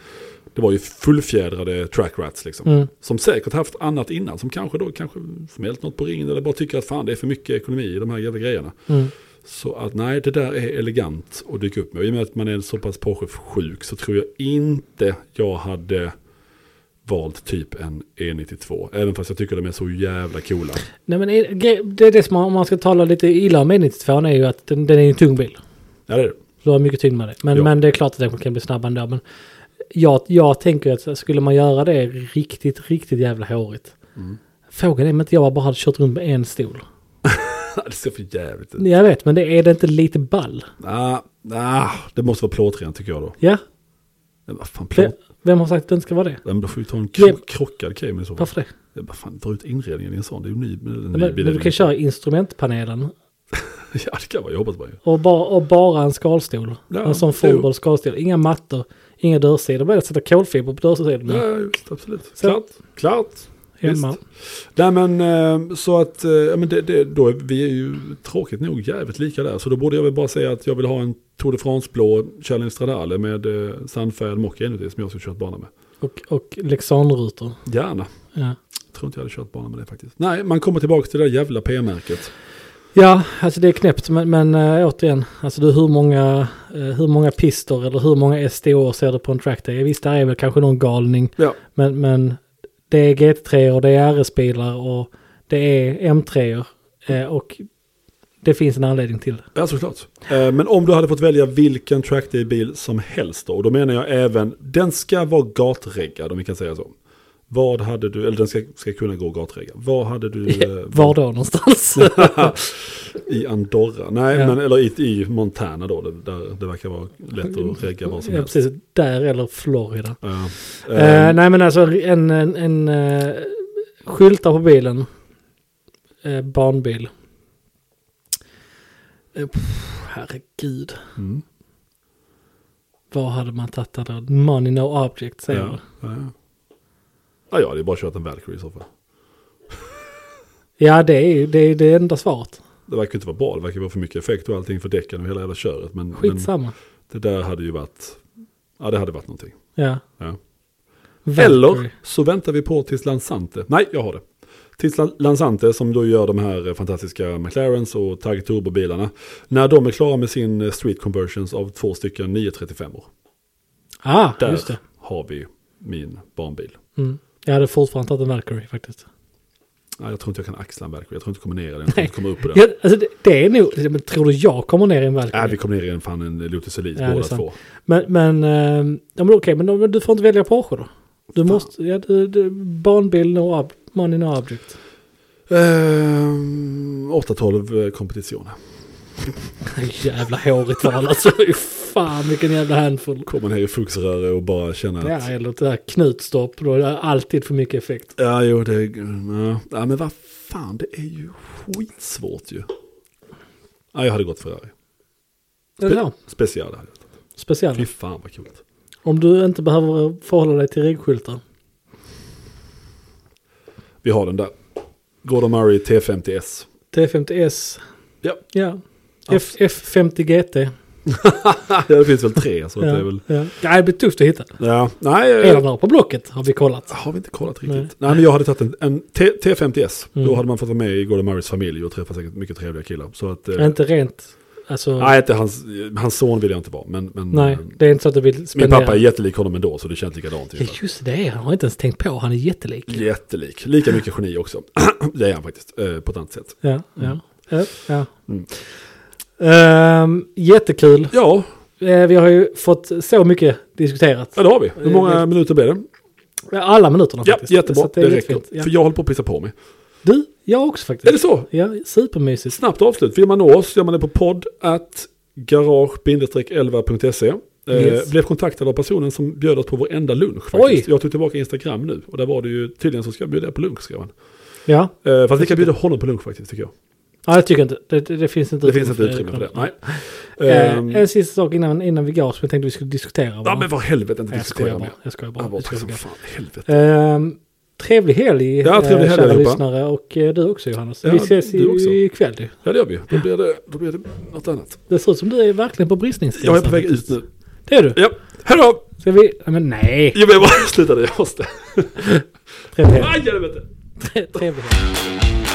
B: det var ju fullfjädrade trackrats liksom.
A: Mm.
B: Som säkert haft annat innan. Som kanske då kanske smält något på ringen. Eller bara tycker att fan det är för mycket ekonomi i de här jävla grejerna.
A: Mm.
B: Så att nej, det där är elegant att dyka upp med. Och I och med att man är så pass Porsche-sjuk så tror jag inte jag hade valt typ en E92. Även fast jag tycker de är så jävla coola.
A: Nej men är- gre- det är det som man- om man ska tala lite illa om E92 är ju att den, den är en tung bil.
B: Ja, det är det.
A: Så Du har mycket tyngd med det. Men,
B: Ja.
A: men det är klart att den kan bli snabb ändå. Men jag, jag tänker att skulle man göra det riktigt, riktigt jävla hårigt.
B: Mm.
A: Frågan är om inte jag bara hade kört runt med en stol.
B: det ser för jävligt ut.
A: Jag vet, men det är det inte lite ball?
B: Ah, ah, det måste vara plåtrent tycker jag då.
A: Ja,
B: Men vad fan,
A: det,
B: plåt?
A: vem har sagt att det inte ska vara det?
B: Ja, men Då får vi ta en
A: Vem-
B: kro- krockad Cayman i så fall.
A: Varför det?
B: Ja, Vad fan, dra ut inredningen i en sån. Det är ju ny, en ny
A: Men, men
B: bil.
A: du kan köra instrumentpanelen
B: Ja, det kan vara jobbigt. Bara.
A: Och, bara, och bara en skalstol.
B: Ja,
A: en sån
B: jo.
A: fågel skalstol. Inga mattor, inga dörrsidor. Bara att sätta kolfiber på dörrsidorna.
B: Ja, just, absolut.
A: Så-
B: Klart. Klart.
A: hemma.
B: Nej men eh, så att, eh, ja, men det, det, då är vi är ju tråkigt nog jävligt lika där. Så då borde jag väl bara säga att jag vill ha en Tour de France-blå Challenge Stradale med eh, sandfärgad mocka inuti som jag skulle kört bana med.
A: Och, och Lexanrutor.
B: Gärna.
A: Ja.
B: Jag tror inte jag hade kört bana med det faktiskt. Nej, man kommer tillbaka till det där jävla P-märket.
A: ja, alltså det är knäppt. Men, men äh, återigen, alltså du, hur, många, eh, hur många pister eller hur många STO ser du på en trackday? Visst, det är väl kanske någon galning.
B: Ja,
A: Men, men det är GT3 och det är RS-bilar och det är M3 eh, och det finns en anledning till det.
B: ja såklart. Eh, men om du hade fått välja vilken trackday-bil som helst då, och då menar jag även, den ska vara gatreggad om vi kan säga så. Vad hade du, eller den ska, ska kunna gå gatreggad. Vad hade du... eh,
A: Var då någonstans?
B: I Andorra, nej,
A: Ja.
B: men, eller i, i Montana då, det- där det verkar vara lätt att regga vad som
A: ja,
B: helst.
A: precis. Där eller Florida.
B: Ja.
A: Eh,
B: Eh,
A: nej men alltså en, en, en eh, skyltar på bilen. Eh, barnbil. Eh, pff, herregud.
B: mm.
A: Vad hade man tagit där då? Money no object säger man.
B: ja, ja. Ja, ja, det är bara att köra en Valkyrie i så fall.
A: Ja det är ju det, är det enda svaret.
B: Det verkar ju inte vara bra, det verkar vara för mycket effekt och allting för däcken och hela jävla köret. Men, men
A: Skitsamma.
B: det där hade ju varit, ja det hade varit någonting.
A: Ja.
B: Ja.
A: Valkyrie.
B: Eller så väntar vi på tills Lansante, nej jag har det. Tills Lan- Lansante som då gör de här eh, fantastiska McLarens och Tag Turbo-bilarna. När de är klara med sin eh, Street Conversions av två stycken 935 år.
A: Ah,
B: Där
A: just det.
B: har vi min barnbil.
A: Mm. Jag hade fortfarande tagit en Valkyrie faktiskt.
B: Nej, jag tror inte jag kan axla en Valkyrie. Jag tror inte jag kommer ner i den. Jag tror
A: Nej.
B: inte jag kommer upp i den.
A: Ja, alltså det, det är nog, men tror du jag kommer ner i en Valkyrie?
B: Nej, vi kommer ner i en fan en Lotus Elite
A: Ja, det är
B: båda
A: sant.
B: två.
A: Men, men, eh, ja, men okej, men, då- men du får inte välja Porsche då? Du måste, ja, du, du, barnbil, no ob, money no object.
B: Ehm, 8-12 eh, kompetition.
A: Jävla hårigt val alltså. Fy Fan vilken jävla handfull.
B: Kommer ner i fuxröre och bara känna att...
A: Ja, eller det här knutstopp, då är det alltid för mycket effekt.
B: Ja, jo, det... Ja, Ja, men vad fan, det är ju skitsvårt ju. Ja, jag hade gått Ferrari.
A: Eller ja,
B: Special hade jag gått. Fy
A: speciellt.
B: fan vad kul.
A: Om du inte behöver förhålla dig till reggskyltar.
B: Vi har den där. Gordon Murray T50S.
A: T50S,
B: Ja,
A: ja. F, F50 GT.
B: Ah, det finns väl tre så att
A: Ja,
B: det är väl...
A: ja. Nej, det blir tufft att hitta.
B: Ja, nej. eh,
A: Hela där på blocket har vi kollat.
B: Har vi inte kollat riktigt? Nej,
A: Nej.
B: men jag hade tagit en, en T, T50S. Då
A: Mm.
B: hade man fått vara med i Gordon Murrays familj och träffa säkert mycket trevliga killar. Så att, eh,
A: Inte rent, alltså, nej,
B: nej, inte hans, hans son vill jag inte vara. Men, men eh,
A: det är inte så att du vill
B: min
A: spendera.
B: pappa är jättelik honom ändå så det känns likadant.
A: Ja,
B: ungefär.
A: just det, han har inte ens tänkt på, han är jättelik.
B: Jättelik, lika mycket geni också. det är han faktiskt, eh, på ett annat sätt.
A: Ja, ja. ja, ja.
B: Mm.
A: Ehm, jättekul,
B: Ja,
A: Eh, vi har ju fått så mycket diskuterat.
B: ja, det har vi. Hur många minuter blir det?
A: Alla minuterna
B: Ja,
A: faktiskt. Så
B: jättebra,
A: att
B: det,
A: är
B: räcker.
A: jättefint. Ja.
B: För jag håller på att pissa på mig.
A: Du, jag också
B: Är det
A: faktiskt.
B: så?
A: Ja, supermysigt.
B: Snabbt avslut. Vill man nå oss gör man det på podd at garage-11.se. Eh,
A: Yes.
B: Blev kontaktad av personen som bjöd oss på vår enda lunch. Faktiskt. Jag tog tillbaka Instagram nu och där var det ju tydligen så ska jag bjuda er på lunch skrev han.
A: Ja,
B: Eh, fast vi kan bjuda honom på lunch faktiskt tycker jag.
A: ja det tycker jag inte. Det, det, det finns inte
B: Det finns inte utrymme för det. Nej.
A: Eh,
B: Ehm,
A: en sista sak innan, innan vi går som jag tänkte vi skulle diskutera.
B: ja
A: bara.
B: men vad helvete inte
A: Nej, jag skojar
B: diskutera mer.
A: bara. Jag skojar bara.
B: Han var
A: Jag skojar
B: som
A: bara.
B: fan helvete.
A: Ehm, trevlig helg,
B: Ja, trevlig
A: eh,
B: helg,
A: kära
B: allihopa.
A: lyssnare. Och eh, du också Johannes.
B: Ja,
A: Vi ses
B: du också.
A: i- ikväll. du.
B: Ja det gör vi. Då blir det, då blir det något annat.
A: Det ser ut som du är verkligen på bristningsgränsen.
B: Jag är på väg ut nu.
A: Det är du.
B: Ja, hejdå!
A: Ska vi... Nej, men nej.
B: Jag vill bara sluta det, jag måste.
A: Trevlig helg.
B: Aj helvete!
A: Trevlig helg.